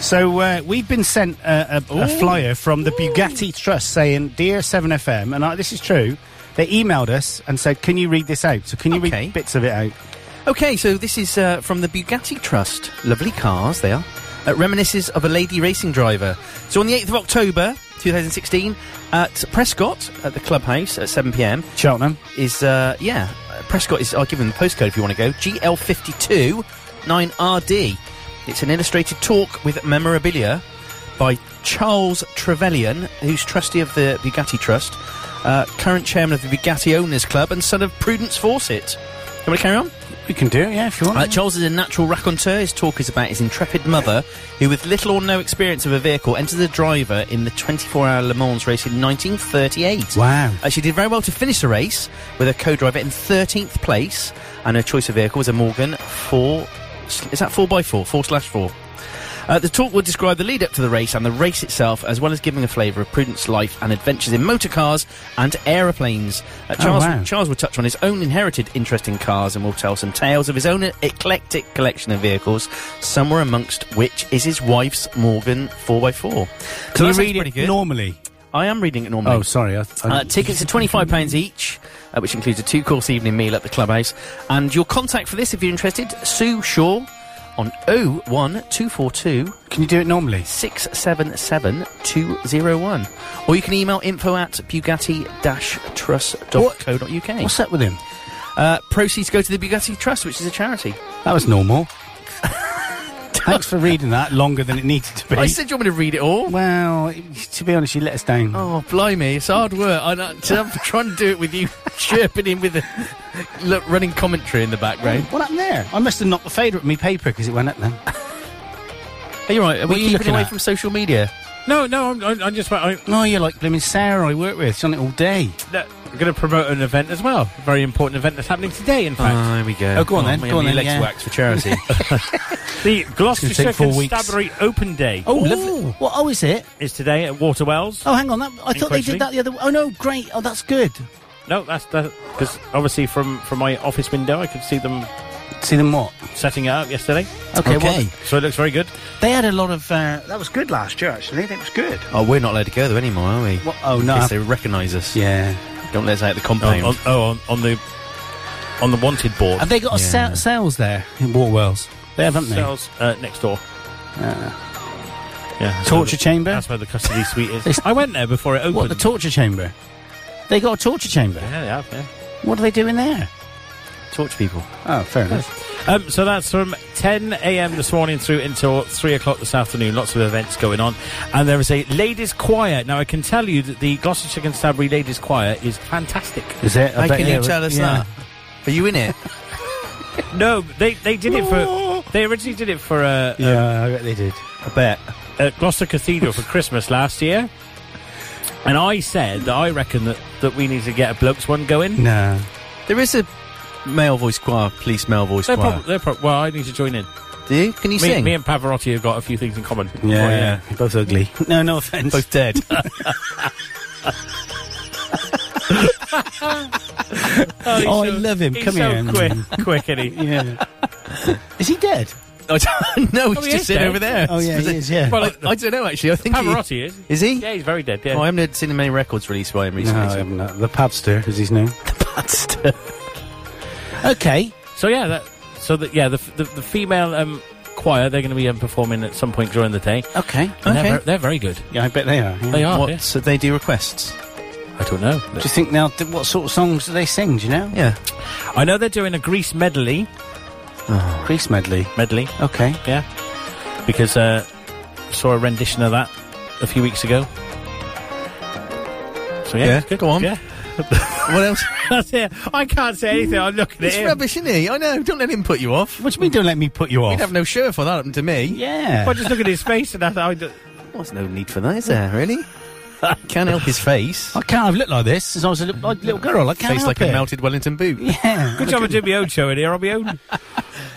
[SPEAKER 4] So uh, we've been sent a, a, a flyer from the Bugatti Trust saying, "Dear 7FM," and I, this is true. They emailed us and said, "Can you read this out?" So can you
[SPEAKER 5] Okay.
[SPEAKER 4] read bits of it out?
[SPEAKER 5] Okay, so this is uh, from the Bugatti Trust. Lovely cars, they are. Uh, reminisces of a lady racing driver. So on the 8th of October 2016, at Prescott, at the clubhouse at 7pm,
[SPEAKER 4] Cheltenham.
[SPEAKER 5] is, uh, yeah, uh, Prescott is, I'll give them the postcode if you want to go, GL52 9RD. It's an illustrated talk with memorabilia by Charles Trevelyan, who's trustee of the Bugatti Trust, uh, current chairman of the Bugatti Owners Club and son of Prudence Fawcett. You want to carry on?
[SPEAKER 4] You can do it, yeah, if you want.
[SPEAKER 5] Uh, Charles is a natural raconteur. His talk is about his intrepid mother, who, with little or no experience of a vehicle, entered the driver in the 24 hour Le Mans race in 1938.
[SPEAKER 4] Wow.
[SPEAKER 5] Uh, she did very well to finish the race with her co driver in 13th place, and her choice of vehicle was a Morgan 4. Is that 4x4? 4 slash 4. Uh, the talk will describe the lead up to the race and the race itself, as well as giving a flavour of Prudence life and adventures in motor cars and aeroplanes. Uh, Charles,
[SPEAKER 4] Oh, wow.
[SPEAKER 5] Charles will touch on his own inherited interest in cars and will tell some tales of his own eclectic collection of vehicles, somewhere amongst which is his wife's Morgan 4x4. So that
[SPEAKER 4] Can you
[SPEAKER 5] sounds
[SPEAKER 4] read
[SPEAKER 5] pretty
[SPEAKER 4] it
[SPEAKER 5] good.
[SPEAKER 4] normally?
[SPEAKER 5] I am reading it normally.
[SPEAKER 4] Oh, sorry. I, th- I
[SPEAKER 5] Uh, tickets are £25 each, uh, which includes a two course evening meal at the clubhouse. And your contact for this, if you're interested, Sue Shaw on 01242
[SPEAKER 4] Can you do it normally?
[SPEAKER 5] 677 201. Or you can email info at bugatti trust.co.uk.
[SPEAKER 4] What's up with him?
[SPEAKER 5] Uh, proceeds go to the Bugatti Trust, which is a charity.
[SPEAKER 4] That was normal. Thanks for reading that longer than it needed to be.
[SPEAKER 5] I said, Do you want me to read it all?
[SPEAKER 4] well, to be honest, you let us down.
[SPEAKER 5] Oh, blimey, it's hard work. I, know- I'm trying to do it with you chirping in with the look, running commentary in the background.
[SPEAKER 4] What happened there? I must have knocked the fader at me paper because it went up then.
[SPEAKER 5] Are you right? Are
[SPEAKER 4] What
[SPEAKER 5] we
[SPEAKER 4] are you
[SPEAKER 5] keeping
[SPEAKER 4] looking
[SPEAKER 5] away
[SPEAKER 4] at?
[SPEAKER 5] from social media?
[SPEAKER 6] No, no, I'm, I'm, I'm just. I,
[SPEAKER 4] Oh, you're like blimmin' Sarah I work with. She's on it all day.
[SPEAKER 6] that- I'm going to promote an event as well. A very important event that's happening today, in fact.
[SPEAKER 5] there we go.
[SPEAKER 4] Oh, go on then,
[SPEAKER 5] my
[SPEAKER 4] go on
[SPEAKER 5] only
[SPEAKER 4] then,
[SPEAKER 5] legs
[SPEAKER 4] yeah.
[SPEAKER 5] waxed for charity.
[SPEAKER 6] the Gloucestershire
[SPEAKER 4] take four weeks.
[SPEAKER 6] Constabulary Open Day
[SPEAKER 4] Oh, lovely. What? Oh, is it?
[SPEAKER 6] is today at Waterwells.
[SPEAKER 4] Oh, hang on. That, I thought they
[SPEAKER 6] Incredibly.
[SPEAKER 4] did that the other. Oh no, great. Oh, that's good.
[SPEAKER 6] No, that's because obviously from from my office window I could see them
[SPEAKER 4] See them what?
[SPEAKER 6] setting it up yesterday.
[SPEAKER 4] Okay.
[SPEAKER 5] Okay.
[SPEAKER 4] Well,
[SPEAKER 6] So it looks very good.
[SPEAKER 4] they had a lot of. Uh, that was good last year, actually. That was good.
[SPEAKER 5] oh, we're not allowed to go there anymore, are we?
[SPEAKER 4] What? Oh
[SPEAKER 5] In
[SPEAKER 4] no.
[SPEAKER 5] case they recognise us.
[SPEAKER 4] Yeah.
[SPEAKER 5] Don't let us out of the
[SPEAKER 6] On,
[SPEAKER 5] compound.
[SPEAKER 6] on, oh, on, on the on the wanted board.
[SPEAKER 4] Have they got a sa-
[SPEAKER 5] Yeah.
[SPEAKER 4] sales there in Waterwells? They have, haven't they? Uh,
[SPEAKER 6] Sales uh, next door. yeah, so
[SPEAKER 4] Torture
[SPEAKER 6] the-
[SPEAKER 4] chamber?
[SPEAKER 6] That's where the custody suite is.
[SPEAKER 4] It's-
[SPEAKER 6] I went there before it opened.
[SPEAKER 4] What the torture chamber? They got a torture chamber.
[SPEAKER 6] yeah, they have, yeah.
[SPEAKER 4] What do they do in there?
[SPEAKER 5] Torch people.
[SPEAKER 4] Oh, fair enough.
[SPEAKER 6] Um, so that's from 10 a.m. this morning through until 3 o'clock this afternoon. Lots of events going on. And there is a ladies' choir. Now, I can tell you that the Gloucestershire Constabulary Ladies' Choir is fantastic.
[SPEAKER 4] Is it? I
[SPEAKER 5] How
[SPEAKER 4] bet-
[SPEAKER 5] can you
[SPEAKER 4] yeah,
[SPEAKER 5] tell us
[SPEAKER 4] yeah.
[SPEAKER 5] that? Are you in it?
[SPEAKER 6] No, they, they did it
[SPEAKER 4] No.
[SPEAKER 6] for. They originally did it for uh, uh,
[SPEAKER 4] Yeah, I bet they did.
[SPEAKER 5] I bet.
[SPEAKER 6] at Gloucester Cathedral for Christmas last year. And I said that I reckon that, that we need to get a blokes one going.
[SPEAKER 4] No.
[SPEAKER 5] There is a male voice choir, police male voice
[SPEAKER 6] They're
[SPEAKER 5] choir.
[SPEAKER 6] prob- they're prob- well, I need to join in.
[SPEAKER 5] Do you? Can you
[SPEAKER 6] Me,
[SPEAKER 5] sing?
[SPEAKER 6] me and Pavarotti have got a few things in common.
[SPEAKER 4] Yeah,
[SPEAKER 6] Oh,
[SPEAKER 4] yeah. Both ugly. no, no offence.
[SPEAKER 5] Both dead.
[SPEAKER 6] he's
[SPEAKER 4] Oh, I love him.
[SPEAKER 6] he's
[SPEAKER 4] Come
[SPEAKER 6] so
[SPEAKER 4] here.
[SPEAKER 6] quick, quick, isn't he?
[SPEAKER 4] yeah. is he dead?
[SPEAKER 5] I don't- Oh, no, he's
[SPEAKER 6] he
[SPEAKER 5] just
[SPEAKER 6] is
[SPEAKER 5] sitting
[SPEAKER 6] dead.
[SPEAKER 5] over there.
[SPEAKER 4] Oh, yeah, he is, yeah.
[SPEAKER 5] Well, I, I don't know actually. I think he-
[SPEAKER 6] Pavarotti is.
[SPEAKER 5] is he?
[SPEAKER 6] Yeah, he's very dead. Yeah.
[SPEAKER 5] Oh, I haven't heard- seen many records released by him recently. so-
[SPEAKER 4] haven't. The Pabster is his name. Okay.
[SPEAKER 6] So yeah, that, so that yeah, the f- the, the female um, choir they're going to be um, performing at some point during the day.
[SPEAKER 4] Okay.
[SPEAKER 5] Okay.
[SPEAKER 6] And They're, ver- they're very good.
[SPEAKER 4] Yeah, I bet they are. yeah.
[SPEAKER 6] They are.
[SPEAKER 5] What?
[SPEAKER 6] yeah.
[SPEAKER 5] So they do requests.
[SPEAKER 6] I don't know.
[SPEAKER 4] Do you think now what sort of songs do they sing? Do you know?
[SPEAKER 5] Yeah.
[SPEAKER 6] I know they're doing a Grease medley.
[SPEAKER 4] Crease medley.
[SPEAKER 6] Medley,
[SPEAKER 4] Okay.
[SPEAKER 6] yeah. Because uh, saw a rendition of that a few weeks ago. So yeah,
[SPEAKER 5] Yeah,
[SPEAKER 6] it's good.
[SPEAKER 5] go on.
[SPEAKER 6] Yeah.
[SPEAKER 5] What else?
[SPEAKER 6] That's it. I can't say anything. I'm looking at
[SPEAKER 5] It's
[SPEAKER 6] him.
[SPEAKER 5] rubbish, isn't he? I know. Don't let him put you off.
[SPEAKER 4] What do you mean? Don't let me put you
[SPEAKER 5] You'd
[SPEAKER 4] off.
[SPEAKER 5] have no shirt for that happened to me.
[SPEAKER 4] Yeah.
[SPEAKER 6] I just look at his face and I thought, I d-
[SPEAKER 5] There's no need for that, is there? Really? Can't help his face.
[SPEAKER 4] I can't have looked like this since I was a little, like, little girl. I can't
[SPEAKER 5] Face
[SPEAKER 4] help
[SPEAKER 5] like
[SPEAKER 4] it.
[SPEAKER 5] a melted Wellington boot.
[SPEAKER 4] Yeah.
[SPEAKER 6] good job I did my own show in here. I'll be own.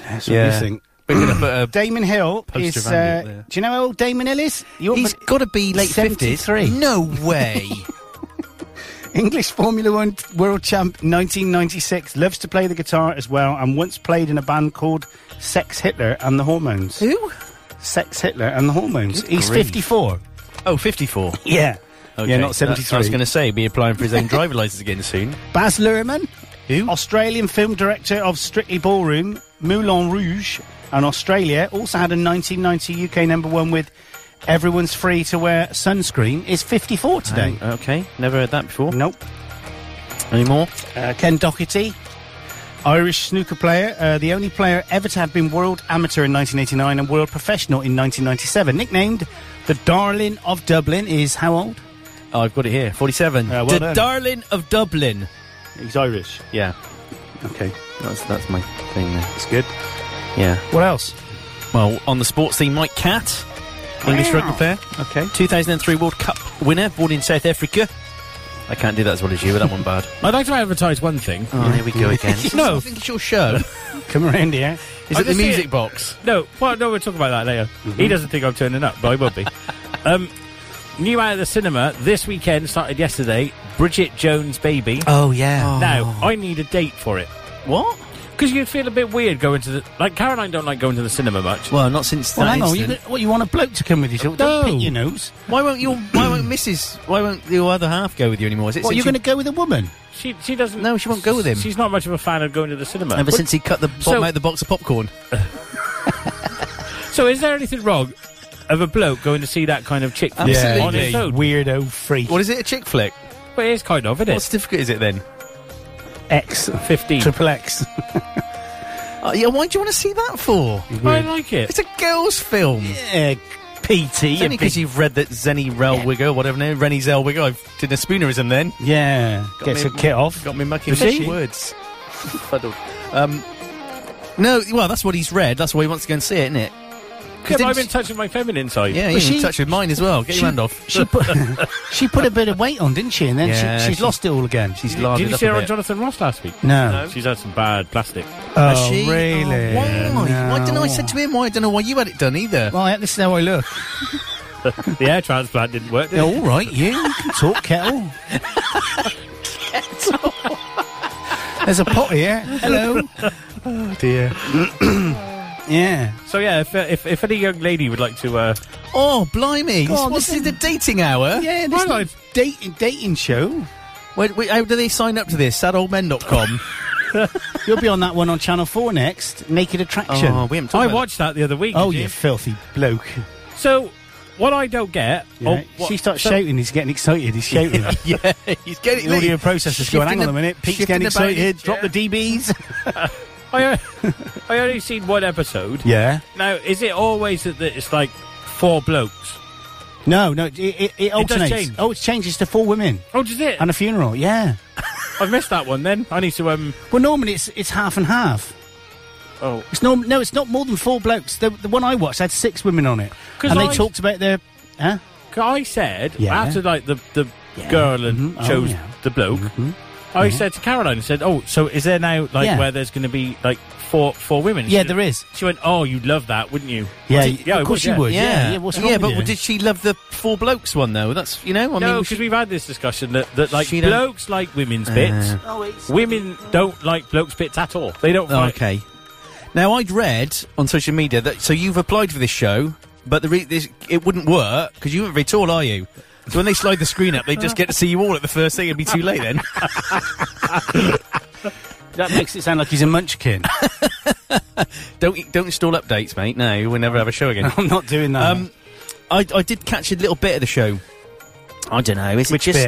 [SPEAKER 4] That's
[SPEAKER 5] what you think. We're gonna put a-
[SPEAKER 4] Damon Hill
[SPEAKER 5] Poster
[SPEAKER 4] is.
[SPEAKER 5] van Dyck
[SPEAKER 4] Uh,
[SPEAKER 5] there.
[SPEAKER 4] do you know how old Damon Hill is? You're
[SPEAKER 5] He's got to be late
[SPEAKER 4] 73.
[SPEAKER 5] fifties. No way.
[SPEAKER 4] English Formula One world champ 1996. Loves to play the guitar as well and once played in a band called Sex Hitler and the Hormones.
[SPEAKER 5] Who?
[SPEAKER 4] Sex Hitler and the Hormones.
[SPEAKER 5] Good
[SPEAKER 4] He's
[SPEAKER 5] grief.
[SPEAKER 4] 54.
[SPEAKER 5] Oh, 54.
[SPEAKER 4] Yeah. Yeah,
[SPEAKER 5] Okay.
[SPEAKER 4] not
[SPEAKER 5] I was
[SPEAKER 4] 73.
[SPEAKER 5] going to say, be applying for his own driver license again soon.
[SPEAKER 4] Baz Luhrmann,
[SPEAKER 5] Who?
[SPEAKER 4] Australian film director of Strictly Ballroom, Moulin Rouge, and Australia, also had a 1990 UK number one with Everyone's Free to Wear Sunscreen, is 54 today.
[SPEAKER 5] Oh, okay. Never heard that before.
[SPEAKER 4] Nope.
[SPEAKER 5] Anymore?
[SPEAKER 4] Uh, Ken Doherty, Irish snooker player, uh, the only player ever to have been world amateur in 1989 and world professional in 1997. Nicknamed the Darling of Dublin, is how old?
[SPEAKER 5] Oh, I've got it here. 47.
[SPEAKER 4] Yeah, well
[SPEAKER 5] the
[SPEAKER 4] done.
[SPEAKER 5] Darling of Dublin.
[SPEAKER 4] He's Irish.
[SPEAKER 5] Yeah,
[SPEAKER 4] Okay,
[SPEAKER 5] that's that's my thing there.
[SPEAKER 4] that's good.
[SPEAKER 5] Yeah.
[SPEAKER 4] What else?
[SPEAKER 5] Well, on the sports theme, Mike Cat, English rugby player.
[SPEAKER 4] Okay.
[SPEAKER 5] 2003 World Cup winner, born in South Africa. I can't do that as well as you, but that one bad.
[SPEAKER 6] I'd like to advertise one thing.
[SPEAKER 5] Oh, here we go again.
[SPEAKER 6] No.
[SPEAKER 5] I think it's your show.
[SPEAKER 4] Come around here.
[SPEAKER 5] Is
[SPEAKER 6] I
[SPEAKER 5] it the
[SPEAKER 6] just see
[SPEAKER 5] music
[SPEAKER 6] it.
[SPEAKER 5] box?
[SPEAKER 6] No, well, no, we'll talk about that later.
[SPEAKER 5] Mm-hmm.
[SPEAKER 6] He doesn't think I'm turning up, but I will be. um, new out of the cinema this weekend, started yesterday. Bridget Jones' Baby.
[SPEAKER 5] Oh yeah.
[SPEAKER 6] Now I need a date for it
[SPEAKER 5] what?
[SPEAKER 6] because you'd feel a bit weird going to the like Caroline don't like going to the cinema much.
[SPEAKER 5] Well, not since
[SPEAKER 4] Well,
[SPEAKER 5] that
[SPEAKER 4] hang on. You,
[SPEAKER 5] incident.
[SPEAKER 4] what, you want a bloke to come with you? So Don't
[SPEAKER 6] No.
[SPEAKER 4] pick your nose.
[SPEAKER 5] Why won't your Why won't Mrs. Why won't your other half go with you anymore? Is it
[SPEAKER 4] What,
[SPEAKER 5] since
[SPEAKER 4] you're going to go with a woman?
[SPEAKER 6] She she doesn't.
[SPEAKER 5] No, she won't go with him.
[SPEAKER 6] She's not much of a fan of going to the cinema.
[SPEAKER 5] Ever
[SPEAKER 6] But-
[SPEAKER 5] since he cut the bottom
[SPEAKER 6] So-
[SPEAKER 5] out of the box of popcorn.
[SPEAKER 6] so is there anything wrong of a bloke going to see that kind of chick flick
[SPEAKER 5] Absolutely.
[SPEAKER 6] on his own?
[SPEAKER 4] Weirdo freak.
[SPEAKER 5] What is it? A chick flick?
[SPEAKER 6] Well, it is kind of, isn't
[SPEAKER 5] What
[SPEAKER 6] it?
[SPEAKER 5] certificate is it then?
[SPEAKER 4] X?
[SPEAKER 6] Fifteen.
[SPEAKER 4] Triple X.
[SPEAKER 5] Oh, yeah. Why do you want to see that for?
[SPEAKER 6] I like it.
[SPEAKER 5] It's a girls' film.
[SPEAKER 4] Uh, PT.
[SPEAKER 5] It's
[SPEAKER 4] you
[SPEAKER 5] only because
[SPEAKER 4] big-
[SPEAKER 5] you've read that Zenny Relwigger, whatever name, Rennie Zellwigger, I did a spoonerism then.
[SPEAKER 4] yeah.
[SPEAKER 5] Got
[SPEAKER 4] Gets
[SPEAKER 5] me-
[SPEAKER 4] a kit off.
[SPEAKER 5] Got me mucking
[SPEAKER 4] Does he?
[SPEAKER 5] words. Fuddled. um, no, well, that's what he's read. That's why he wants to go and see it, isn't it?
[SPEAKER 6] Yeah,
[SPEAKER 5] Because
[SPEAKER 6] but I'm in touch with my feminine side.
[SPEAKER 5] yeah,
[SPEAKER 4] But
[SPEAKER 5] he's in
[SPEAKER 4] she-
[SPEAKER 5] touch with mine as well. Get your hand off.
[SPEAKER 4] She put, she put a bit of weight on, didn't she? And then
[SPEAKER 5] Yeah,
[SPEAKER 4] she, she's
[SPEAKER 5] she-
[SPEAKER 4] lost it all again.
[SPEAKER 5] She's
[SPEAKER 6] Did
[SPEAKER 5] larded
[SPEAKER 6] you
[SPEAKER 5] up
[SPEAKER 6] see
[SPEAKER 5] a
[SPEAKER 6] her on
[SPEAKER 5] bit.
[SPEAKER 6] Jonathan Ross last week?
[SPEAKER 4] No.
[SPEAKER 6] She's had some bad plastic.
[SPEAKER 5] Has
[SPEAKER 4] Oh,
[SPEAKER 5] she?
[SPEAKER 4] really?
[SPEAKER 5] Oh, why? Why didn't I said to him? Why I don't know why you had it done either.
[SPEAKER 4] Well, yeah, this is how I look.
[SPEAKER 6] the air transplant didn't work. Did
[SPEAKER 4] Yeah,
[SPEAKER 6] it?
[SPEAKER 4] all right, you You can talk kettle. There's a pot here. Hello. oh dear. yeah.
[SPEAKER 6] So yeah, if, uh, if if any young lady would like to, uh,
[SPEAKER 5] Oh, blimey!
[SPEAKER 4] God,
[SPEAKER 5] this,
[SPEAKER 4] this
[SPEAKER 5] this is the dating hour.
[SPEAKER 4] Yeah, this
[SPEAKER 6] Why
[SPEAKER 4] is a dating dating show.
[SPEAKER 5] Wait, wait, how do they sign up to this? Sadoldmen.com.
[SPEAKER 4] You'll be on that one on Channel Four next. Naked Attraction.
[SPEAKER 5] oh, we haven't talked
[SPEAKER 6] I
[SPEAKER 5] about
[SPEAKER 6] watched that the other week.
[SPEAKER 4] Oh,
[SPEAKER 6] did
[SPEAKER 4] you filthy bloke.
[SPEAKER 6] So what I don't get,
[SPEAKER 4] Yeah.
[SPEAKER 6] oh, what-
[SPEAKER 4] she starts
[SPEAKER 6] so-
[SPEAKER 4] shouting, he's getting excited, he's shouting.
[SPEAKER 5] Yeah, he's getting
[SPEAKER 4] The audio processor's going, hang on a minute, Pete's getting excited, drop the DBs.
[SPEAKER 6] I, uh, I only seen one episode.
[SPEAKER 4] yeah.
[SPEAKER 6] Now, is it always that, that it's like four blokes?
[SPEAKER 4] No, no, it, it, it alternates.
[SPEAKER 6] change.
[SPEAKER 4] Oh, it changes to four women
[SPEAKER 6] Oh, does it?
[SPEAKER 4] and a funeral, yeah.
[SPEAKER 6] I've missed that one then. I need to, um.
[SPEAKER 4] Well, normally it's it's half and half.
[SPEAKER 6] Oh.
[SPEAKER 4] It's no, no, it's not more than four blokes. The, the one I watched had six women on it,
[SPEAKER 6] 'Cause
[SPEAKER 4] and
[SPEAKER 6] I-
[SPEAKER 4] they talked about their. Huh?
[SPEAKER 6] 'Cause I said,
[SPEAKER 4] Yeah.
[SPEAKER 6] after like the, the girl and
[SPEAKER 4] Mhm. Oh,
[SPEAKER 6] chose
[SPEAKER 4] yeah. Mm-hmm.
[SPEAKER 6] the bloke, I said to Caroline, I said, oh, so is there now like
[SPEAKER 4] Yeah.
[SPEAKER 6] where there's going to be like four four women?
[SPEAKER 4] Yeah,
[SPEAKER 6] she,
[SPEAKER 4] there is.
[SPEAKER 6] She went, oh, you'd love that, wouldn't you?
[SPEAKER 4] Yeah,
[SPEAKER 6] I said,
[SPEAKER 4] y- of
[SPEAKER 6] I
[SPEAKER 4] course you would.
[SPEAKER 5] Yeah,
[SPEAKER 4] Yeah, yeah, what's wrong
[SPEAKER 5] Yeah,
[SPEAKER 4] with
[SPEAKER 5] but
[SPEAKER 4] you?
[SPEAKER 5] did she love the four blokes one though? That's you know, I
[SPEAKER 6] No,
[SPEAKER 5] mean,
[SPEAKER 6] because we've had this discussion that, that like
[SPEAKER 5] She don't-
[SPEAKER 6] blokes like women's
[SPEAKER 4] Uh,
[SPEAKER 6] bits. Women don't like blokes' bits at all. They don't.
[SPEAKER 5] Oh,
[SPEAKER 6] fight.
[SPEAKER 5] okay. Now I'd read on social media that so you've applied for this show, but the re- this, it wouldn't work because you weren't very tall, are you? So when they slide the screen up, they just get to see you all at the first thing. It'd be too late then.
[SPEAKER 4] That makes it sound like he's a munchkin.
[SPEAKER 5] don't don't install updates, mate. No, we'll never have a show again.
[SPEAKER 4] I'm not doing that.
[SPEAKER 5] Um, I, I did catch a little bit of the show. I don't know. Is
[SPEAKER 4] Which
[SPEAKER 5] it just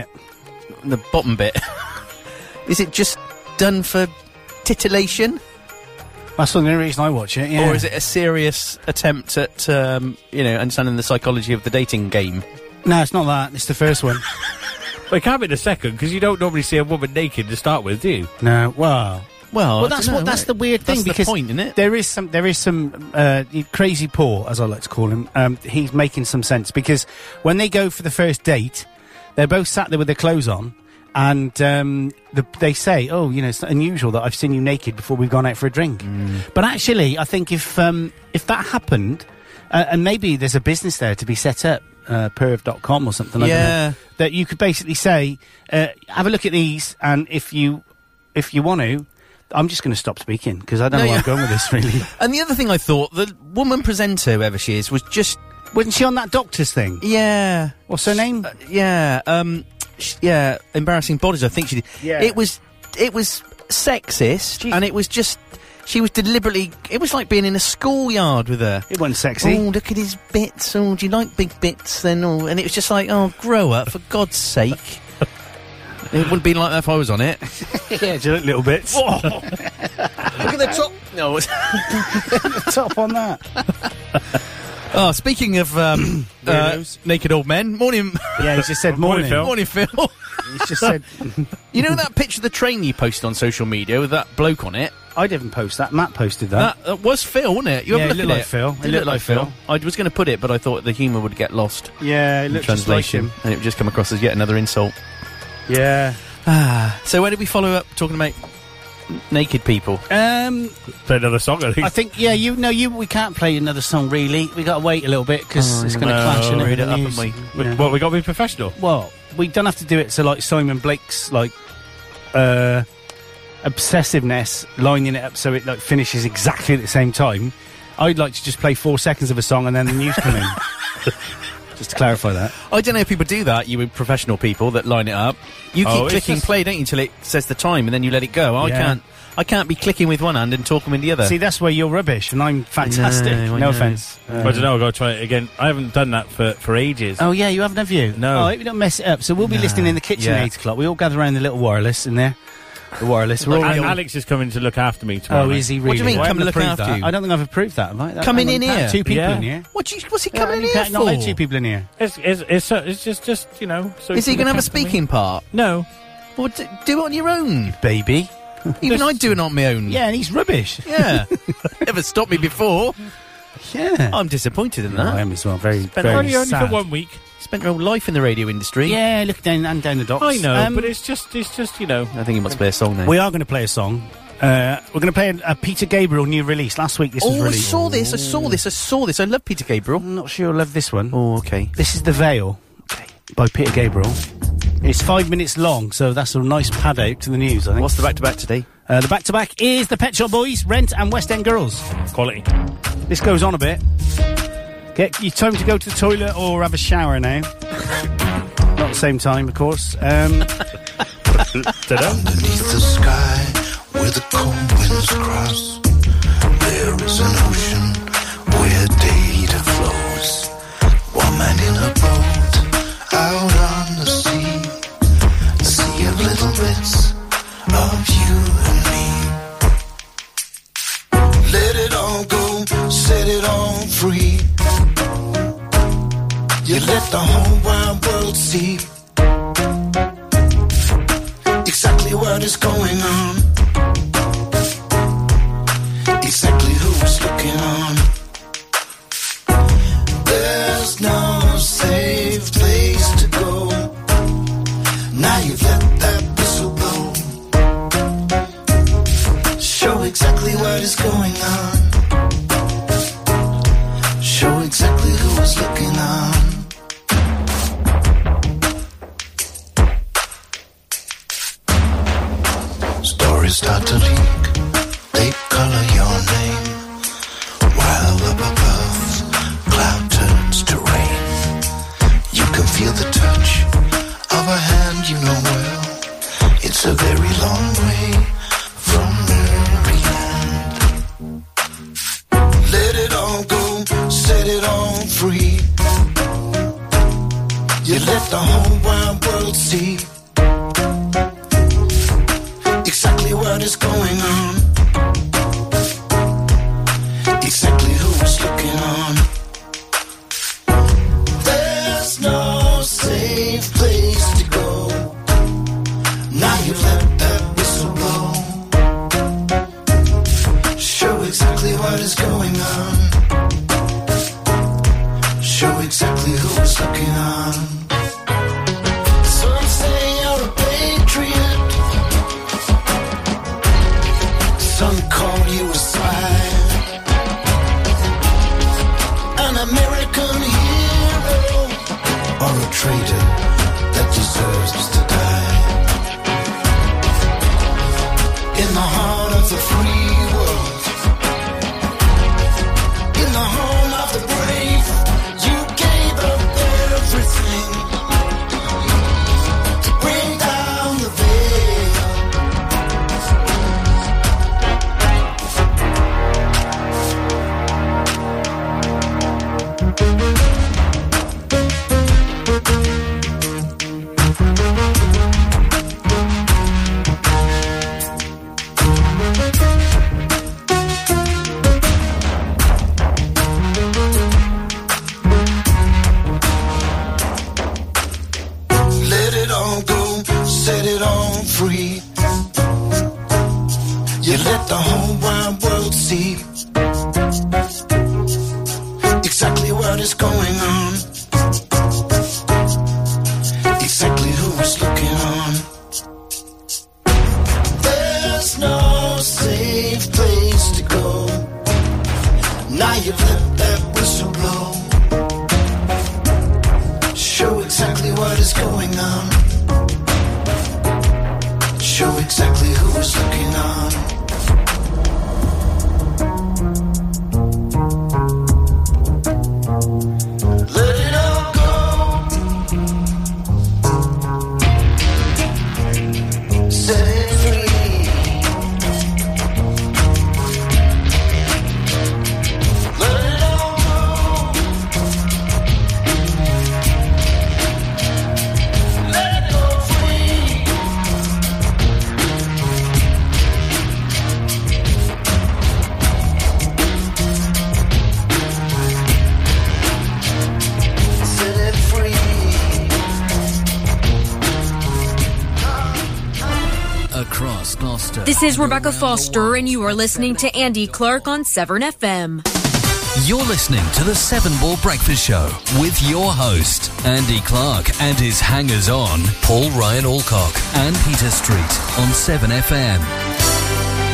[SPEAKER 4] bit?
[SPEAKER 5] the bottom bit? is it just done for titillation,
[SPEAKER 4] That's the only reason I watch it. Yeah.
[SPEAKER 5] or is it a serious attempt at um, you know understanding the psychology of the dating game?
[SPEAKER 4] No, it's not that. It's the first one.
[SPEAKER 6] Well, it can't be the second because you don't normally see a woman naked to start with, do you?
[SPEAKER 4] no, well,
[SPEAKER 5] Well,
[SPEAKER 4] well, that's what that's the weird thing
[SPEAKER 5] That's the
[SPEAKER 4] because
[SPEAKER 5] point, innit?
[SPEAKER 4] There is some there is some uh, crazy Paul, as I like to call him. Um, he's making some sense because when they go for the first date, they're both sat there with their clothes on, and um, the, they say, "Oh, you know, it's unusual that I've seen you naked before we've gone out for a drink." But actually, I think if um, if that happened, uh, and maybe there's a business there to be set up. Uh, perv.com or something like
[SPEAKER 5] Yeah.
[SPEAKER 4] that that you could basically say uh, have a look at these and if you if you want to i'm just going to stop speaking because i
[SPEAKER 5] No,
[SPEAKER 4] don't know where
[SPEAKER 5] yeah.
[SPEAKER 4] i'm going with this really
[SPEAKER 5] And the other thing I thought, the woman presenter, whoever she is, was just
[SPEAKER 4] wasn't she on that doctor's thing
[SPEAKER 5] yeah,
[SPEAKER 4] what's her name
[SPEAKER 5] uh, yeah, um, sh- yeah, embarrassing bodies. I think she did.
[SPEAKER 4] Yeah.
[SPEAKER 5] It was it was sexist,
[SPEAKER 4] She's-
[SPEAKER 5] and it was just she was deliberately. It was like being in a schoolyard with her.
[SPEAKER 4] it wasn't sexy
[SPEAKER 5] Oh, look at his bits. Oh, do you like big bits then? Oh, and it was just like, oh, grow up for God's sake. it wouldn't be like that if I was on it.
[SPEAKER 4] yeah just a little bit
[SPEAKER 5] Look at the top. No, it's-
[SPEAKER 4] top on that
[SPEAKER 5] Oh, speaking of um, uh,
[SPEAKER 9] Weirdos.
[SPEAKER 5] naked old men, morning,
[SPEAKER 4] Yeah, he just said
[SPEAKER 6] Morning,
[SPEAKER 4] morning.
[SPEAKER 6] Phil.
[SPEAKER 5] morning, Phil.
[SPEAKER 4] He's just said,
[SPEAKER 5] you know that picture of the train you posted on social media with that bloke on it?
[SPEAKER 4] I didn't post that. Matt posted that.
[SPEAKER 5] That, that was Phil, wasn't it? You
[SPEAKER 4] Yeah,
[SPEAKER 5] have a
[SPEAKER 4] it
[SPEAKER 5] look
[SPEAKER 4] looked
[SPEAKER 5] at
[SPEAKER 4] like Phil.
[SPEAKER 5] It, looked like Phil. I was going to put it, but I thought the humour would get lost
[SPEAKER 4] yeah, it
[SPEAKER 5] in
[SPEAKER 4] looked just like
[SPEAKER 5] translation,
[SPEAKER 4] him.
[SPEAKER 5] and it would just come across as yet another insult.
[SPEAKER 4] Yeah.
[SPEAKER 5] So where did we follow up talking about n- naked people?
[SPEAKER 4] Um,
[SPEAKER 6] Play another song, I think.
[SPEAKER 4] I think yeah, you know, you we can't play another song really. We got to wait a little bit because it's going to clash and
[SPEAKER 5] Read it up,
[SPEAKER 4] news.
[SPEAKER 5] haven't we?
[SPEAKER 6] But-
[SPEAKER 4] Yeah.
[SPEAKER 6] Well, we got to be professional.
[SPEAKER 4] Well, we don't have to do it. So like Simon Blake's like uh, obsessiveness, lining it up so it like finishes exactly at the same time. I'd like to just play four seconds of a song and then the news come in. Just to clarify that.
[SPEAKER 5] I don't know if people do that. You professional people that line it up. You keep
[SPEAKER 6] Oh, it's
[SPEAKER 5] clicking
[SPEAKER 6] just-
[SPEAKER 5] play, don't you, till it says the time, and then you let it go. Oh, I
[SPEAKER 4] Yeah.
[SPEAKER 5] can't. I can't be clicking with one hand and talking with the other.
[SPEAKER 4] See, that's where you're rubbish, and I'm fantastic.
[SPEAKER 5] I
[SPEAKER 4] no
[SPEAKER 5] know.
[SPEAKER 4] offense.
[SPEAKER 6] I don't know. I've got to try it again. I haven't done that for, for ages.
[SPEAKER 4] Oh yeah, you haven't, have you?
[SPEAKER 6] No.
[SPEAKER 4] Oh, I hope you don't mess it up. So we'll be listening in the kitchen
[SPEAKER 5] Yeah.
[SPEAKER 4] at eight o'clock. We all gather around the little wireless in there. The wireless. We're all
[SPEAKER 6] And
[SPEAKER 4] round-
[SPEAKER 6] Alex is coming to look after me tomorrow.
[SPEAKER 4] Oh,
[SPEAKER 6] night.
[SPEAKER 4] is he really?
[SPEAKER 5] What do you mean,
[SPEAKER 4] I
[SPEAKER 5] come
[SPEAKER 4] haven't
[SPEAKER 5] look
[SPEAKER 4] approved
[SPEAKER 5] after
[SPEAKER 4] that.
[SPEAKER 5] you?
[SPEAKER 4] I don't think I've approved that. Like, that
[SPEAKER 5] Coming
[SPEAKER 4] I
[SPEAKER 5] in
[SPEAKER 4] can't have
[SPEAKER 5] here.
[SPEAKER 4] Two people
[SPEAKER 6] Yeah.
[SPEAKER 4] in here.
[SPEAKER 5] What do you, what's he
[SPEAKER 4] Yeah,
[SPEAKER 5] coming
[SPEAKER 4] you
[SPEAKER 5] in
[SPEAKER 4] can't
[SPEAKER 5] here
[SPEAKER 4] not let
[SPEAKER 5] for?
[SPEAKER 4] two people in here.
[SPEAKER 6] It's, it's, it's, so- it's just, just, you know. So
[SPEAKER 5] Is he going
[SPEAKER 6] can
[SPEAKER 5] to have a
[SPEAKER 6] look after me.
[SPEAKER 5] speaking part?
[SPEAKER 6] No.
[SPEAKER 5] Or do, do it on your own?
[SPEAKER 4] Baby.
[SPEAKER 5] Even I do it on my own.
[SPEAKER 4] Yeah, and he's rubbish.
[SPEAKER 5] Yeah. Never stopped me before.
[SPEAKER 4] Yeah.
[SPEAKER 5] I'm disappointed in
[SPEAKER 4] No, I
[SPEAKER 5] that.
[SPEAKER 4] am Oh, as well. Very,
[SPEAKER 5] Spent
[SPEAKER 4] very
[SPEAKER 6] Only, only for
[SPEAKER 4] sad.
[SPEAKER 6] one week.
[SPEAKER 5] Spent your whole life in the radio industry.
[SPEAKER 4] Yeah, look down and down the docks.
[SPEAKER 6] I know,
[SPEAKER 4] Um,
[SPEAKER 6] but it's just, it's just, you know.
[SPEAKER 5] I think he must play a song now.
[SPEAKER 4] we are going to play a song. Uh, we're going to play a, a Peter Gabriel new release. Last week this was
[SPEAKER 5] oh, I
[SPEAKER 4] released.
[SPEAKER 5] saw this. I saw this. I saw this. I love Peter Gabriel.
[SPEAKER 4] I'm not sure you'll love this one.
[SPEAKER 5] Oh, okay.
[SPEAKER 4] This is The Veil by Peter Gabriel. It's five minutes long, so that's a nice pad out to the news, I think.
[SPEAKER 5] What's the back to back today?
[SPEAKER 4] Uh, the back to back is The Pet Shop Boys, Rent, and West End Girls.
[SPEAKER 6] Quality.
[SPEAKER 4] This goes on a bit. Get your time to go to the toilet or have a shower now. Not at the same time, of course. Um,
[SPEAKER 10] Beneath the sky where the cold winds cross, there is an ocean where data flows. One man in a boat out on the sea, a sea of little bits of you and me. Let it all go, set it all free. You let the whole wide world see exactly what is going on, exactly who's looking on. There's no safe place to go. Now you've let that whistle blow. Show exactly what is going on. Show exactly who is looking on. Stories start to leak, they color your name. While up above, cloud turns to rain. You can feel the touch of a hand you know well. It's a very long way from every end. Let it all go, set it all free. You let the whole wide world see exactly what is going on. Exactly who's looking on. There's no safe place to go. Now you've let that whistle blow. Show exactly what is going on. Show exactly who is looking on. Some say you're a patriot. Some call you a spy. An American hero. Or a traitor that deserves to die. In the heart of the free world. In the home of the brave. You gave up everything. To bring down the veil. the whole wide world see exactly what is going on, exactly who is looking on. There's no safe place to go. Now you've let that whistle blow. Show exactly what is going on. Show exactly who is looking on. Let it all go. Set it free. Let it all go. Let it go free. Set it free.
[SPEAKER 2] Across Gloucester.
[SPEAKER 1] This is
[SPEAKER 2] and
[SPEAKER 1] Rebecca
[SPEAKER 2] around the
[SPEAKER 1] Foster,
[SPEAKER 2] world.
[SPEAKER 1] and you are listening to Andy Clark on Severn FM.
[SPEAKER 2] You're listening to the Seven Ball Breakfast Show with your host, Andy Clark, and his hangers on, Paul Ryan Alcock and Peter Street on 7FM.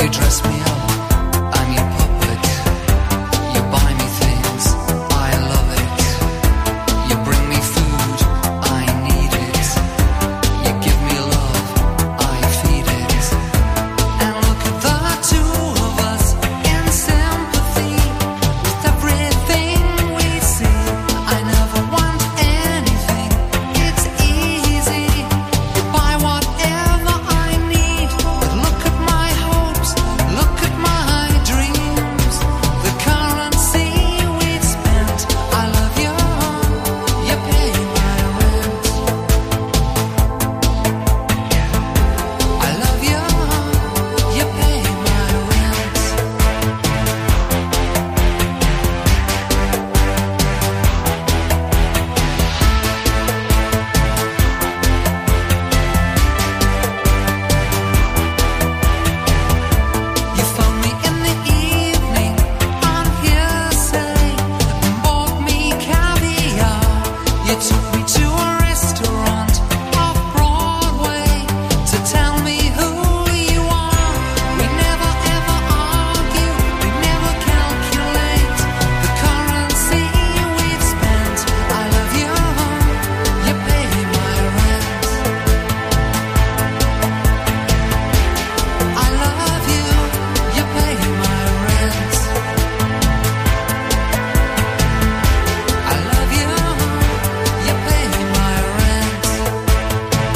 [SPEAKER 9] You dress me up, I'm your puppet. You buy me things, I love it. You bring me food, I need it. You give me love, I feed it. And look at the two of us in sympathy with everything we see. I never want anything, it's easy. You buy whatever I need. But look at my hopes, look at my dreams. The currency we spent. I love you, you pay my rent. I love you, you pay my rent. You phoned me in the evening on hearsay and bought me caviar. You took me to a restaurant off Broadway to tell me who you are. We never ever argue, we never calculate the currency we've spent. I love you, you pay my rent. I love you, you pay my rent. I love you, you pay my rent.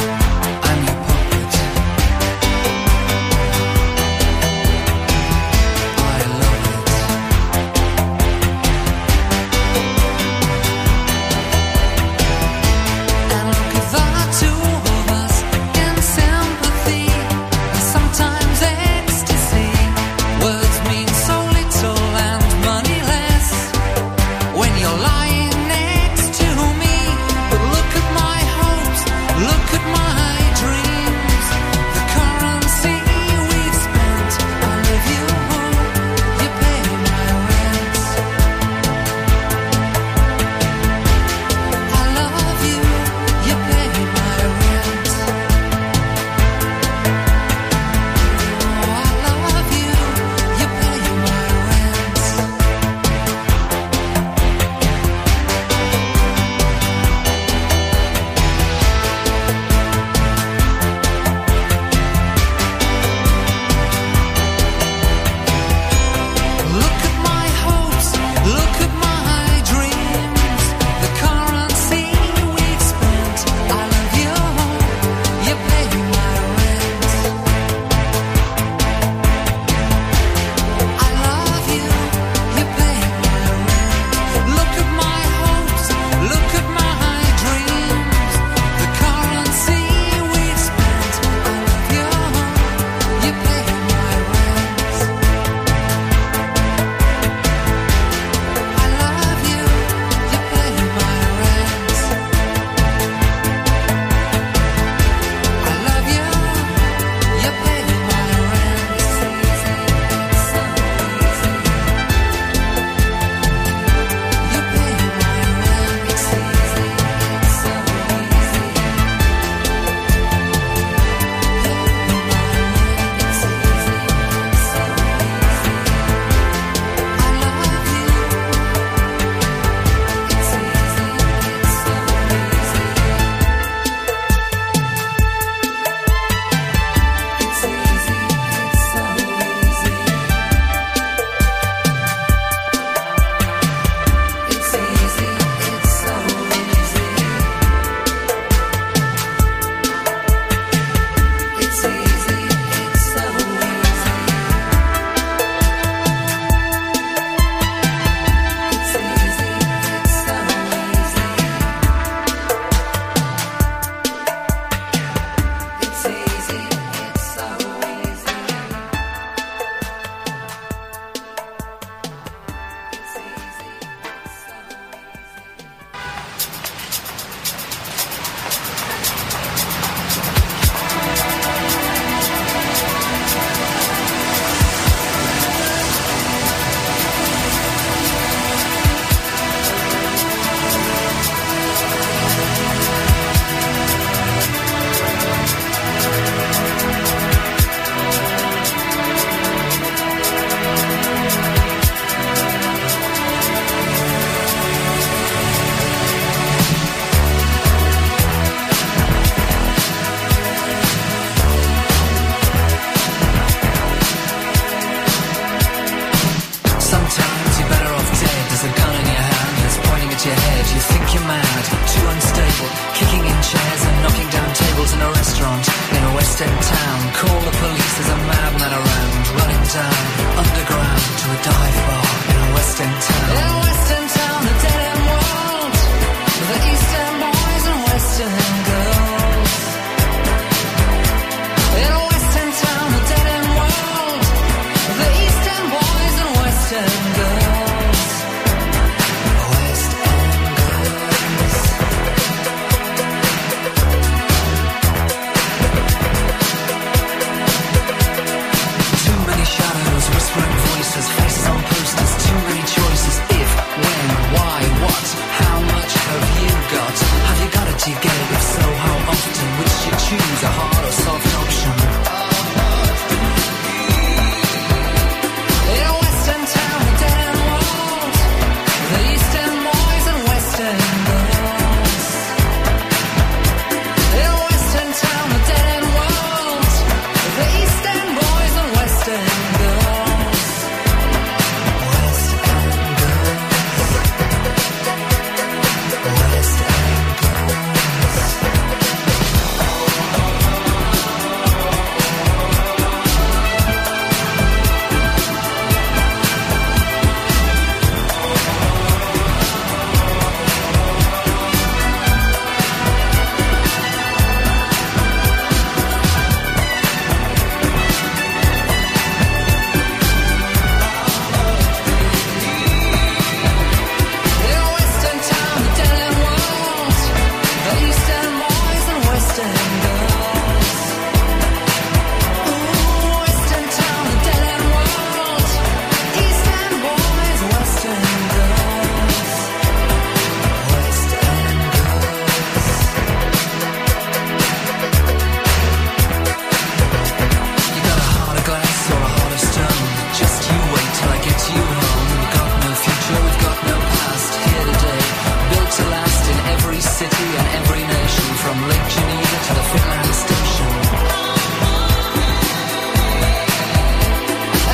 [SPEAKER 9] Lake Geneva to the Finland station.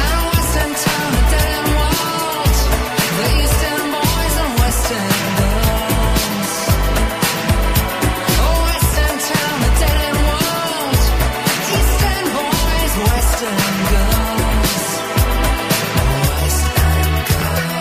[SPEAKER 9] And Western town, a dead end world. The Eastern boys and Western girls. Oh, Western town, a dead end world. Eastern boys, Western girls. Western girls.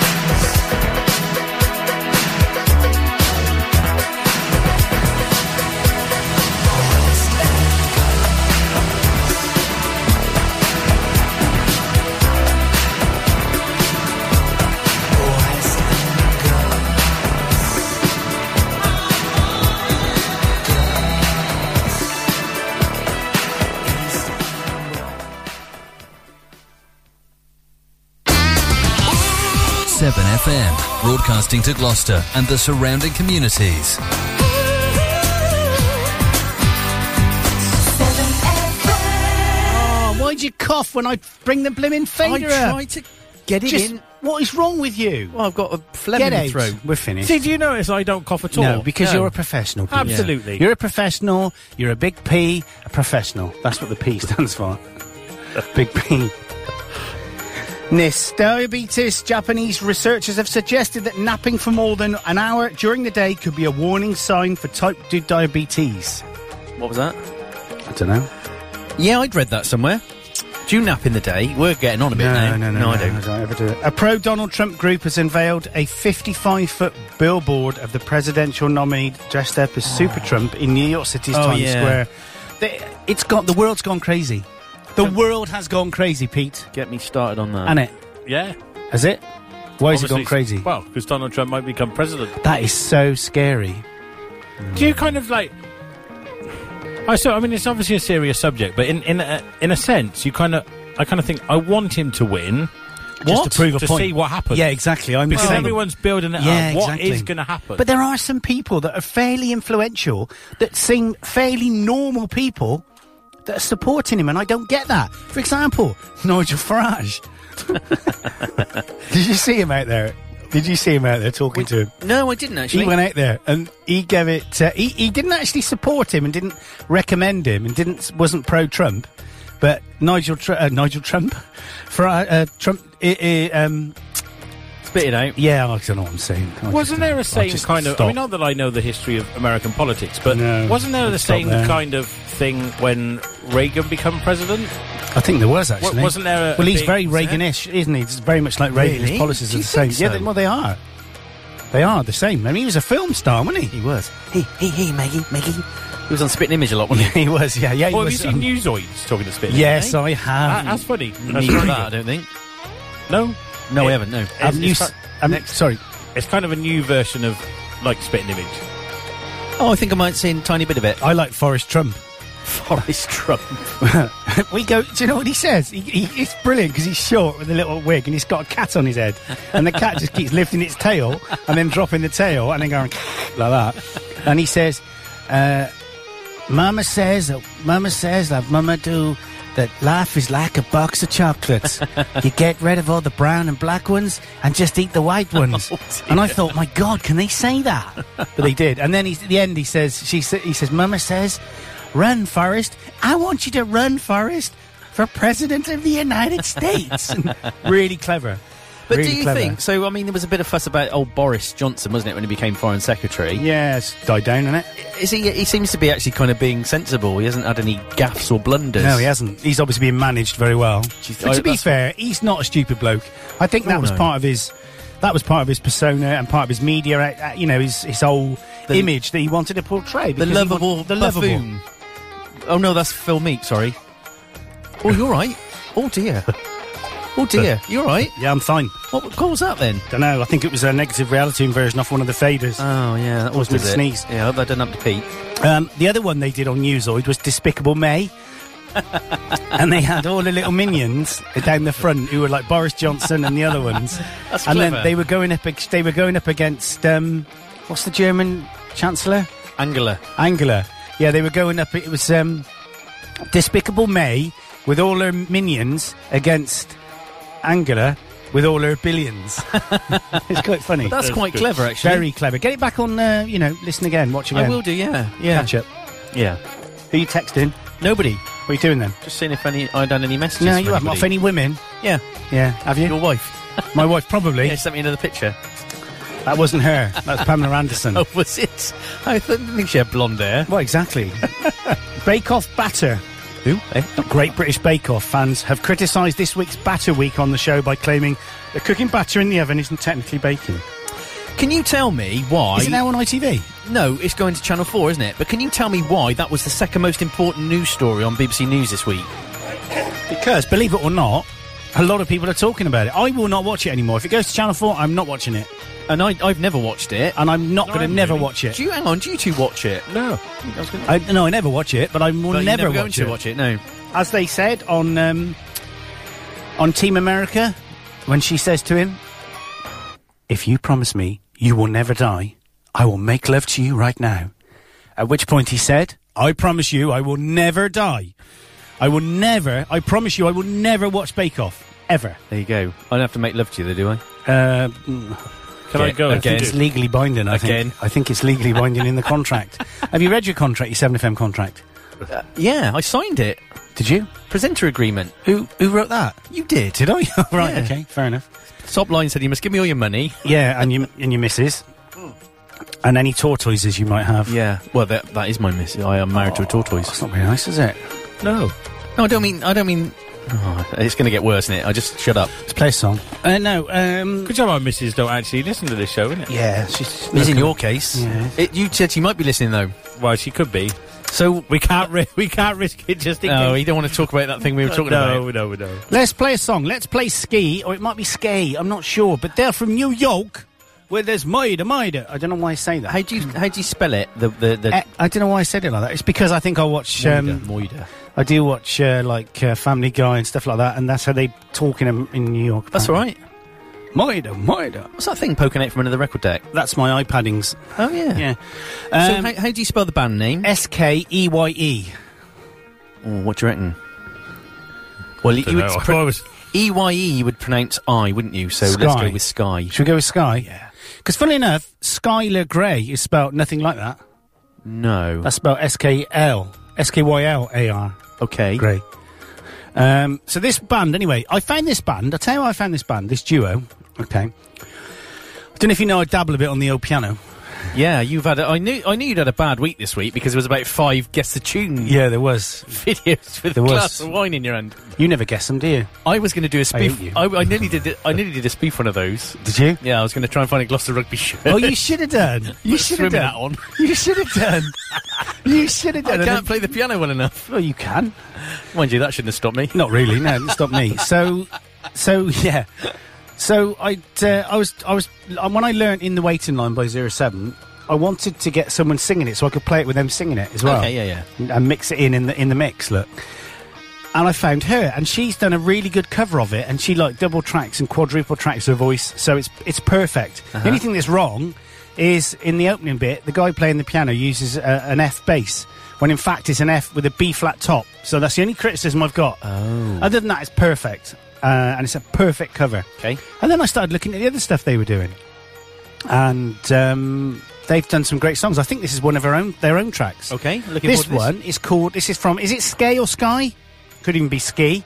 [SPEAKER 2] Seven FM, broadcasting to Gloucester and the surrounding communities.
[SPEAKER 4] Oh, why'd you cough when I bring the blimmin' fader
[SPEAKER 5] I tried to get it
[SPEAKER 4] Just,
[SPEAKER 5] in.
[SPEAKER 4] what is wrong with you?
[SPEAKER 5] Well, I've got a phlegm
[SPEAKER 4] Get
[SPEAKER 5] in my
[SPEAKER 4] out.
[SPEAKER 5] throat.
[SPEAKER 4] We're finished.
[SPEAKER 6] Did you notice I don't cough at all?
[SPEAKER 4] no, because
[SPEAKER 6] No.
[SPEAKER 4] you're a professional. Peter.
[SPEAKER 6] Absolutely.
[SPEAKER 4] You're a professional. You're a big P, a professional. That's what the P stands for. big P. NIST. Diabetes Japanese researchers have suggested that napping for more than an hour during the day could be a warning sign for type 2 diabetes.
[SPEAKER 5] What was that?
[SPEAKER 4] I don't know.
[SPEAKER 5] Yeah, I'd read that somewhere. Do you nap in the day? We're getting on a bit now. I don't.
[SPEAKER 4] ever do it. A pro Donald Trump group has unveiled a 55 foot billboard of the presidential nominee dressed up as Super Trump in New York City's
[SPEAKER 5] Oh,
[SPEAKER 4] Times
[SPEAKER 5] yeah.
[SPEAKER 4] Square. They, it's got the world's gone crazy. The world has gone crazy, Pete.
[SPEAKER 5] Get me started on that.
[SPEAKER 4] And it
[SPEAKER 6] yeah.
[SPEAKER 4] has it. Why has it
[SPEAKER 6] Obviously
[SPEAKER 4] gone
[SPEAKER 6] it's-
[SPEAKER 4] crazy?
[SPEAKER 6] Well, because Donald Trump might become president.
[SPEAKER 4] that is so scary. Mm.
[SPEAKER 6] Do you kind of like? I so I mean, it's obviously a serious subject, but in in a, in a sense, you kind of I kind of think I want him to win.
[SPEAKER 4] Just to prove a
[SPEAKER 6] to
[SPEAKER 4] point.
[SPEAKER 6] see what happens.
[SPEAKER 4] Yeah, exactly. I'm
[SPEAKER 6] Because
[SPEAKER 4] the same.
[SPEAKER 6] everyone's building it
[SPEAKER 4] Yeah,
[SPEAKER 6] up. Uh, What is
[SPEAKER 4] exactly.
[SPEAKER 6] going to happen?
[SPEAKER 4] But there are some people that are fairly influential that seem fairly normal people that are supporting him, and I don't get that. For example, Nigel Farage. Did you see him out there? Did you see him out there talking to him?
[SPEAKER 5] no, I didn't actually.
[SPEAKER 4] He went out there and he gave it. Uh, he, he didn't actually support him and didn't recommend him and didn't wasn't pro Trump, but Nigel Tr- uh, Nigel Trump, for uh, Trump. i i um,
[SPEAKER 5] Spit it out.
[SPEAKER 4] yeah, I don't know what I'm saying. I just-
[SPEAKER 6] wasn't there
[SPEAKER 4] I'll
[SPEAKER 6] a saying
[SPEAKER 4] just
[SPEAKER 6] kind of? I
[SPEAKER 4] stop.
[SPEAKER 6] mean, not that I know the history of American politics, but
[SPEAKER 4] No,
[SPEAKER 6] wasn't there the
[SPEAKER 4] stop
[SPEAKER 6] same
[SPEAKER 4] there.
[SPEAKER 6] kind of thing when Reagan became president?
[SPEAKER 4] I think there was actually.
[SPEAKER 6] wasn't there a-
[SPEAKER 4] well, he's
[SPEAKER 6] a big-
[SPEAKER 4] very Reaganish, isn't he? It's very much like Reagan's
[SPEAKER 5] Really?
[SPEAKER 4] policies
[SPEAKER 5] Do
[SPEAKER 4] are
[SPEAKER 5] you
[SPEAKER 4] the same.
[SPEAKER 5] think
[SPEAKER 4] Yeah,
[SPEAKER 5] so?
[SPEAKER 4] they, well, they are. They are the same. I mean, he was a film star, wasn't he? He was.
[SPEAKER 5] Hey, hey, hey, Maggie, Maggie. He was on Spitting Image a lot, wasn't he?
[SPEAKER 4] he was. Yeah, yeah. He
[SPEAKER 6] Or have
[SPEAKER 4] was,
[SPEAKER 6] you seen
[SPEAKER 4] um,
[SPEAKER 6] Newsoids talking to Spit?
[SPEAKER 4] Yes,
[SPEAKER 5] eh?
[SPEAKER 4] I
[SPEAKER 6] That-
[SPEAKER 4] have.
[SPEAKER 6] that's funny. That's
[SPEAKER 5] Neither
[SPEAKER 6] very
[SPEAKER 5] of that, I
[SPEAKER 6] good.
[SPEAKER 5] don't think.
[SPEAKER 6] No,
[SPEAKER 5] No, I
[SPEAKER 6] It-
[SPEAKER 5] haven't. No.
[SPEAKER 4] Um,
[SPEAKER 6] it's-
[SPEAKER 4] you
[SPEAKER 6] it's
[SPEAKER 4] s-
[SPEAKER 6] fu-
[SPEAKER 4] um,
[SPEAKER 6] next-
[SPEAKER 4] sorry.
[SPEAKER 6] it's kind of a new version of like Spit and Image.
[SPEAKER 5] Oh, I think I might see a tiny bit of it.
[SPEAKER 4] I like Forrest Trump.
[SPEAKER 5] Forrest Trump.
[SPEAKER 4] we go. Do you know what he says? He, he, it's brilliant because he's short with a little wig and he's got a cat on his head, and the cat just keeps lifting its tail and then dropping the tail and then going like that. And he says, uh, "Mama says, Mama says, like Mama do." That life is like a box of chocolates. you get rid of all the brown and black ones and just eat the white
[SPEAKER 5] Oh,
[SPEAKER 4] ones. and I thought, my God, can they say that? But they did. And then he's, at the end, he says, she, sa- he says, Mama says, Run, Forrest. I want you to run, Forrest, for President of the United States. really clever.
[SPEAKER 5] But
[SPEAKER 4] Really
[SPEAKER 5] do you
[SPEAKER 4] clever.
[SPEAKER 5] think? So, I mean, there was a bit of fuss about old Boris Johnson, wasn't it, when he became Foreign Secretary?
[SPEAKER 4] Yeah, it's died down, isn't it?
[SPEAKER 5] Is he? He seems to be actually kind of being sensible. He hasn't had any gaffes or blunders.
[SPEAKER 4] No, he hasn't. He's obviously been managed very well.
[SPEAKER 5] you th-
[SPEAKER 4] But
[SPEAKER 5] I-
[SPEAKER 4] to be
[SPEAKER 5] that's-
[SPEAKER 4] fair, he's not a stupid bloke. I think that
[SPEAKER 5] Oh,
[SPEAKER 4] was
[SPEAKER 5] no.
[SPEAKER 4] part of his. That was part of his persona and part of his media, uh, uh, you know, his his whole
[SPEAKER 5] The-
[SPEAKER 4] image that he wanted to portray.
[SPEAKER 5] The
[SPEAKER 4] because he wa-
[SPEAKER 5] lovable,
[SPEAKER 4] the lovable.
[SPEAKER 5] buffoon. Oh no, that's Phil Meek. Sorry. Oh, you're right. Oh dear. Oh dear. You're right.
[SPEAKER 4] Yeah, I'm fine.
[SPEAKER 5] What, what was that then?
[SPEAKER 4] Don't know. I think it was a negative reality version off one of the faders.
[SPEAKER 5] Oh yeah, that was
[SPEAKER 4] Caused me
[SPEAKER 5] it.
[SPEAKER 4] to sneeze.
[SPEAKER 5] Yeah, I hope that didn't have to pee.
[SPEAKER 4] Um, the other one they did on Newsoid was Despicable Me. and they had all the little minions down the front who were like Boris Johnson and the other ones.
[SPEAKER 5] That's
[SPEAKER 4] and
[SPEAKER 5] clever.
[SPEAKER 4] then they were going up ag- they were going up against um, what's the German chancellor?
[SPEAKER 5] Angela.
[SPEAKER 4] Angela. Yeah, they were going up it was um, Despicable May with all her minions against Angela with all her billions. it's quite funny.
[SPEAKER 5] That's, quite clever, actually.
[SPEAKER 4] very clever. Get it back on uh, you know, listen again, watch again.
[SPEAKER 5] I will do. Yeah. Yeah.
[SPEAKER 4] Catch up.
[SPEAKER 11] Yeah.
[SPEAKER 4] Who you texting?
[SPEAKER 11] Nobody.
[SPEAKER 4] What are you doing then?
[SPEAKER 11] Just seeing if any I done any messages.
[SPEAKER 4] No,
[SPEAKER 11] from
[SPEAKER 4] you haven't. Off
[SPEAKER 11] anybody.
[SPEAKER 4] any women?
[SPEAKER 11] Yeah.
[SPEAKER 4] Yeah, have you?
[SPEAKER 11] Your wife.
[SPEAKER 4] My wife, probably.
[SPEAKER 11] Yeah, sent me another picture.
[SPEAKER 4] That wasn't her. That was Pamela Anderson.
[SPEAKER 11] Oh, was it? I th- didn't think she had blonde hair.
[SPEAKER 4] Well, exactly. Bake Off Batter.
[SPEAKER 11] Who? Eh?
[SPEAKER 4] Great British Bake Off fans have criticised this week's Batter Week on the show by claiming that cooking batter in the oven isn't technically baking.
[SPEAKER 11] Can you tell me why?
[SPEAKER 4] Is it now on ITV?
[SPEAKER 11] No, it's going to Channel 4, isn't it? But can you tell me why that was the second most important news story on BBC News this week?
[SPEAKER 4] Because, believe it or not, a lot of people are talking about it. I will not watch it anymore. If it goes to Channel 4, I'm not watching it.
[SPEAKER 11] And I, I've never watched it.
[SPEAKER 4] And I'm not
[SPEAKER 5] No,
[SPEAKER 4] going
[SPEAKER 5] I'm
[SPEAKER 4] to never
[SPEAKER 5] really-
[SPEAKER 4] watch it.
[SPEAKER 11] Do you hang on? Do you two watch it?
[SPEAKER 5] No. I was gonna-
[SPEAKER 4] I, no, I never watch it, but I will
[SPEAKER 11] But you're
[SPEAKER 4] never,
[SPEAKER 11] never going
[SPEAKER 4] watch,
[SPEAKER 11] to
[SPEAKER 4] it.
[SPEAKER 11] watch it. No.
[SPEAKER 4] As they said on um, on Team America, when she says to him, "If you promise me you will never die, I will make love to you right now." At which point he said, "I promise you, I will never die. I will never. I promise you, I will never watch Bake Off ever."
[SPEAKER 11] There you go. I don't have to make love to you, though, do I?
[SPEAKER 4] Uh,
[SPEAKER 5] Can I
[SPEAKER 11] Again-
[SPEAKER 5] go?
[SPEAKER 11] again.
[SPEAKER 4] It's legally binding. I
[SPEAKER 11] Again.
[SPEAKER 4] think. I think it's legally binding in the contract. Have you read your contract, your Seven FM contract?
[SPEAKER 11] Yeah, I signed it.
[SPEAKER 4] Did you?
[SPEAKER 11] Presenter agreement.
[SPEAKER 4] Who who wrote that?
[SPEAKER 11] You did.
[SPEAKER 4] Did I? right.
[SPEAKER 11] Yeah.
[SPEAKER 4] Okay. Fair enough.
[SPEAKER 11] Top line said you must give me all your money.
[SPEAKER 4] Yeah, and you and your missus, and any tortoises you might have.
[SPEAKER 11] Yeah. Well, that that is my miss. I am married to a tortoise.
[SPEAKER 4] That's not very nice, is it?
[SPEAKER 5] No.
[SPEAKER 11] No, I don't mean. I don't mean. Oh, it's going to get worse, isn't it? I just shut up.
[SPEAKER 4] Let's play a song. Uh, no. Um,
[SPEAKER 5] Good job our missus don't actually listen to this show, isn't it?
[SPEAKER 4] yeah, she's
[SPEAKER 11] It's in your case.
[SPEAKER 4] Yeah.
[SPEAKER 11] It, you said you might be listening though.
[SPEAKER 5] Well, she could be.
[SPEAKER 11] So oh,
[SPEAKER 5] We can't ri- we can't risk it just in
[SPEAKER 11] no,
[SPEAKER 5] case.
[SPEAKER 11] you don't want to talk about that thing we were talking
[SPEAKER 5] no,
[SPEAKER 11] about.
[SPEAKER 5] no, no.
[SPEAKER 4] Let's play a song. Let's play Ski, or it might be Skay. I'm not sure, but they're from New York, where there's Maida Maida. I don't know why I say that.
[SPEAKER 11] How do you how do you spell it? The the the
[SPEAKER 4] Eh, I don't know why I said it like that. It's because I think I watch.
[SPEAKER 11] Moida,
[SPEAKER 4] Um,
[SPEAKER 11] Moida.
[SPEAKER 4] I do watch uh, like uh, Family Guy and stuff like that, and that's how they talk in in New York.
[SPEAKER 11] That's all right.
[SPEAKER 4] Maida Maida.
[SPEAKER 11] Oh. What's that thing poking out from under the record deck?
[SPEAKER 4] That's my iPaddings.
[SPEAKER 11] Oh yeah.
[SPEAKER 4] Yeah.
[SPEAKER 11] So
[SPEAKER 4] Um,
[SPEAKER 11] how, how do you spell the band name?
[SPEAKER 4] S K E Y E.
[SPEAKER 11] Oh, what do you reckon? Well, you, you would
[SPEAKER 5] Dunno. I
[SPEAKER 11] pro-
[SPEAKER 5] was-
[SPEAKER 11] E Y E. You would pronounce I, wouldn't you? So let's
[SPEAKER 4] Sky.
[SPEAKER 11] go with Sky.
[SPEAKER 4] Should we go with Sky? Yeah. Because funnily enough, Skylar Grey is spelt nothing like that.
[SPEAKER 11] No.
[SPEAKER 4] That's spelled S K L S K Y L A R
[SPEAKER 11] okay.
[SPEAKER 4] Grey. Um, so this band, anyway, I found this band. I'll tell you how I found this band, this duo. Okay. I don't know if you know, I dabble a bit on the old piano.
[SPEAKER 11] Yeah, you've had. A, I knew. I knew you'd had a bad week this week because there was about five guess the tune
[SPEAKER 4] Yeah, there was.
[SPEAKER 11] videos with a
[SPEAKER 4] There was.
[SPEAKER 11] glass of wine in your hand.
[SPEAKER 4] You never guess them, do you?
[SPEAKER 11] I was going to do a
[SPEAKER 4] hate
[SPEAKER 11] spoof.
[SPEAKER 4] you.
[SPEAKER 11] I, I, nearly did. it- I nearly did a spoof one of those.
[SPEAKER 4] Did you?
[SPEAKER 11] Yeah, I was going to try and find a Gloucester rugby shirt.
[SPEAKER 4] Oh, you should have done. You should
[SPEAKER 11] Swimming
[SPEAKER 4] have done.
[SPEAKER 11] hat on.
[SPEAKER 4] You should have done. you should have
[SPEAKER 11] I
[SPEAKER 4] done. And
[SPEAKER 11] can't play the piano well enough.
[SPEAKER 4] then- Well, you can.
[SPEAKER 11] Mind you, that shouldn't have stopped me.
[SPEAKER 4] Not really. No, it's not me. So, so yeah. So I, uh, I was, I was uh, when I learnt in the waiting line by zero seven, I wanted to get someone singing it so I could play it with them singing it as well.
[SPEAKER 11] Okay, yeah, yeah.
[SPEAKER 4] And, and mix it in in the in the mix. Look. And I found her, and she's done a really good cover of it, and she like double tracks and quadruple tracks her voice, so it's it's perfect.
[SPEAKER 11] Uh-huh.
[SPEAKER 4] The only thing that's wrong is in the opening bit, the guy playing the piano uses a, an F bass when in fact it's an F with a B flat top. So that's the only criticism I've got. Oh. Other than that, it's perfect, uh, and it's a perfect cover.
[SPEAKER 11] Okay.
[SPEAKER 4] And then I started looking at the other stuff they were doing, and um, they've done some great songs. I think this is one of her own their own tracks.
[SPEAKER 11] Okay, looking
[SPEAKER 4] This
[SPEAKER 11] forward to
[SPEAKER 4] one is called. This is from. Is it Sky or Sky? Could even be Ski.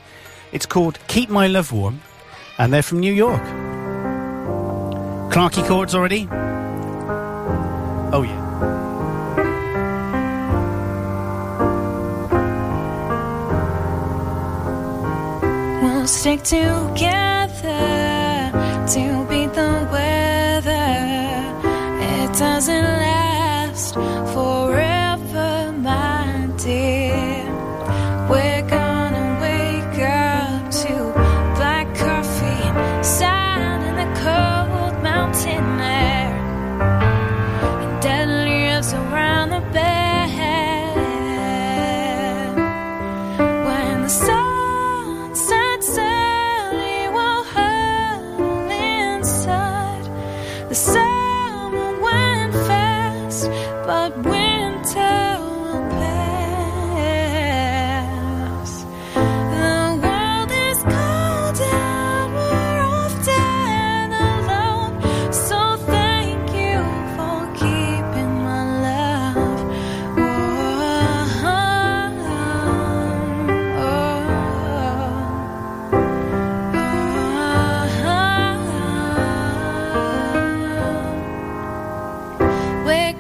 [SPEAKER 4] It's called "Keep My Love Warm," and they're from New York. Clarky chords already.
[SPEAKER 11] Oh yeah.
[SPEAKER 12] We'll stick together to beat the weather. It doesn't last forever, my dear. We're gonna wake up to black coffee, sun, and the cold mountain air. And dead leaves around the bed. When the sun sets early, we'll huddle in
[SPEAKER 10] Oh,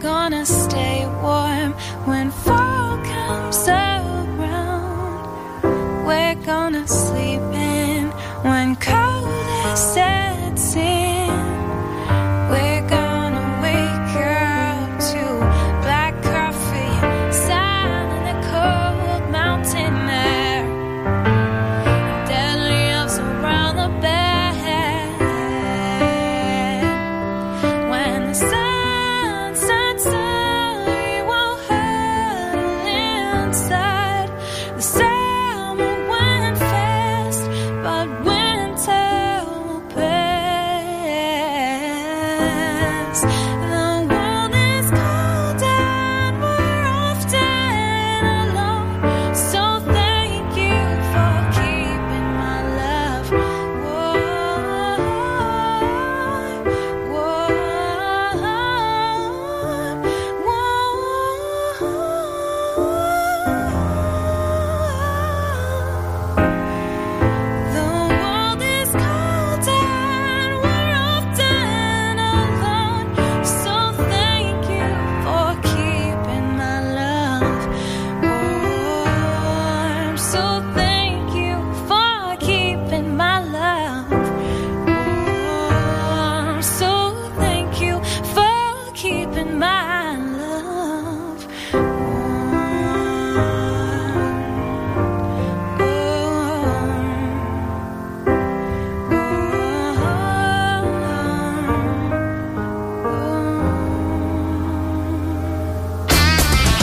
[SPEAKER 10] Uh-huh.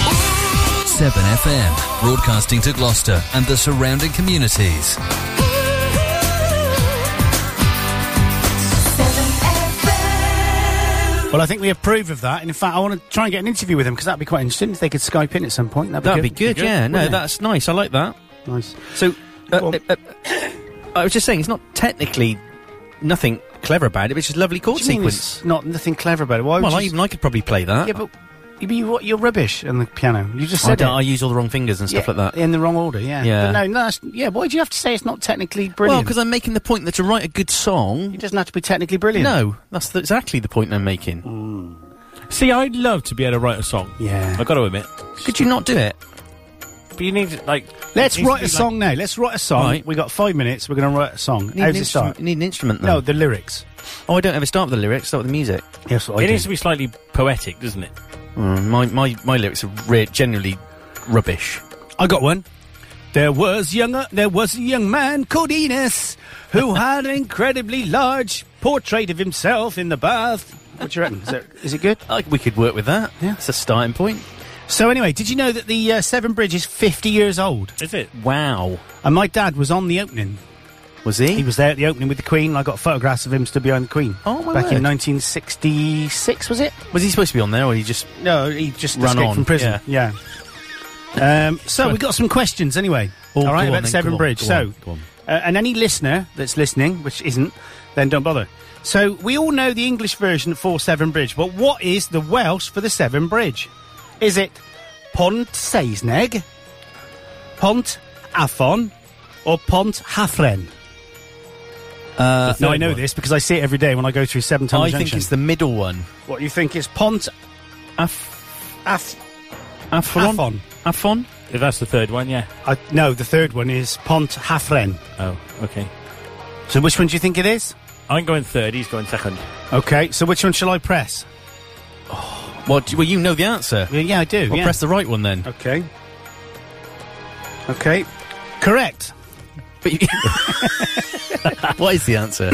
[SPEAKER 10] Uh-huh.
[SPEAKER 2] 7 FM, broadcasting to Gloucester and the surrounding communities.
[SPEAKER 4] Well, I think we approve of that. And in fact, I want to try and get an interview with them because that'd be quite interesting if they could Skype in at some point. That'd be
[SPEAKER 5] That'd be
[SPEAKER 4] good.
[SPEAKER 5] good, yeah. No,
[SPEAKER 4] wouldn't it?
[SPEAKER 5] that's nice. I like that.
[SPEAKER 4] nice.
[SPEAKER 5] So, uh,
[SPEAKER 4] Go on.
[SPEAKER 5] uh, uh, I was just saying, it's not technically nothing clever about it, but it's just a lovely chord
[SPEAKER 4] What do you mean
[SPEAKER 5] sequence.
[SPEAKER 4] it's not nothing clever about it? Why would
[SPEAKER 5] Well,
[SPEAKER 4] you
[SPEAKER 5] I,
[SPEAKER 4] s-
[SPEAKER 5] even I could probably play that.
[SPEAKER 4] Oh, Yeah, but you mean what? You're rubbish on the piano. You just
[SPEAKER 5] I,
[SPEAKER 4] said
[SPEAKER 5] don't- I
[SPEAKER 4] it.
[SPEAKER 5] use all the wrong fingers and stuff
[SPEAKER 4] Yeah,
[SPEAKER 5] like that.
[SPEAKER 4] in the wrong order. Yeah.
[SPEAKER 5] Yeah.
[SPEAKER 4] But no, no. That's, yeah. Why do you have to say it's not technically
[SPEAKER 5] Well,
[SPEAKER 4] brilliant?
[SPEAKER 5] because I'm making the point that to write a good song.
[SPEAKER 4] it doesn't have to be technically brilliant.
[SPEAKER 5] No, that's the, exactly the point I'm making.
[SPEAKER 6] See, I'd love to be able to write a song.
[SPEAKER 4] Yeah.
[SPEAKER 6] i got to admit.
[SPEAKER 5] Could you not do it?
[SPEAKER 6] But you need, like.
[SPEAKER 4] Let's
[SPEAKER 6] it needs to
[SPEAKER 4] write a
[SPEAKER 6] be like-
[SPEAKER 4] song now. Let's write a song.
[SPEAKER 5] Right.
[SPEAKER 4] We got five minutes. We're going to write a song.
[SPEAKER 5] You need,
[SPEAKER 4] How does
[SPEAKER 5] an
[SPEAKER 4] it start?
[SPEAKER 5] instrument, you need an instrument then.
[SPEAKER 4] No, the lyrics.
[SPEAKER 5] oh, I don't ever start with the lyrics, start with the music.
[SPEAKER 4] Yes, what I
[SPEAKER 6] it
[SPEAKER 4] do.
[SPEAKER 6] needs to be slightly poetic, doesn't it?
[SPEAKER 5] Mm, my, my, my lyrics are re- generally rubbish.
[SPEAKER 4] I got one. There was young, uh, there was a young man called Enos who had an incredibly large portrait of himself in the bath. What do you reckon? Is, that, is it good?
[SPEAKER 5] I, we could work with that.
[SPEAKER 4] Yeah.
[SPEAKER 5] It's a starting point.
[SPEAKER 4] So anyway, did you know that the uh, Severn Bridge is 50 years old?
[SPEAKER 6] Is it?
[SPEAKER 5] Wow.
[SPEAKER 4] And my dad was on the opening.
[SPEAKER 5] Was he?
[SPEAKER 4] He was there at the opening with the Queen. and I got photographs of him stood behind the Queen.
[SPEAKER 5] Oh, my
[SPEAKER 4] Back in
[SPEAKER 5] word.
[SPEAKER 4] 1966, was it?
[SPEAKER 5] Was he supposed to be on there, or he just?
[SPEAKER 4] No, he just
[SPEAKER 5] Run
[SPEAKER 4] escaped
[SPEAKER 5] on,
[SPEAKER 4] from prison. Yeah. Um, so we got some questions anyway.
[SPEAKER 5] Oh,
[SPEAKER 4] all right,
[SPEAKER 5] go on
[SPEAKER 4] about
[SPEAKER 5] then,
[SPEAKER 4] Severn
[SPEAKER 5] go on,
[SPEAKER 4] Bridge.
[SPEAKER 5] go
[SPEAKER 4] so,
[SPEAKER 5] on, go on.
[SPEAKER 4] Uh, and any listener that's listening, which isn't, then don't bother. So we all know the English version for Severn Bridge, but what is the Welsh for the Severn Bridge? Is it Pont Seisneg, Pont Afon, or Pont Hafren?
[SPEAKER 5] Uh,
[SPEAKER 4] No, I know this because I see it every day when I go through Seven Tunnel
[SPEAKER 5] I
[SPEAKER 4] Junction.
[SPEAKER 5] think it's the middle one.
[SPEAKER 4] What you think is Pont
[SPEAKER 5] Af-
[SPEAKER 4] Af?
[SPEAKER 5] Afron.
[SPEAKER 4] Afon.
[SPEAKER 5] Afon.
[SPEAKER 6] If that's the third one, yeah.
[SPEAKER 4] I, Uh, no, the third one is Pont Hafren.
[SPEAKER 6] Oh, okay.
[SPEAKER 4] So which one do you think it is?
[SPEAKER 6] I'm going third, he's going second.
[SPEAKER 4] Okay, so which one shall I press?
[SPEAKER 5] What? do- Well, you know the answer.
[SPEAKER 4] Yeah, yeah I do.
[SPEAKER 5] Well,
[SPEAKER 4] yeah.
[SPEAKER 5] press the right one then.
[SPEAKER 4] okay. Okay. Correct.
[SPEAKER 5] But you- what is the answer?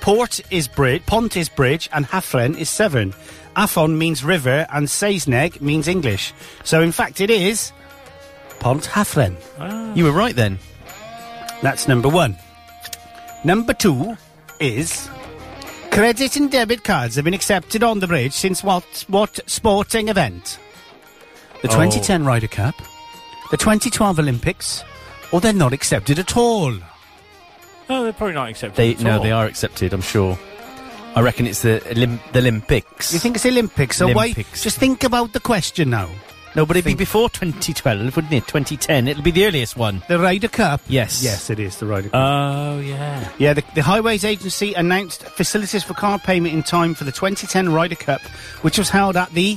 [SPEAKER 4] Port is bridge, Pont is bridge, and Hafren is Severn. Afon means river, and Seisneg means English. So in fact, it is Pont Hafren.
[SPEAKER 5] you were right then.
[SPEAKER 4] That's number one. Number two is credit and debit cards have been accepted on the bridge since what what sporting event? The 2010 Ryder Cup, the 2012 Olympics, or they're not accepted at all.
[SPEAKER 6] Oh, they're probably not accepted.
[SPEAKER 5] They
[SPEAKER 6] at
[SPEAKER 5] no,
[SPEAKER 6] all.
[SPEAKER 5] they are accepted. I'm sure. I reckon it's the Olymp- the Olympics.
[SPEAKER 4] You think it's Olympics? So why?
[SPEAKER 5] Olympics.
[SPEAKER 4] Just think about the question now.
[SPEAKER 5] No, but it'd be before 2012, wouldn't it? 2010. It'll be the earliest one.
[SPEAKER 4] The Ryder Cup.
[SPEAKER 5] Yes.
[SPEAKER 4] Yes, it is the Ryder Cup.
[SPEAKER 6] Oh, yeah.
[SPEAKER 4] Yeah, the, the Highways Agency announced facilities for car payment in time for the 2010 Ryder Cup, which was held at the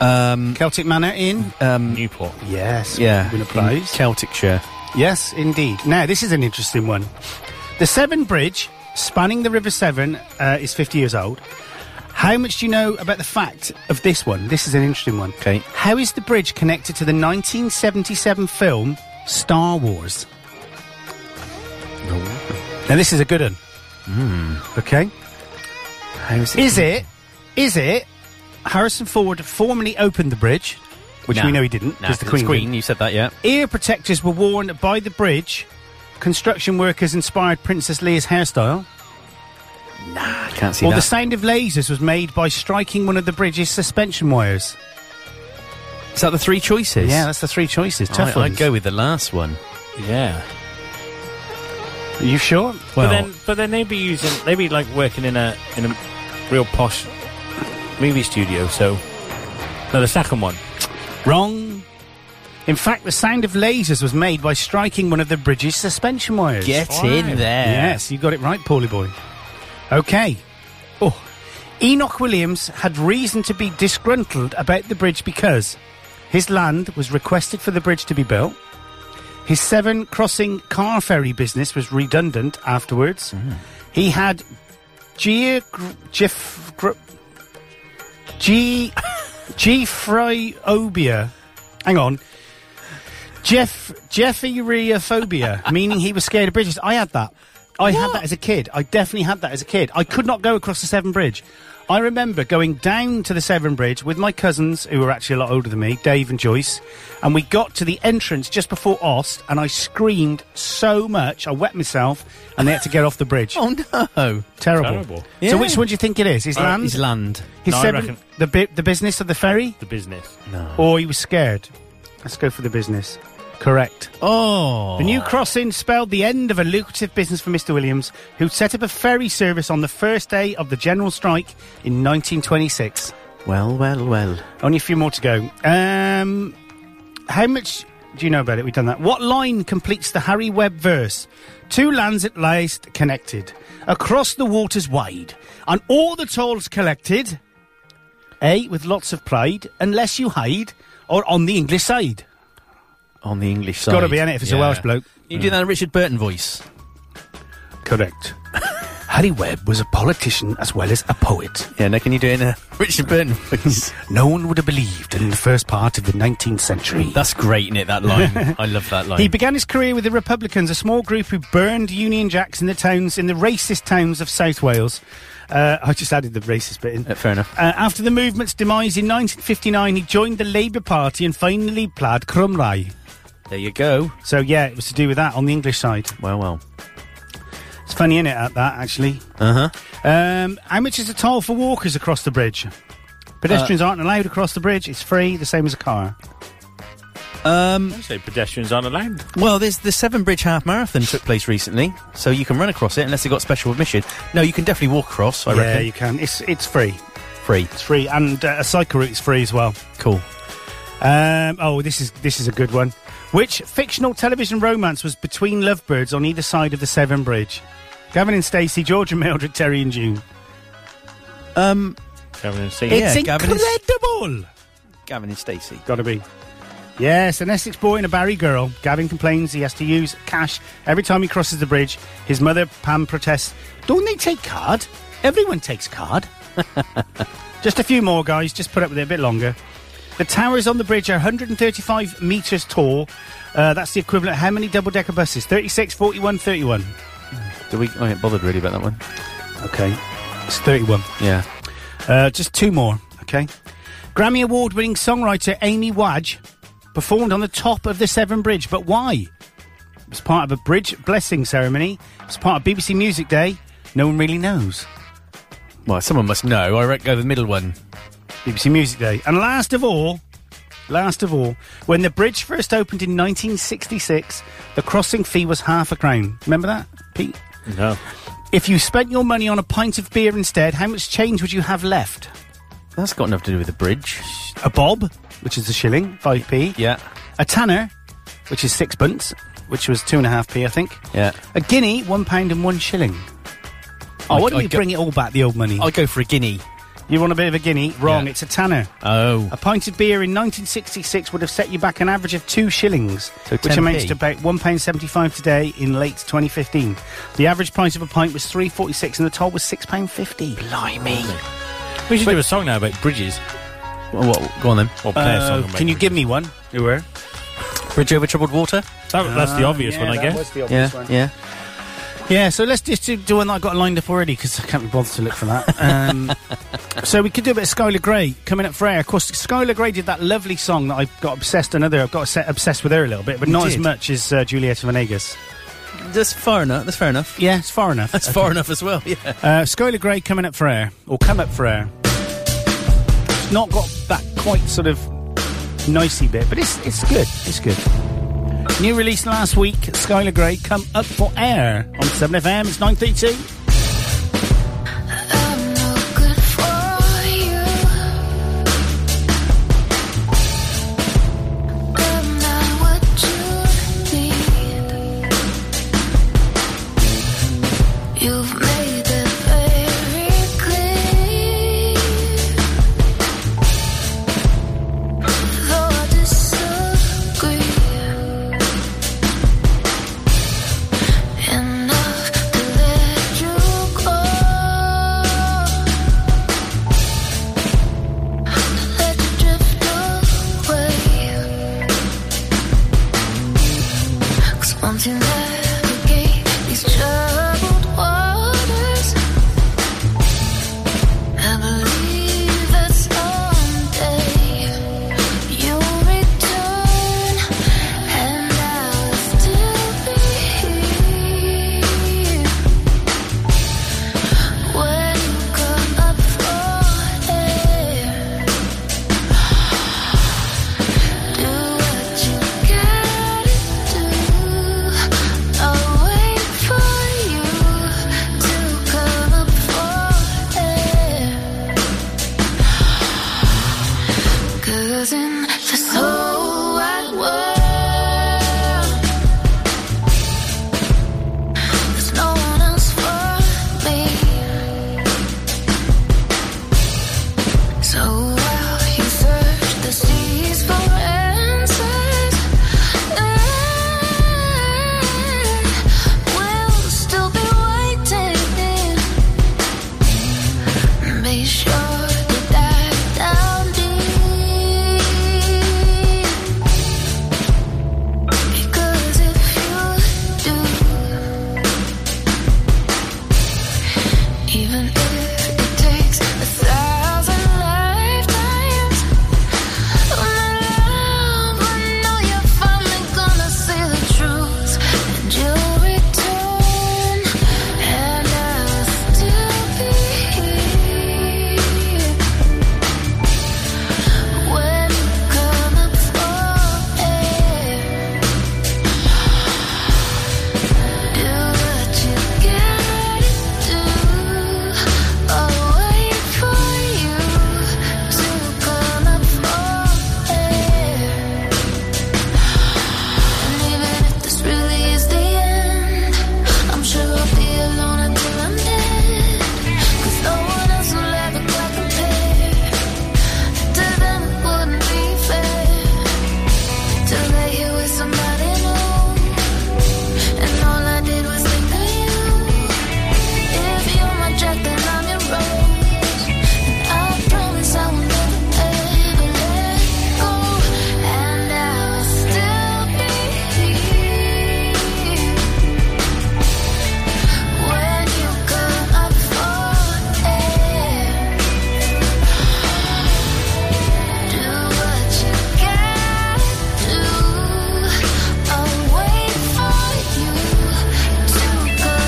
[SPEAKER 5] Um.
[SPEAKER 4] Celtic Manor in. uh,
[SPEAKER 5] Um.
[SPEAKER 6] Newport.
[SPEAKER 4] Yes.
[SPEAKER 5] Yeah.
[SPEAKER 4] Win a
[SPEAKER 5] in
[SPEAKER 4] prize.
[SPEAKER 5] Celticshire.
[SPEAKER 4] Yes, indeed. Now, this is an interesting one. The Severn Bridge, spanning the River Severn, uh, is 50 years old. How much do you know about the fact of this one? This is an interesting one.
[SPEAKER 5] 'Kay.
[SPEAKER 4] How is the bridge connected to the 1977 film Star Wars? Now, this is a good one.
[SPEAKER 5] Hmm.
[SPEAKER 4] Okay.
[SPEAKER 5] How is
[SPEAKER 4] Is it? Is it? Harrison Ford formally opened the bridge, which we know he didn't
[SPEAKER 5] Nah,
[SPEAKER 4] because the Queen.
[SPEAKER 5] it's
[SPEAKER 4] did.
[SPEAKER 5] Queen. You said that, yeah.
[SPEAKER 4] Ear protectors were worn by the bridge. Construction workers inspired Princess Leia's hairstyle.
[SPEAKER 5] I can't see
[SPEAKER 4] Or the
[SPEAKER 5] that.
[SPEAKER 4] sound of lasers was made by striking one of the bridge's suspension wires.
[SPEAKER 5] Is that the three choices?
[SPEAKER 4] Yeah, that's the three choices. Tough
[SPEAKER 5] I,
[SPEAKER 4] ones.
[SPEAKER 5] I'd go with the last one.
[SPEAKER 6] Yeah.
[SPEAKER 4] Are you sure?
[SPEAKER 6] But
[SPEAKER 5] Well,
[SPEAKER 6] then, but then they'd be using, they'd be like working in a in a real posh movie studio. So, no, the second one.
[SPEAKER 4] Wrong. In fact, the sound of lasers was made by striking one of the bridge's suspension wires.
[SPEAKER 5] get in there.
[SPEAKER 4] Yes, you got it right, Paulie boy. Okay. Oh, Enoch Williams had reason to be disgruntled about the bridge because his land was requested for the bridge to be built. His Severn Crossing car ferry business was redundant afterwards. He had geog gef- gr- ge- gephrophobia. Hang on. Jeff Jeffryophobia, meaning he was scared of bridges. I had that. I had that as a kid. I definitely had that as a kid. I could not go across the Severn Bridge. I remember going down to the Severn Bridge with my cousins, who were actually a lot older than me, Dave and Joyce, and we got to the entrance just before Ost, and I screamed so much, I wet myself, and they had to get off the bridge.
[SPEAKER 5] Oh no!
[SPEAKER 4] Terrible.
[SPEAKER 6] Terrible.
[SPEAKER 5] Yeah.
[SPEAKER 4] So which one do you think it is? His land?
[SPEAKER 5] Is land.
[SPEAKER 4] His
[SPEAKER 6] Uh, No, I
[SPEAKER 4] Severn-
[SPEAKER 6] reckon-
[SPEAKER 4] the, bu- the business of the ferry?
[SPEAKER 6] The business.
[SPEAKER 4] Or he was scared? Let's go for the business. Correct.
[SPEAKER 5] Oh,
[SPEAKER 4] The new crossing spelled the end of a lucrative business for Mr. Williams, who set up a ferry service on the first day of the general strike in 1926.
[SPEAKER 5] well, well, well.
[SPEAKER 4] Only a few more to go. Um, how much do you know about it? We've done that. What line completes the Harry Webb verse? Two lands at last connected, across the waters wide, and all the tolls collected. A with lots of pride, unless you hide, or on the English side.
[SPEAKER 5] On the English side,
[SPEAKER 4] It's got to be in it if it's a
[SPEAKER 5] Yeah.
[SPEAKER 4] Welsh bloke.
[SPEAKER 5] You do that in a Richard Burton voice.
[SPEAKER 4] Correct. Harry Webb was a politician as well as a poet.
[SPEAKER 5] Yeah, now can you do it in a Richard Burton voice?
[SPEAKER 4] No one would have believed in the first part of the 19th century.
[SPEAKER 5] That's great, innit? That line. I love that line.
[SPEAKER 4] He began his career with the Republicans, a small group who burned Union Jacks in the towns in the racist towns of South Wales. Uh, I just added the racist bit in.
[SPEAKER 5] Uh, fair enough.
[SPEAKER 4] Uh, after the movement's demise in 1959, he joined the Labour Party and finally plaid Cymru.
[SPEAKER 5] there you go.
[SPEAKER 4] So yeah, it was to do with that on the English side.
[SPEAKER 5] Well, well.
[SPEAKER 4] It's funny, innit, at that actually.
[SPEAKER 5] Uh huh.
[SPEAKER 4] Um, how much is the toll for walkers across the bridge? Pedestrians
[SPEAKER 5] Uh,
[SPEAKER 4] aren't allowed across the bridge. It's free, the same as a car.
[SPEAKER 6] I say pedestrians aren't allowed.
[SPEAKER 5] Well, there's the Seven Bridge Half Marathon took place recently, so you can run across it unless they got special admission. No, you can definitely walk across. I
[SPEAKER 4] yeah,
[SPEAKER 5] reckon.
[SPEAKER 4] you can. It's it's free.
[SPEAKER 5] Free.
[SPEAKER 4] It's free, and uh, a cycle route is free as well.
[SPEAKER 5] Cool.
[SPEAKER 4] Um, oh, this is this is a good one. Which fictional television romance was between lovebirds on either side of the Severn Bridge? Gavin and Stacey, George and Mildred, Terry and June.
[SPEAKER 6] Gavin and Stacey.
[SPEAKER 5] It's Yeah, Gavin is-
[SPEAKER 4] incredible.
[SPEAKER 5] Gavin and Stacey.
[SPEAKER 4] Got to be. Yes, an Essex boy and a Barry girl. Gavin complains he has to use cash every time he crosses the bridge. His mother, Pam, protests. Don't they take card? Everyone takes card. just a few more, guys. Just put up with it a bit longer. The towers on the bridge are 135 metres tall. Uh, that's the equivalent of how many double decker buses? 36, 41, 31.
[SPEAKER 5] Do we? I ain't bothered really about that one.
[SPEAKER 4] Okay. It's 31.
[SPEAKER 5] Yeah.
[SPEAKER 4] Uh, just two more, okay? Grammy Award winning songwriter Amy Wadge performed on the top of the Severn Bridge, but why? It was part of a bridge blessing ceremony, it was part of BBC Music Day. No one really knows.
[SPEAKER 5] Well, someone must know. I reckon go the middle one.
[SPEAKER 4] BBC Music Day. And last of all, last of all, when the bridge first opened in 1966, the crossing fee was half a crown. Remember that, Pete?
[SPEAKER 6] No.
[SPEAKER 4] If you spent your money on a pint of beer instead, how much change would you have left?
[SPEAKER 5] That's got enough to do with the bridge.
[SPEAKER 4] A bob, which is a shilling, 5p.
[SPEAKER 5] Yeah.
[SPEAKER 4] A tanner, which is sixpence, which was two and a half p, I think.
[SPEAKER 5] Yeah.
[SPEAKER 4] A guinea, one pound and one shilling.
[SPEAKER 5] I-
[SPEAKER 4] Oh, why don't
[SPEAKER 5] I
[SPEAKER 4] you
[SPEAKER 5] go-
[SPEAKER 4] bring it all back, the old money?
[SPEAKER 5] I'll go for a guinea.
[SPEAKER 4] You want a bit of a guinea? Wrong,
[SPEAKER 5] Yeah.
[SPEAKER 4] it's a tanner.
[SPEAKER 5] Oh.
[SPEAKER 4] A pint of beer in 1966 would have set you back an average of two shillings,
[SPEAKER 5] So
[SPEAKER 4] which
[SPEAKER 5] 10p.
[SPEAKER 4] amounts to about one pound seventy-five today in late 2015. The average price of a pint was 3.46, and the toll was six pound fifty. Blimey!
[SPEAKER 6] We should do a song now about bridges.
[SPEAKER 5] Well, Uh, what, go on then.
[SPEAKER 6] Or play a song about
[SPEAKER 4] Oh, can you
[SPEAKER 6] bridges.
[SPEAKER 4] give me one? You were.
[SPEAKER 5] Bridge over troubled water.
[SPEAKER 6] That, that's the obvious one, I guess.
[SPEAKER 5] Yeah. Yeah.
[SPEAKER 4] Yeah, so let's just do, do one that I got lined up already because I can't be bothered to look for that. Um, so we could do a bit of Skylar Grey coming up for air. Of course, Skylar Grey did that lovely song that I got obsessed. Another I've got set, obsessed with her a little bit, but not as
[SPEAKER 5] did?
[SPEAKER 4] much as uh, Julieta Venegas.
[SPEAKER 5] That's fair enough. That's fair enough.
[SPEAKER 4] Yeah, it's far enough.
[SPEAKER 5] That's far enough as well. Yeah.
[SPEAKER 4] Uh, Skylar Grey coming up for air or come up for air. It's not got that quite sort of nicey bit, but it's it's good. It's good. New release last week. Skylar Grey come up for air on Seven FM. It's nine thirty two.
[SPEAKER 7] I'm no good for you. I'm not what you need. You've made it very clear. Though I disagree enough to let you
[SPEAKER 13] this whole wide world. There's no one else for me. So while you search the seas for answers, I will still be waiting. Be sure to dive down deep. Because if you do, even if it takes a thousand lifetimes, when love, I know you're finally gonna see the truth, and you'll return, and I'll still be here when you come up oh, for air. Do what you get ready to. I'll wait for you to come up for air. And even if this really is the end, I'm sure I'll be alone until I'm dead. 'Cause no one else will ever quite compare. To them it wouldn't be fair to lay you with somebody new. And all I did was think of you. If you're my jack, then I'm your rose. And I promise I will never ever let go. And I'll still be here when you come up for air. Do what you gotta do. I'll wait for you to come up for air. Come up for air. Come up for air. To come up for air. Come up for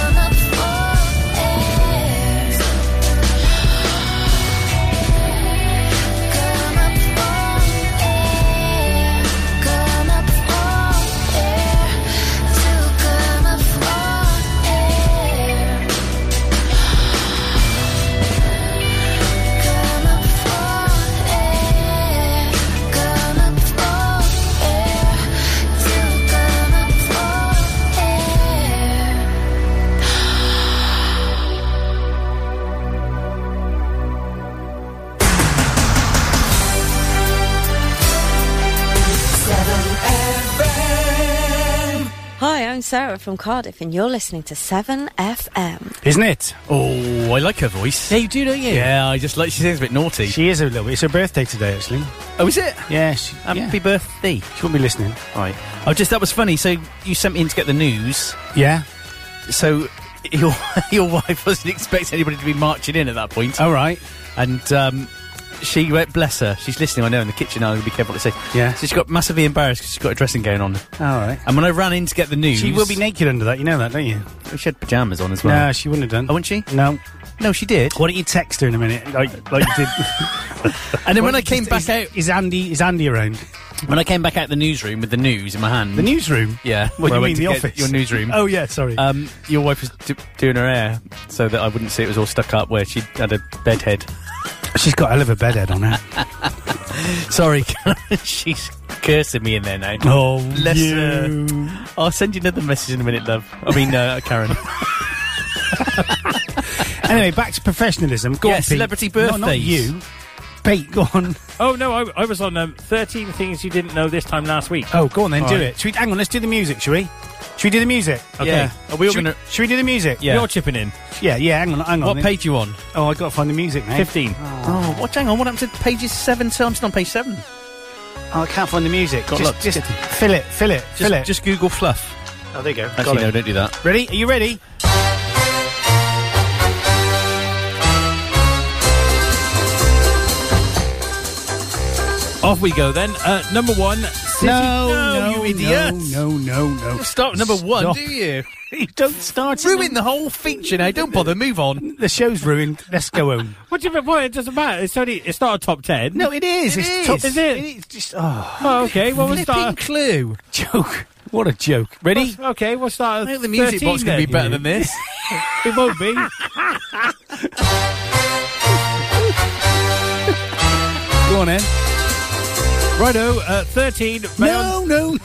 [SPEAKER 13] air, come up for air, till come up for air.
[SPEAKER 14] Hi, I'm Sarah from Cardiff, and you're listening to 7FM.
[SPEAKER 4] Isn't it?
[SPEAKER 11] Oh, I like her voice.
[SPEAKER 4] Yeah, you do, don't you?
[SPEAKER 11] Yeah, I just like she sounds a bit naughty.
[SPEAKER 4] She is a little bit. It's her birthday today, actually.
[SPEAKER 11] oh, is it?
[SPEAKER 4] Yeah, she,
[SPEAKER 11] Happy
[SPEAKER 4] yeah.
[SPEAKER 11] birthday!
[SPEAKER 4] she won't be listening.
[SPEAKER 11] Right. Oh, just that was funny. So you sent me in to get the news.
[SPEAKER 4] Yeah.
[SPEAKER 11] So your your wife wasn't expecting anybody to be marching in at that point.
[SPEAKER 4] All right.
[SPEAKER 11] And um, she went, bless her. She's listening. I know in the kitchen. I'm gonna be careful what I say.
[SPEAKER 4] Yeah.
[SPEAKER 11] So she got massively embarrassed because she's got a dressing gown on.
[SPEAKER 4] All right.
[SPEAKER 11] And when I ran in to get the news,
[SPEAKER 4] She will be naked under that. You know that, don't you?
[SPEAKER 11] She had pajamas on as well.
[SPEAKER 4] No, she wouldn't have done.
[SPEAKER 11] Oh, wouldn't she?
[SPEAKER 4] No.
[SPEAKER 11] No, she did.
[SPEAKER 4] Why don't you text her in a minute, like like you did?
[SPEAKER 11] And then when I
[SPEAKER 4] Is-
[SPEAKER 11] came back
[SPEAKER 4] is,
[SPEAKER 11] out,
[SPEAKER 4] is Andy is Andy around
[SPEAKER 11] when I came back out the newsroom with the news in my hand,
[SPEAKER 4] the newsroom?
[SPEAKER 11] yeah, where
[SPEAKER 4] What do
[SPEAKER 11] I
[SPEAKER 4] you
[SPEAKER 11] went
[SPEAKER 4] mean
[SPEAKER 11] to
[SPEAKER 4] the
[SPEAKER 11] get
[SPEAKER 4] office?
[SPEAKER 11] your newsroom.
[SPEAKER 4] Oh yeah, sorry.
[SPEAKER 11] Um, your wife was d- doing her hair so that I wouldn't see it was all stuck up where she had a bed head.
[SPEAKER 4] She's got a hell of a bedhead on her.
[SPEAKER 11] Sorry, she's cursing me in there now.
[SPEAKER 4] oh,
[SPEAKER 11] Bless you. I'll send you another message in a minute, love. I mean, uh, Karen.
[SPEAKER 4] Anyway, back to professionalism. Go
[SPEAKER 11] Yeah,
[SPEAKER 4] on, Pete.
[SPEAKER 11] celebrity
[SPEAKER 4] No, not
[SPEAKER 11] birthdays.
[SPEAKER 4] you. Pete, go on.
[SPEAKER 6] Oh no, I, I was on um, 13 things you didn't know this time last week.
[SPEAKER 4] Oh, go on then,
[SPEAKER 6] All
[SPEAKER 4] do
[SPEAKER 6] right.
[SPEAKER 4] it. Should we, hang on, let's do the music, shall we? Should we do the music?
[SPEAKER 11] Yeah. Are we all
[SPEAKER 4] should,
[SPEAKER 11] gonna-
[SPEAKER 4] we, should we do the music?
[SPEAKER 11] Yeah.
[SPEAKER 6] You're chipping in.
[SPEAKER 4] Yeah, yeah, hang on, hang on.
[SPEAKER 11] What page you on?
[SPEAKER 4] Oh, i got to find the music now.
[SPEAKER 6] 15.
[SPEAKER 11] Oh, what? Hang on. What happened to pages seven? So I'm still on page seven.
[SPEAKER 4] Oh, I can't find the music.
[SPEAKER 11] Got
[SPEAKER 4] just
[SPEAKER 11] luck.
[SPEAKER 4] just fill it, fill it,
[SPEAKER 11] Just,
[SPEAKER 4] fill it.
[SPEAKER 11] just Google fluff.
[SPEAKER 4] oh, there you go.
[SPEAKER 11] Actually,
[SPEAKER 4] Got it.
[SPEAKER 11] no, don't do that.
[SPEAKER 4] Ready? Are you ready?
[SPEAKER 6] Off we go then. Uh, number one. City.
[SPEAKER 11] no, you idiot.
[SPEAKER 4] No, no, no, no.
[SPEAKER 11] Start with number one,
[SPEAKER 4] Stop.
[SPEAKER 11] do you?
[SPEAKER 4] You don't start. it.
[SPEAKER 11] Ruin the whole feature now. Don't bother. Move on.
[SPEAKER 4] The show's ruined. Let's go home.
[SPEAKER 6] What do you mean? Well, it doesn't matter. It's only. It's not a top ten.
[SPEAKER 4] No, it is.
[SPEAKER 11] It
[SPEAKER 4] it's
[SPEAKER 11] is.
[SPEAKER 4] Top,
[SPEAKER 6] Is it?
[SPEAKER 4] It's just oh,
[SPEAKER 6] Oh, okay. Well, we'll
[SPEAKER 11] Flipping
[SPEAKER 6] start.
[SPEAKER 11] clue.
[SPEAKER 4] joke. What a joke. Ready?
[SPEAKER 6] Okay, we'll
[SPEAKER 11] I
[SPEAKER 6] start. at
[SPEAKER 11] think the music
[SPEAKER 6] 13
[SPEAKER 11] box going to
[SPEAKER 6] then.
[SPEAKER 11] be better than this.
[SPEAKER 6] It won't be.
[SPEAKER 4] Go on, then.
[SPEAKER 6] Righto, uh, 13.
[SPEAKER 4] No, no.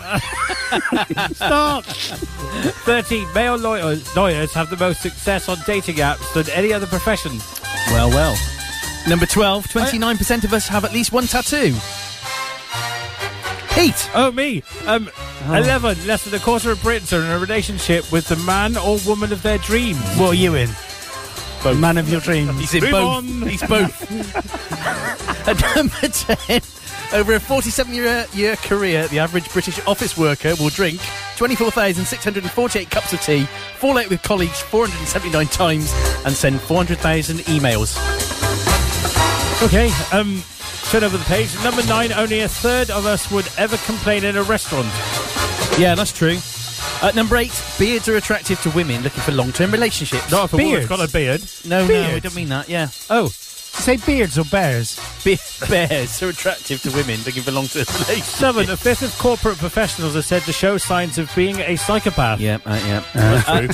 [SPEAKER 6] Stop. 13. Male lawyers, lawyers have the most success on dating apps than any other profession.
[SPEAKER 5] Well, well. Number 12, 29% of us have at least one tattoo. Pete.
[SPEAKER 6] Oh, me. Um, 11. Less than a quarter of Britons are in a relationship with the man or woman of their dreams.
[SPEAKER 4] What are you in? Man of your dreams.
[SPEAKER 5] He's in
[SPEAKER 6] Move
[SPEAKER 5] both.
[SPEAKER 6] on.
[SPEAKER 5] He's both. At number 10, over a 47 year, year career, the average British office worker will drink 24,648 cups of tea, fall out with colleagues 479 times, and send 400,000 emails.
[SPEAKER 6] Okay, um, turn over the page. Number 9. Only a third of us would ever complain in a restaurant.
[SPEAKER 5] Yeah, that's true. At number 8, beards are attractive to women looking for long term relationships.
[SPEAKER 6] Not if a woman's
[SPEAKER 4] Beards.
[SPEAKER 6] got a beard.
[SPEAKER 5] no, no, I
[SPEAKER 4] beards.
[SPEAKER 5] don't mean that, yeah.
[SPEAKER 4] Oh, say beards or bears?
[SPEAKER 5] Be- bears are attractive to women looking for long term relationships.
[SPEAKER 6] Seven, a fifth of corporate professionals are said to show signs of being a psychopath.
[SPEAKER 5] Yeah, uh, yeah. Uh, uh,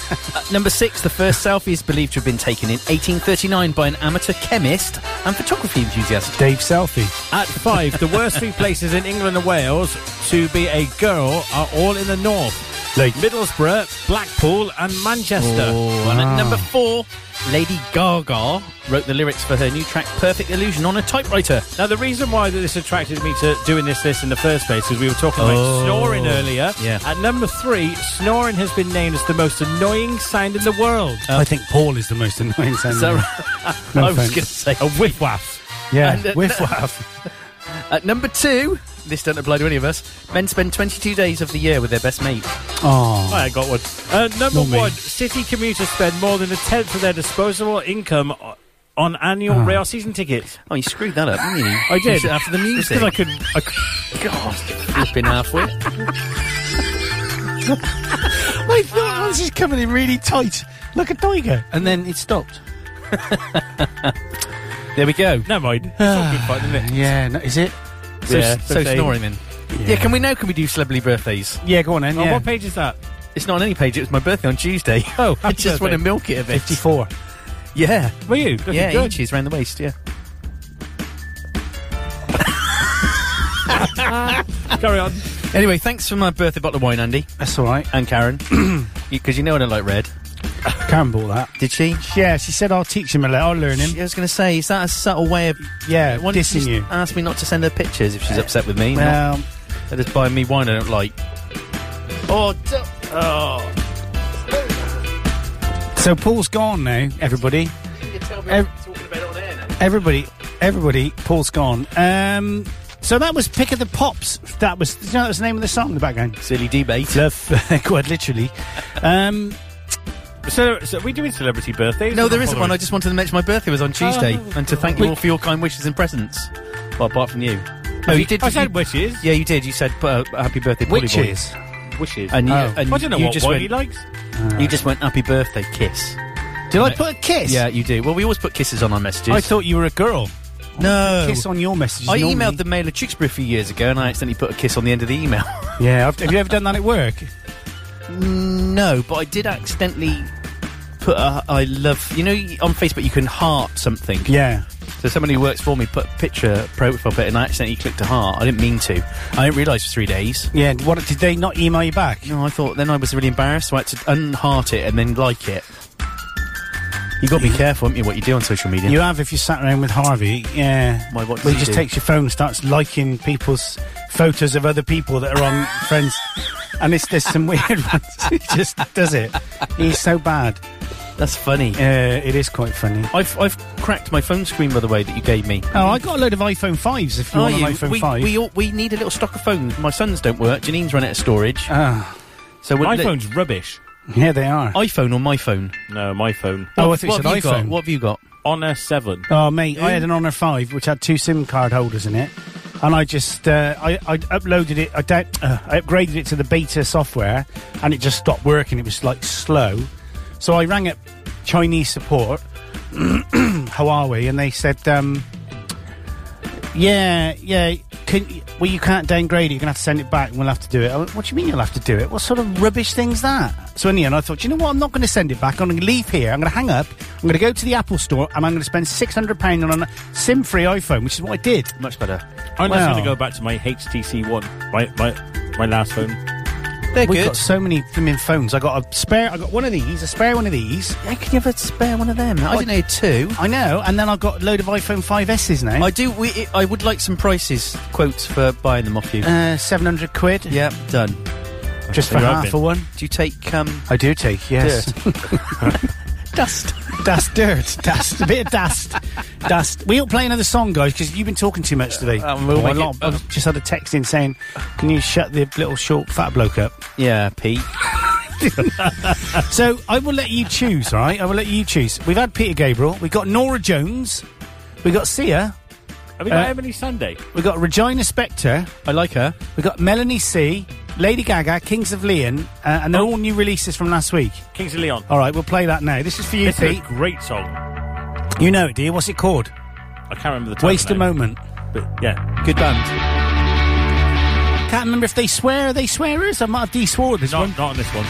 [SPEAKER 5] number six, the first selfie is believed to have been taken in 1839 by an amateur chemist and photography enthusiast.
[SPEAKER 4] Dave Selfie.
[SPEAKER 6] At five, the worst three places in England and Wales to be a girl are all in the north.
[SPEAKER 4] Like-
[SPEAKER 6] Middlesbrough, Blackpool, and Manchester.
[SPEAKER 5] Oh, and at number four, Lady Gaga wrote the lyrics for her new track Perfect Illusion on a typewriter.
[SPEAKER 6] Now, the reason why this attracted me to doing this list in the first place is we were talking about
[SPEAKER 5] Oh,
[SPEAKER 6] snoring earlier.
[SPEAKER 5] yeah.
[SPEAKER 6] At number three, snoring has been named as the most annoying sound in the world.
[SPEAKER 4] I think Paul is the most annoying sound.
[SPEAKER 5] So
[SPEAKER 4] No
[SPEAKER 5] I was
[SPEAKER 4] offence.
[SPEAKER 5] going to say.
[SPEAKER 6] A whiff waff.
[SPEAKER 4] Yeah,
[SPEAKER 5] And, uh,
[SPEAKER 4] whiff waff.
[SPEAKER 5] At number two, this doesn't apply to any of us, men spend 22 days of the year with their best mate.
[SPEAKER 4] Oh,
[SPEAKER 6] I got one. Uh, number
[SPEAKER 4] Not me.
[SPEAKER 6] one, city commuters spend more than a tenth of their disposable income o- on annual rail season tickets.
[SPEAKER 5] Oh, you screwed that up, didn't you?
[SPEAKER 6] I did.
[SPEAKER 5] You said After the music.
[SPEAKER 6] Because I could. I could
[SPEAKER 5] God, flipping halfway.
[SPEAKER 4] I thought this is coming in really tight, like a tiger, and then it stopped.
[SPEAKER 5] There we go.
[SPEAKER 6] never mind. It's all good fun, isn't it?
[SPEAKER 4] Yeah, no, is it?
[SPEAKER 5] So,
[SPEAKER 6] Yeah,
[SPEAKER 5] so
[SPEAKER 6] so-
[SPEAKER 5] snoring then. Yeah. can we now can we do celebrity birthdays?
[SPEAKER 4] Yeah, go on then.
[SPEAKER 6] Oh,
[SPEAKER 4] yeah.
[SPEAKER 6] What page is that?
[SPEAKER 5] It's not on any page. It was my birthday on Tuesday.
[SPEAKER 6] Oh,
[SPEAKER 5] I
[SPEAKER 6] happy
[SPEAKER 5] just
[SPEAKER 6] birthday.
[SPEAKER 5] want to milk it a bit.
[SPEAKER 4] Fifty-four.
[SPEAKER 5] Yeah,
[SPEAKER 6] Were you? Looking
[SPEAKER 5] yeah,
[SPEAKER 6] good.
[SPEAKER 5] inches round the waist. Yeah.
[SPEAKER 6] Carry on.
[SPEAKER 5] Anyway, thanks for my birthday bottle of wine, Andy
[SPEAKER 4] That's all right.
[SPEAKER 5] and Karen, because you know I don't like red.
[SPEAKER 4] Karen bought that.
[SPEAKER 5] Did she?
[SPEAKER 4] Yeah, she said I'll teach him a little. I'll learn him.
[SPEAKER 5] I was going to say, is that a subtle way of
[SPEAKER 4] Yeah,
[SPEAKER 5] Why don't
[SPEAKER 4] dissing
[SPEAKER 5] just
[SPEAKER 4] you.
[SPEAKER 5] Ask me not to send her pictures if she's upset with me. Not-
[SPEAKER 4] Well,
[SPEAKER 5] They're just buying me wine I don't like. Oh, d- oh.
[SPEAKER 4] so Paul's gone now. Everybody, Ev- everybody, everybody. Paul's gone. Um, so that was pick of the pops. That was you know, that was the name of the song in the background.
[SPEAKER 5] silly debate.
[SPEAKER 4] Love, quite literally. Um,
[SPEAKER 6] So, so are we doing celebrity birthdays?
[SPEAKER 5] No, there isn't one. I just wanted to mention my birthday was on Tuesday,
[SPEAKER 6] Oh.
[SPEAKER 5] and to thank you all for your kind wishes and presents. Well, apart from Oh, you. No, you did.
[SPEAKER 6] I said
[SPEAKER 5] you-
[SPEAKER 6] wishes.
[SPEAKER 5] Yeah, you did. You said uh, happy birthday, Polly
[SPEAKER 4] which
[SPEAKER 5] Boy.
[SPEAKER 4] is
[SPEAKER 6] Wishes.
[SPEAKER 5] And you,
[SPEAKER 4] Oh.
[SPEAKER 5] and
[SPEAKER 6] I don't know
[SPEAKER 5] you
[SPEAKER 6] what
[SPEAKER 5] just
[SPEAKER 6] wine
[SPEAKER 5] went,
[SPEAKER 6] he likes.
[SPEAKER 5] You just went happy birthday kiss.
[SPEAKER 4] did I put a kiss?
[SPEAKER 5] Yeah, you do. Well, we always put kisses on our messages.
[SPEAKER 4] I thought you were a girl.
[SPEAKER 5] no.
[SPEAKER 4] Kiss on your messages.
[SPEAKER 5] I
[SPEAKER 4] normally.
[SPEAKER 5] emailed the mail at Tewkesbury a few years ago, and I accidentally put a kiss on the end of the email.
[SPEAKER 4] Yeah, I've- have you ever done that at work?
[SPEAKER 5] no, but I did accidentally put a I love. You know, on Facebook you can heart something.
[SPEAKER 4] Yeah.
[SPEAKER 5] So somebody who works for me put a picture profile bit, and I accidentally clicked a heart. I didn't mean to. I didn't realise for three days.
[SPEAKER 4] Yeah, what did they not email you back?
[SPEAKER 5] No, I thought then I was really embarrassed, so I had to unheart it and then like it. You got to be careful, haven't you, what you do on social media?
[SPEAKER 4] You have if you sat around with Harvey. Yeah.
[SPEAKER 5] Why, what does
[SPEAKER 4] well,
[SPEAKER 5] he
[SPEAKER 4] he just
[SPEAKER 5] do?
[SPEAKER 4] takes your phone, and starts liking people's photos of other people that are on friends, and it's there's some weird ones. he just does it. He's so bad.
[SPEAKER 5] That's funny.
[SPEAKER 4] Uh, it is quite funny.
[SPEAKER 5] I've, I've cracked my phone screen, by the way, that you gave me.
[SPEAKER 4] Oh, I got a load of iPhone fives. If you
[SPEAKER 5] Are
[SPEAKER 4] want
[SPEAKER 5] Oh, you?
[SPEAKER 4] an iPhone
[SPEAKER 5] we,
[SPEAKER 4] five,
[SPEAKER 5] We, all, we need a little stock of phones. My sons don't work. Janine's run out of storage.
[SPEAKER 4] Ah.
[SPEAKER 5] so we'll
[SPEAKER 6] My
[SPEAKER 5] let-
[SPEAKER 6] phone's rubbish.
[SPEAKER 4] yeah, they are.
[SPEAKER 5] iPhone or my phone?
[SPEAKER 6] No, my phone.
[SPEAKER 4] oh, I
[SPEAKER 5] What-
[SPEAKER 4] thought you
[SPEAKER 5] what
[SPEAKER 4] said
[SPEAKER 5] have you Got?
[SPEAKER 4] iPhone.
[SPEAKER 5] What have you got?
[SPEAKER 6] Honor seven.
[SPEAKER 4] Oh, mate, I had an Honor 5 which had two SIM card holders in it. And I just, uh, I, I uploaded it, I, down, uh, I upgraded it to the beta software and it just stopped working. It was like slow. So I rang up Chinese support, Huawei, and they said, um, yeah, yeah, can, well, you can't downgrade it. You're going to have to send it back and we'll have to do it. I went, what do you mean you'll have to do it? What sort of rubbish thing's that? So in the end, I thought, you know what? I'm not going to send it back. I'm going to leave here. I'm going to hang up. I'm going to go to the Apple store and I'm going to spend £600 on a SIM free iPhone, which is what I did.
[SPEAKER 11] Much better.
[SPEAKER 15] I'm just
[SPEAKER 4] Wow.
[SPEAKER 15] going to go back to my HTC One, my my, my last phone.
[SPEAKER 11] They're
[SPEAKER 4] We've
[SPEAKER 11] good.
[SPEAKER 4] got so many blooming phones. I got a spare. I got one of these, a spare one of these.
[SPEAKER 11] How can you ever spare one of them? I didn't know two.
[SPEAKER 4] I know, and then I've got a load of iPhone 5s now.
[SPEAKER 11] I do. We, I would like some prices quotes for buying them off you.
[SPEAKER 4] uh, 700 quid,
[SPEAKER 11] yeah, done.
[SPEAKER 4] just for
[SPEAKER 15] You're
[SPEAKER 4] half
[SPEAKER 15] open.
[SPEAKER 4] a one.
[SPEAKER 11] Do you take um,
[SPEAKER 4] I do take, yes.
[SPEAKER 11] dust?
[SPEAKER 4] dust, dirt, dust, a bit of dust, dust. We'll play another song, guys, because you've been talking too much today.
[SPEAKER 11] Um, we'll
[SPEAKER 4] Oh, a
[SPEAKER 11] make
[SPEAKER 4] lot
[SPEAKER 11] it-
[SPEAKER 4] of- I've just had a text in saying, "Can you shut the little short fat bloke up?"
[SPEAKER 11] Yeah, Pete.
[SPEAKER 4] So I will let you choose, all right? I will let you choose. We've had Peter Gabriel, we've got Nora Jones, we've got Sia,
[SPEAKER 15] Have we got
[SPEAKER 4] Uh,
[SPEAKER 15] Emily Sunday?
[SPEAKER 4] we've got Regina Spektor,
[SPEAKER 11] I like her.
[SPEAKER 4] we've got Melanie C, Lady Gaga, Kings of Leon, uh, and they're
[SPEAKER 11] Oh.
[SPEAKER 4] all new releases from last week.
[SPEAKER 15] Kings of Leon.
[SPEAKER 4] All right, we'll play that now. This is for you,
[SPEAKER 15] This is a
[SPEAKER 4] Pete.
[SPEAKER 15] great song.
[SPEAKER 4] You know it, do you? What's it called?
[SPEAKER 15] I can't remember the title.
[SPEAKER 4] Waste a
[SPEAKER 15] now,
[SPEAKER 4] moment.
[SPEAKER 15] But yeah,
[SPEAKER 11] Good band.
[SPEAKER 4] Can't remember if they swear. Are they swearers? I might have de-swore this one.
[SPEAKER 15] not, not on this one.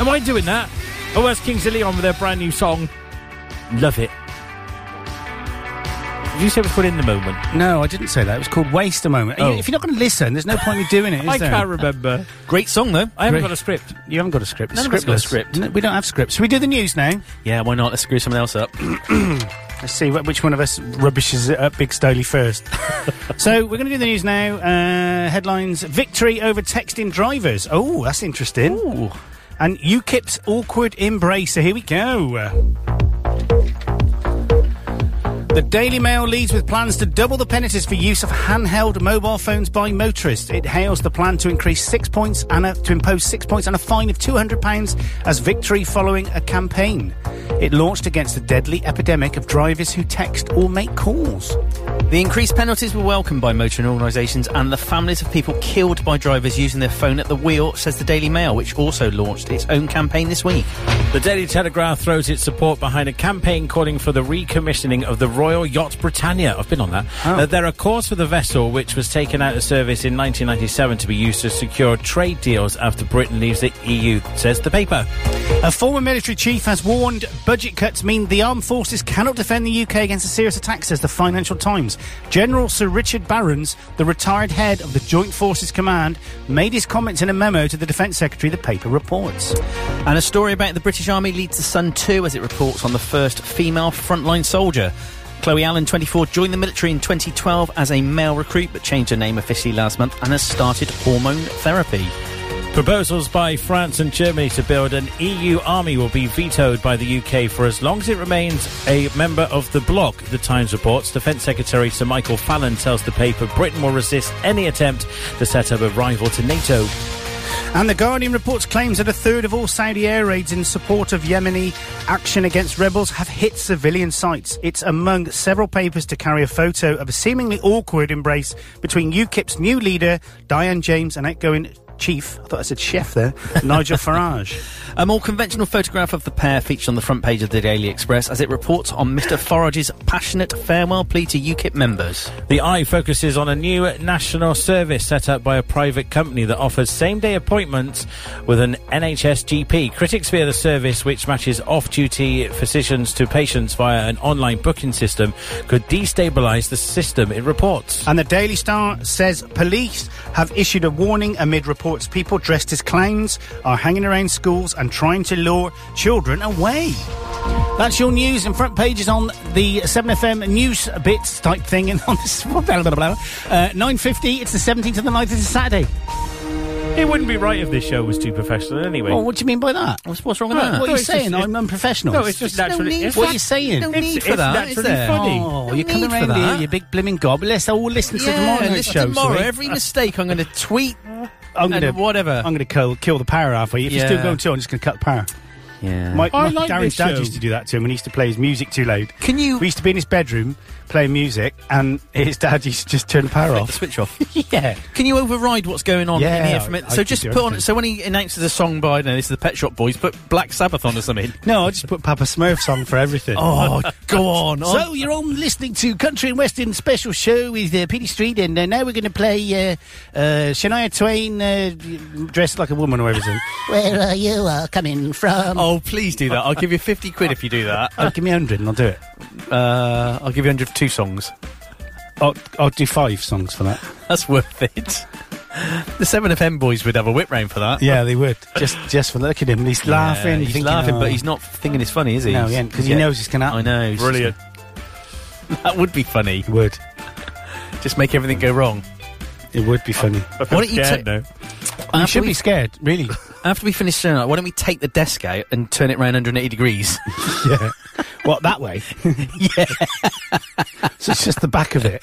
[SPEAKER 15] Am I doing that? Oh, that's Kings of Leon with their brand new song. Love it. Did you say we put in the moment?
[SPEAKER 4] No, I didn't say that. It was called Waste a Moment.
[SPEAKER 15] Oh.
[SPEAKER 4] You- If you're not going to listen, there's no point in doing it, is
[SPEAKER 15] I
[SPEAKER 4] there?
[SPEAKER 15] can't remember.
[SPEAKER 11] Great song though.
[SPEAKER 15] I
[SPEAKER 4] Great.
[SPEAKER 15] haven't got a script.
[SPEAKER 4] You haven't got a script.
[SPEAKER 11] None of us
[SPEAKER 4] Scriptless.
[SPEAKER 11] got a script.
[SPEAKER 4] No, we don't have scripts. Should we do the news now?
[SPEAKER 11] Yeah, why not? Let's screw someone else up.
[SPEAKER 4] Let's see wh- which one of us rubbishes it up Big Stoley first. so we're going to do the news now. Uh, headlines: Victory over texting drivers. Oh, that's interesting. And UKIP's awkward embrace. So here we go. The Daily Mail leads with plans to double the penalties for use of handheld mobile phones by motorists. It hails the plan to increase six points and a, to impose six points and a fine of two hundred pounds as victory following a campaign. It launched against the deadly epidemic of drivers who text or make calls.
[SPEAKER 5] The increased penalties were welcomed by motoring organisations and the families of people killed by drivers using their phone at the wheel, says the Daily Mail, which also launched its own campaign this week.
[SPEAKER 6] The Daily Telegraph throws its support behind a campaign calling for the recommissioning of the Royal Yacht Britannia. I've been on that. Uh, there are calls for the vessel, which was taken out of service in 1997 to be used to secure trade deals after Britain leaves the EU, says the paper.
[SPEAKER 4] A former military chief has warned budget cuts mean the armed forces cannot defend the UK against a serious attack, says the Financial Times. General Sir Richard Barons, the retired head of the Joint Forces Command, made his comments in a memo to the Defence Secretary, the paper reports.
[SPEAKER 5] And a story about the British Army leads the Sun too, as it reports on the first female frontline soldier. Chloe Allen, 24, joined the military in 2012 as a male recruit, but changed her name officially last month and has started hormone therapy.
[SPEAKER 6] Proposals by France and Germany to build an EU army will be vetoed by the UK for as long as it remains a member of the bloc, the Times reports. Defence Secretary Sir Michael Fallon tells the paper Britain will resist any attempt to set up a rival to NATO.
[SPEAKER 4] And The Guardian reports claims that a third of all Saudi air raids in support of Yemeni action against rebels have hit civilian sites. It's among several papers to carry a photo of a seemingly awkward embrace between UKIP's new leader, Diane James, and outgoing chief, I thought I said chef there, Nigel Farage.
[SPEAKER 5] A more conventional photograph of the pair featured on the front page of the Daily Express as it reports on Mr. Farage's passionate farewell plea to UKIP members.
[SPEAKER 6] The Eye focuses on a new national service set up by a private company that offers same day appointments with an NHS GP. Critics fear the service, which matches off duty physicians to patients via an online booking system, could destabilise the system, it reports.
[SPEAKER 4] And the Daily Star says police have issued a warning amid reports people dressed as clowns are hanging around schools and trying to lure children away. That's your news and front pages on the 7FM news bits type thing and on this blah, blah, blah, blah. Uh, 9.50, it's the 17th of the 9th, it's a Saturday.
[SPEAKER 6] It wouldn't be right if this show was too professional anyway.
[SPEAKER 5] Oh,
[SPEAKER 4] Well, Oh, what do you mean by that?
[SPEAKER 5] What's, what's wrong
[SPEAKER 4] No,
[SPEAKER 5] with that?
[SPEAKER 4] what are you
[SPEAKER 6] it's just-
[SPEAKER 4] saying?
[SPEAKER 6] it-
[SPEAKER 4] I'm unprofessional.
[SPEAKER 6] No, it's just
[SPEAKER 5] There's no
[SPEAKER 6] naturally.
[SPEAKER 5] need
[SPEAKER 6] it's
[SPEAKER 5] for
[SPEAKER 4] What
[SPEAKER 5] that.
[SPEAKER 4] are you saying?
[SPEAKER 5] No
[SPEAKER 6] It's-
[SPEAKER 5] need for
[SPEAKER 6] it's
[SPEAKER 5] that, is
[SPEAKER 6] naturally
[SPEAKER 5] there?
[SPEAKER 6] funny.
[SPEAKER 4] Oh,
[SPEAKER 5] No
[SPEAKER 4] you come
[SPEAKER 5] need for
[SPEAKER 4] around
[SPEAKER 5] that.
[SPEAKER 4] here, you big blimmin' gob. Let's all listen to
[SPEAKER 5] Yeah,
[SPEAKER 4] tomorrow night's
[SPEAKER 5] listen
[SPEAKER 4] show.
[SPEAKER 5] tomorrow,
[SPEAKER 4] Sue.
[SPEAKER 5] every mistake I'm going to tweet.
[SPEAKER 4] I'm gonna
[SPEAKER 5] and whatever.
[SPEAKER 4] I'm gonna kill, kill the power halfway. If you still
[SPEAKER 5] Yeah.
[SPEAKER 4] go to, I'm just gonna cut the power.
[SPEAKER 5] Yeah.
[SPEAKER 4] My, my
[SPEAKER 6] I like
[SPEAKER 4] Darren's
[SPEAKER 6] this
[SPEAKER 4] dad
[SPEAKER 6] show.
[SPEAKER 4] used to do that to him when he used to play his music too loud.
[SPEAKER 5] Can you-
[SPEAKER 4] We used to be in his bedroom playing music, and his dad used to just turn the power off.
[SPEAKER 5] switch off.
[SPEAKER 4] yeah,
[SPEAKER 5] Can you override what's going on in
[SPEAKER 4] Yeah,
[SPEAKER 5] here from it?
[SPEAKER 4] I- I
[SPEAKER 5] So
[SPEAKER 4] could
[SPEAKER 5] just
[SPEAKER 4] do
[SPEAKER 5] put on.
[SPEAKER 4] everything.
[SPEAKER 5] So when he announces a song by, I don't know, this is the Pet Shop Boys, put Black Sabbath on or something.
[SPEAKER 4] no, I just put Papa Smurf's on for everything.
[SPEAKER 5] Oh, go on.
[SPEAKER 4] So you're on listening to Country and Western special show with uh, Petey Street, and uh, now we're going to play uh, uh, Shania Twain uh, dressed like a woman or everything. Where are you uh, coming from?
[SPEAKER 5] oh, please do that. I'll give you 50 quid if you do that.
[SPEAKER 4] Oh, give me a hundred and I'll do it.
[SPEAKER 5] Uh, I'll give you 100 for two songs.
[SPEAKER 4] I'll, I'll do five songs for that.
[SPEAKER 5] That's worth it. The 7FM boys would have a whip round for that.
[SPEAKER 4] Yeah, they would. just just for look at him. He's laughing.
[SPEAKER 5] Yeah, he's
[SPEAKER 4] thinking,
[SPEAKER 5] laughing,
[SPEAKER 4] "Oh."
[SPEAKER 5] but he's not thinking it's funny, is he?
[SPEAKER 4] No,
[SPEAKER 5] He's-
[SPEAKER 4] he ain't, 'cause he
[SPEAKER 5] yeah.
[SPEAKER 4] knows it's gonna happen.
[SPEAKER 5] I know. he's just-
[SPEAKER 6] Brilliant.
[SPEAKER 5] that would be funny.
[SPEAKER 4] It would.
[SPEAKER 5] Just make everything go wrong.
[SPEAKER 4] It would be funny.
[SPEAKER 5] Why don't you
[SPEAKER 6] scared
[SPEAKER 5] take-
[SPEAKER 6] now.
[SPEAKER 4] You
[SPEAKER 5] After
[SPEAKER 4] should
[SPEAKER 5] we-
[SPEAKER 4] be scared, really.
[SPEAKER 5] After we finish tonight, why don't we take the desk out and turn it round 180 degrees?
[SPEAKER 4] yeah. What, that way? yeah. so it's just the back of it.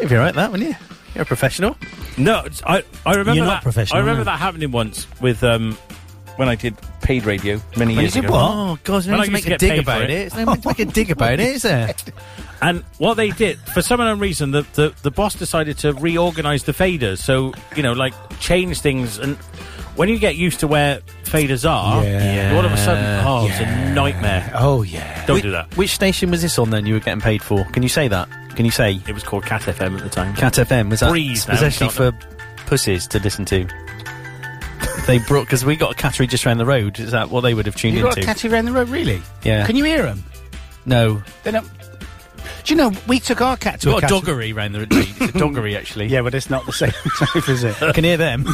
[SPEAKER 5] You'd be alright that, wouldn't you? You're a professional.
[SPEAKER 6] No, it's- I, I remember
[SPEAKER 4] You're
[SPEAKER 6] that.
[SPEAKER 4] not professional,
[SPEAKER 6] I remember
[SPEAKER 4] no.
[SPEAKER 6] that happening once with um, when I did paid radio
[SPEAKER 4] When
[SPEAKER 6] many
[SPEAKER 4] you
[SPEAKER 6] years
[SPEAKER 4] did
[SPEAKER 6] ago.
[SPEAKER 4] what?
[SPEAKER 5] Oh, God, there's no
[SPEAKER 6] Well, I
[SPEAKER 5] need to
[SPEAKER 6] used
[SPEAKER 5] make
[SPEAKER 6] to
[SPEAKER 5] a
[SPEAKER 6] get
[SPEAKER 5] dig
[SPEAKER 6] paid for
[SPEAKER 5] about it.
[SPEAKER 6] it.
[SPEAKER 5] There's no need to make a dig about it, is there?
[SPEAKER 6] And what they did, for some unknown reason, the, the, the boss decided to reorganize the faders. So, you know, like change things. And when you get used to where faders are,
[SPEAKER 4] Yeah.
[SPEAKER 6] all of a sudden, oh, it's a
[SPEAKER 5] Uh,
[SPEAKER 6] nightmare.
[SPEAKER 4] Oh, yeah.
[SPEAKER 6] Don't
[SPEAKER 5] Whi-
[SPEAKER 6] do that.
[SPEAKER 5] Which station was this on then you were getting paid for? Can you say that? Can you say
[SPEAKER 6] It was called Cat FM at the time.
[SPEAKER 5] Cat FM? Was that
[SPEAKER 6] Breeze now,
[SPEAKER 5] was actually for
[SPEAKER 6] can't
[SPEAKER 5] pussies to listen to? they brought because we got a cattery just round the road. Is that what they would have tuned
[SPEAKER 4] you got
[SPEAKER 5] into?
[SPEAKER 4] a catty around the road, really?
[SPEAKER 5] Yeah.
[SPEAKER 4] Can you hear him?
[SPEAKER 5] no,
[SPEAKER 4] They don't... Do you know, we took our cat to
[SPEAKER 5] we got a
[SPEAKER 4] catty-
[SPEAKER 5] doggery round the road. It's a doggery actually.
[SPEAKER 4] Yeah, but it's not the same type, is it?
[SPEAKER 5] I can hear them.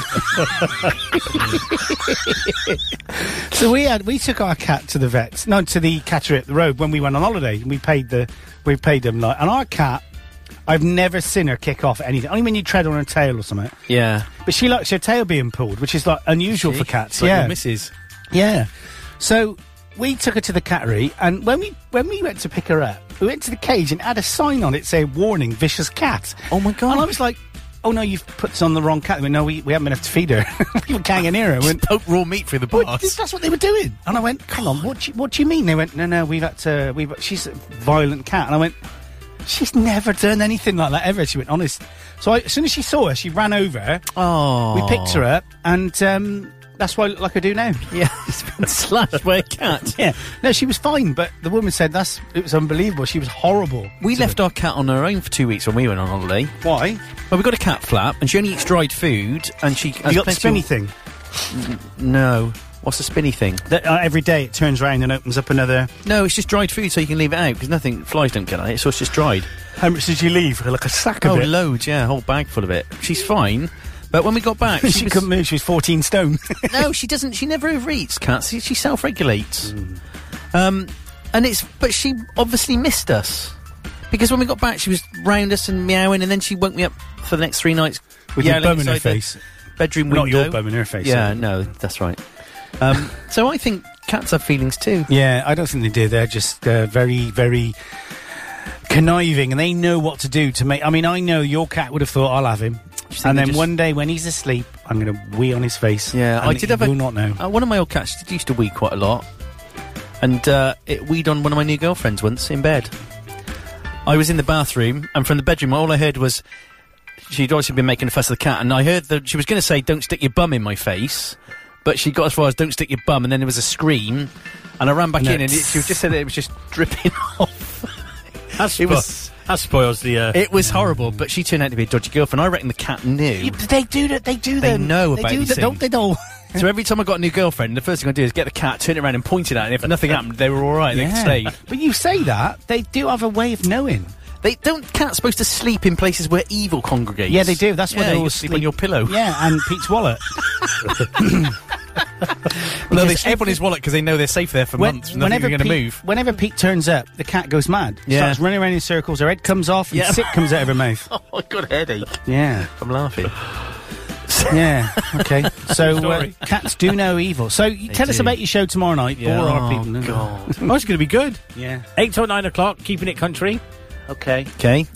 [SPEAKER 4] So we had we took our cat to the vets, no, to the cattery at the road when we went on holiday. and We paid the we paid them like, and our cat, I've never seen her kick off at anything. Only when you tread on her tail or something.
[SPEAKER 5] yeah,
[SPEAKER 4] But she likes her tail being pulled, which is like unusual for cats.
[SPEAKER 5] It's like your
[SPEAKER 4] yeah,
[SPEAKER 5] missus.
[SPEAKER 4] yeah. So we took her to the cattery, and when we when we went to pick her up, we went to the cage and had a sign on it saying "Warning: Vicious Cat."
[SPEAKER 5] Oh, my God.
[SPEAKER 4] And I was like. Oh no! You've put on the wrong cat. I went, no, we, we haven't been enough to feed her. we were hanging near her. I went,
[SPEAKER 5] Poke raw meat through the
[SPEAKER 4] well,
[SPEAKER 5] bars.
[SPEAKER 4] this- that's what they were doing. And I went, "Come on, what do you, what do you mean?" They went, "No, no, we've had to. We've she's a violent cat." And I went, She's never done anything like that ever. She went, honest. So I, as soon as she saw her, she ran over. Oh. We picked her up, and um, that's why I look like I do now.
[SPEAKER 5] Yeah, it's been slashed by a cat.
[SPEAKER 4] yeah. No, she was fine, but the woman said that's it was unbelievable. She was horrible.
[SPEAKER 5] We left our cat on her own for two weeks when we went on holiday.
[SPEAKER 4] Why?
[SPEAKER 5] Well, we got a cat flap, and she only eats dried food, and she. has
[SPEAKER 4] you got the
[SPEAKER 5] plenty
[SPEAKER 4] spinny
[SPEAKER 5] of-
[SPEAKER 4] thing.
[SPEAKER 5] No. What's the spinny thing?
[SPEAKER 4] That, uh, every day it turns round and opens up another.
[SPEAKER 5] No, it's just dried food, so you can leave it out because nothing flies don't get on it, so it's just dried.
[SPEAKER 4] How much did you leave? Like a sack of
[SPEAKER 5] oh,
[SPEAKER 4] it.
[SPEAKER 5] loads, yeah, a whole bag full of it. She's fine, but when we got back,
[SPEAKER 4] she
[SPEAKER 5] she, was-
[SPEAKER 4] couldn't move. She was 14 stone.
[SPEAKER 5] no, she doesn't. She never overeats cats. She, she self-regulates.
[SPEAKER 4] Mm.
[SPEAKER 5] Um, and it's but she obviously missed us because when we got back, she was round us and meowing, and then she woke me up for the next three nights
[SPEAKER 4] With your
[SPEAKER 5] yelling
[SPEAKER 4] bum in her
[SPEAKER 5] inside the
[SPEAKER 4] face.
[SPEAKER 5] Bedroom
[SPEAKER 4] Not
[SPEAKER 5] window.
[SPEAKER 4] your bum in her face,
[SPEAKER 5] Yeah,
[SPEAKER 4] yeah.
[SPEAKER 5] no, that's right. Um, so I think cats have feelings too.
[SPEAKER 4] Yeah, I don't think they do. They're just uh, very, very conniving, and they know what to do to make. I mean, I know your cat would have thought I'll have him,
[SPEAKER 5] think
[SPEAKER 4] and
[SPEAKER 5] they
[SPEAKER 4] then
[SPEAKER 5] just-
[SPEAKER 4] one day when he's asleep, I'm going to wee on his face.
[SPEAKER 5] Yeah,
[SPEAKER 4] and
[SPEAKER 5] I did
[SPEAKER 4] he
[SPEAKER 5] have a,
[SPEAKER 4] Will not know.
[SPEAKER 5] Uh, one of my old cats did used to wee quite a lot, and uh, it weed on one of my new girlfriends once in bed. I was in the bathroom, and from the bedroom, all I heard was she'd obviously been making a fuss of the cat, and I heard that she was going to say, "Don't stick your bum in my face," but she got as far as "Don't stick your bum," and then there was a scream, and I ran back in, and it, she just said that it was just dripping off.
[SPEAKER 6] That,
[SPEAKER 5] It
[SPEAKER 6] spo-
[SPEAKER 5] was-
[SPEAKER 6] that spoils the. Uh,
[SPEAKER 5] It was horrible, but she turned out to be a dodgy girlfriend. I reckon the cat knew.
[SPEAKER 4] They do that. They do.
[SPEAKER 5] They them. know They about do these that, don't
[SPEAKER 4] don't
[SPEAKER 5] they,
[SPEAKER 4] they? Know.
[SPEAKER 5] So every time I got a new girlfriend, the first thing I do is get the cat, turn it around, and point it at. It. And if nothing happened, they were all right. They stayed.
[SPEAKER 4] But you say that they do have a way of knowing.
[SPEAKER 5] They don't. Cats supposed to sleep in places where evil congregates.
[SPEAKER 4] Yeah, they do. That's why
[SPEAKER 5] Yeah,
[SPEAKER 4] they
[SPEAKER 5] you
[SPEAKER 4] all
[SPEAKER 5] sleep on your pillow.
[SPEAKER 4] Yeah, and Pete's wallet.
[SPEAKER 5] no, they
[SPEAKER 4] Because
[SPEAKER 5] sleep on his wallet because they know they're safe there for
[SPEAKER 4] When-
[SPEAKER 5] months. And whenever they're going to
[SPEAKER 4] Pete,
[SPEAKER 5] move.
[SPEAKER 4] whenever Pete turns up, the cat goes mad.
[SPEAKER 5] Yeah.
[SPEAKER 4] starts running around in circles. Her head comes off, and
[SPEAKER 5] Yeah.
[SPEAKER 4] sick comes out of her mouth.
[SPEAKER 5] Oh, I got a headache.
[SPEAKER 4] Yeah.
[SPEAKER 5] I'm laughing.
[SPEAKER 4] Yeah. Okay. So uh,
[SPEAKER 6] Story.
[SPEAKER 4] cats do know evil. So you tell us
[SPEAKER 5] do.
[SPEAKER 4] about your show tomorrow night.
[SPEAKER 5] Yeah.
[SPEAKER 4] Bore our
[SPEAKER 5] Oh,
[SPEAKER 4] people.
[SPEAKER 5] God.
[SPEAKER 6] oh, it's going to be good.
[SPEAKER 4] Yeah.
[SPEAKER 6] Eight till nine o'clock, keeping it country. Okay.
[SPEAKER 5] Okay.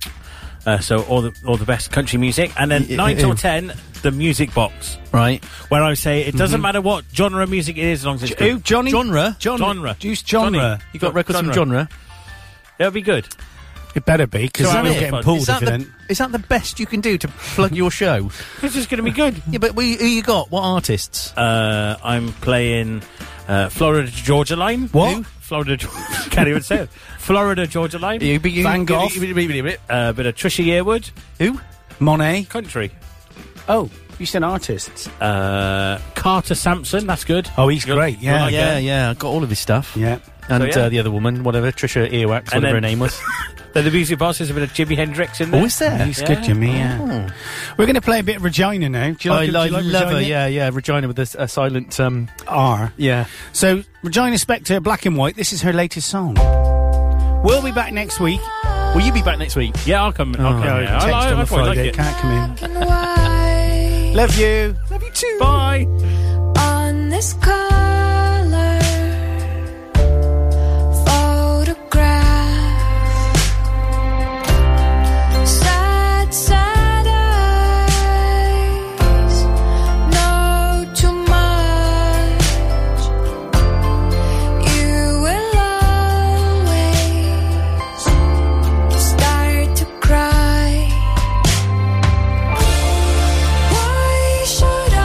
[SPEAKER 6] Uh, so all the all the best country music, and then
[SPEAKER 5] Y-
[SPEAKER 6] nine
[SPEAKER 5] y-
[SPEAKER 6] till
[SPEAKER 5] ew.
[SPEAKER 6] ten, the music box,
[SPEAKER 5] Right.
[SPEAKER 6] where I say it
[SPEAKER 5] Mm-hmm.
[SPEAKER 6] doesn't matter what genre of music it is, as long as it's
[SPEAKER 4] Who?
[SPEAKER 6] good.
[SPEAKER 4] Johnny.
[SPEAKER 5] Genre?
[SPEAKER 4] Genre.
[SPEAKER 6] Genre.
[SPEAKER 4] Use genre.
[SPEAKER 6] Johnny.
[SPEAKER 5] You got records from genre.
[SPEAKER 6] Genre. It'll be good.
[SPEAKER 4] It better be because
[SPEAKER 6] So
[SPEAKER 4] so
[SPEAKER 6] I'm
[SPEAKER 4] we're
[SPEAKER 6] it.
[SPEAKER 4] getting pulled
[SPEAKER 5] is,
[SPEAKER 4] if
[SPEAKER 5] that
[SPEAKER 4] it
[SPEAKER 5] the,
[SPEAKER 4] ain't.
[SPEAKER 5] is that the best you can do to plug your show?
[SPEAKER 6] It's just going to be good.
[SPEAKER 5] yeah, but we, who you got? What artists?
[SPEAKER 6] Uh, I'm playing uh, Florida to Georgia Line.
[SPEAKER 5] What?
[SPEAKER 6] Who? Florida. Ge- Can't even say it. Florida Georgia Line. Uh,
[SPEAKER 5] You- you-
[SPEAKER 4] Van
[SPEAKER 5] you-
[SPEAKER 4] Gogh.
[SPEAKER 5] you- you- you- you-
[SPEAKER 6] A bit of Trisha Yearwood.
[SPEAKER 5] Who?
[SPEAKER 4] Monet.
[SPEAKER 6] Country.
[SPEAKER 4] Oh, you said artists.
[SPEAKER 6] Uh, Carter Sampson. That's good.
[SPEAKER 4] Oh, he's great.
[SPEAKER 6] you're
[SPEAKER 4] Yeah.
[SPEAKER 6] like-
[SPEAKER 5] Yeah, yeah. I got all of his stuff.
[SPEAKER 4] Yeah.
[SPEAKER 5] And
[SPEAKER 6] So, yeah.
[SPEAKER 5] Uh, the other woman, whatever, Trisha Earwax,
[SPEAKER 6] And
[SPEAKER 5] whatever her
[SPEAKER 6] then-
[SPEAKER 5] name was.
[SPEAKER 6] Then the music box is a bit of Jimi Hendrix in there.
[SPEAKER 5] oh, is there?
[SPEAKER 4] He's good, Jimmy. Yeah. Oh. We're going to play a bit of Regina now. Do you like,
[SPEAKER 5] I,
[SPEAKER 4] do you
[SPEAKER 5] like,
[SPEAKER 4] like
[SPEAKER 5] love her.
[SPEAKER 4] Regina?
[SPEAKER 5] Yeah, yeah. Regina with a, s- a silent. Um,
[SPEAKER 4] R.
[SPEAKER 5] yeah.
[SPEAKER 4] So Regina Spektor, Black and White. This is her latest song. We'll be back next week.
[SPEAKER 5] Will you be back next week?
[SPEAKER 6] Yeah, I'll come. I'll come.
[SPEAKER 4] No,
[SPEAKER 6] yeah. I,
[SPEAKER 4] Oh, text
[SPEAKER 6] I,
[SPEAKER 4] on
[SPEAKER 6] I
[SPEAKER 4] a
[SPEAKER 6] quite like
[SPEAKER 4] Friday.
[SPEAKER 6] it.
[SPEAKER 4] Can't come
[SPEAKER 9] Why
[SPEAKER 4] in. Love you. Love you too. Bye.
[SPEAKER 9] on this color photograph? Sad, sad eyes know too much. You will always start to cry. Why should I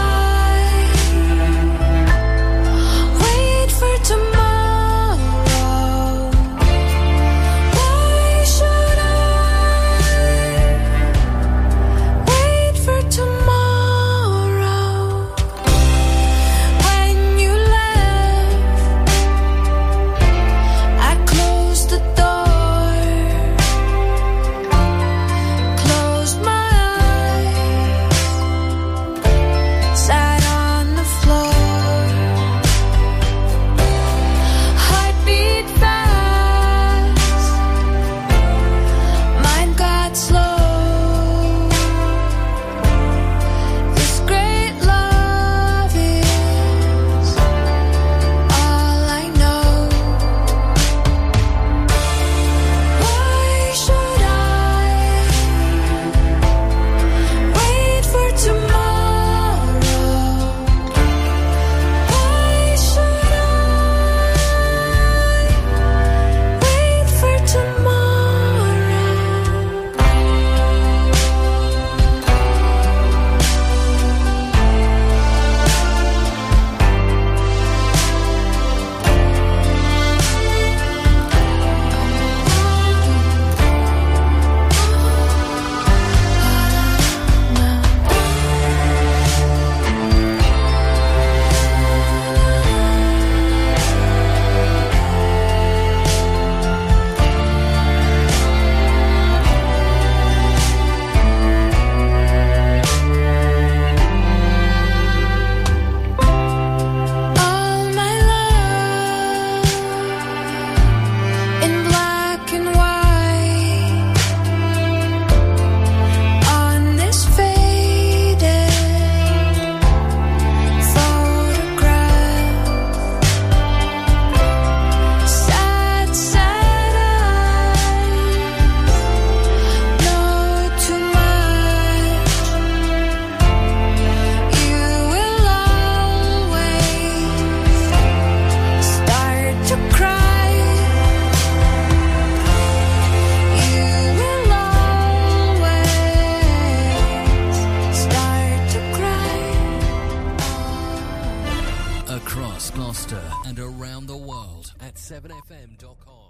[SPEAKER 2] 7fm.com.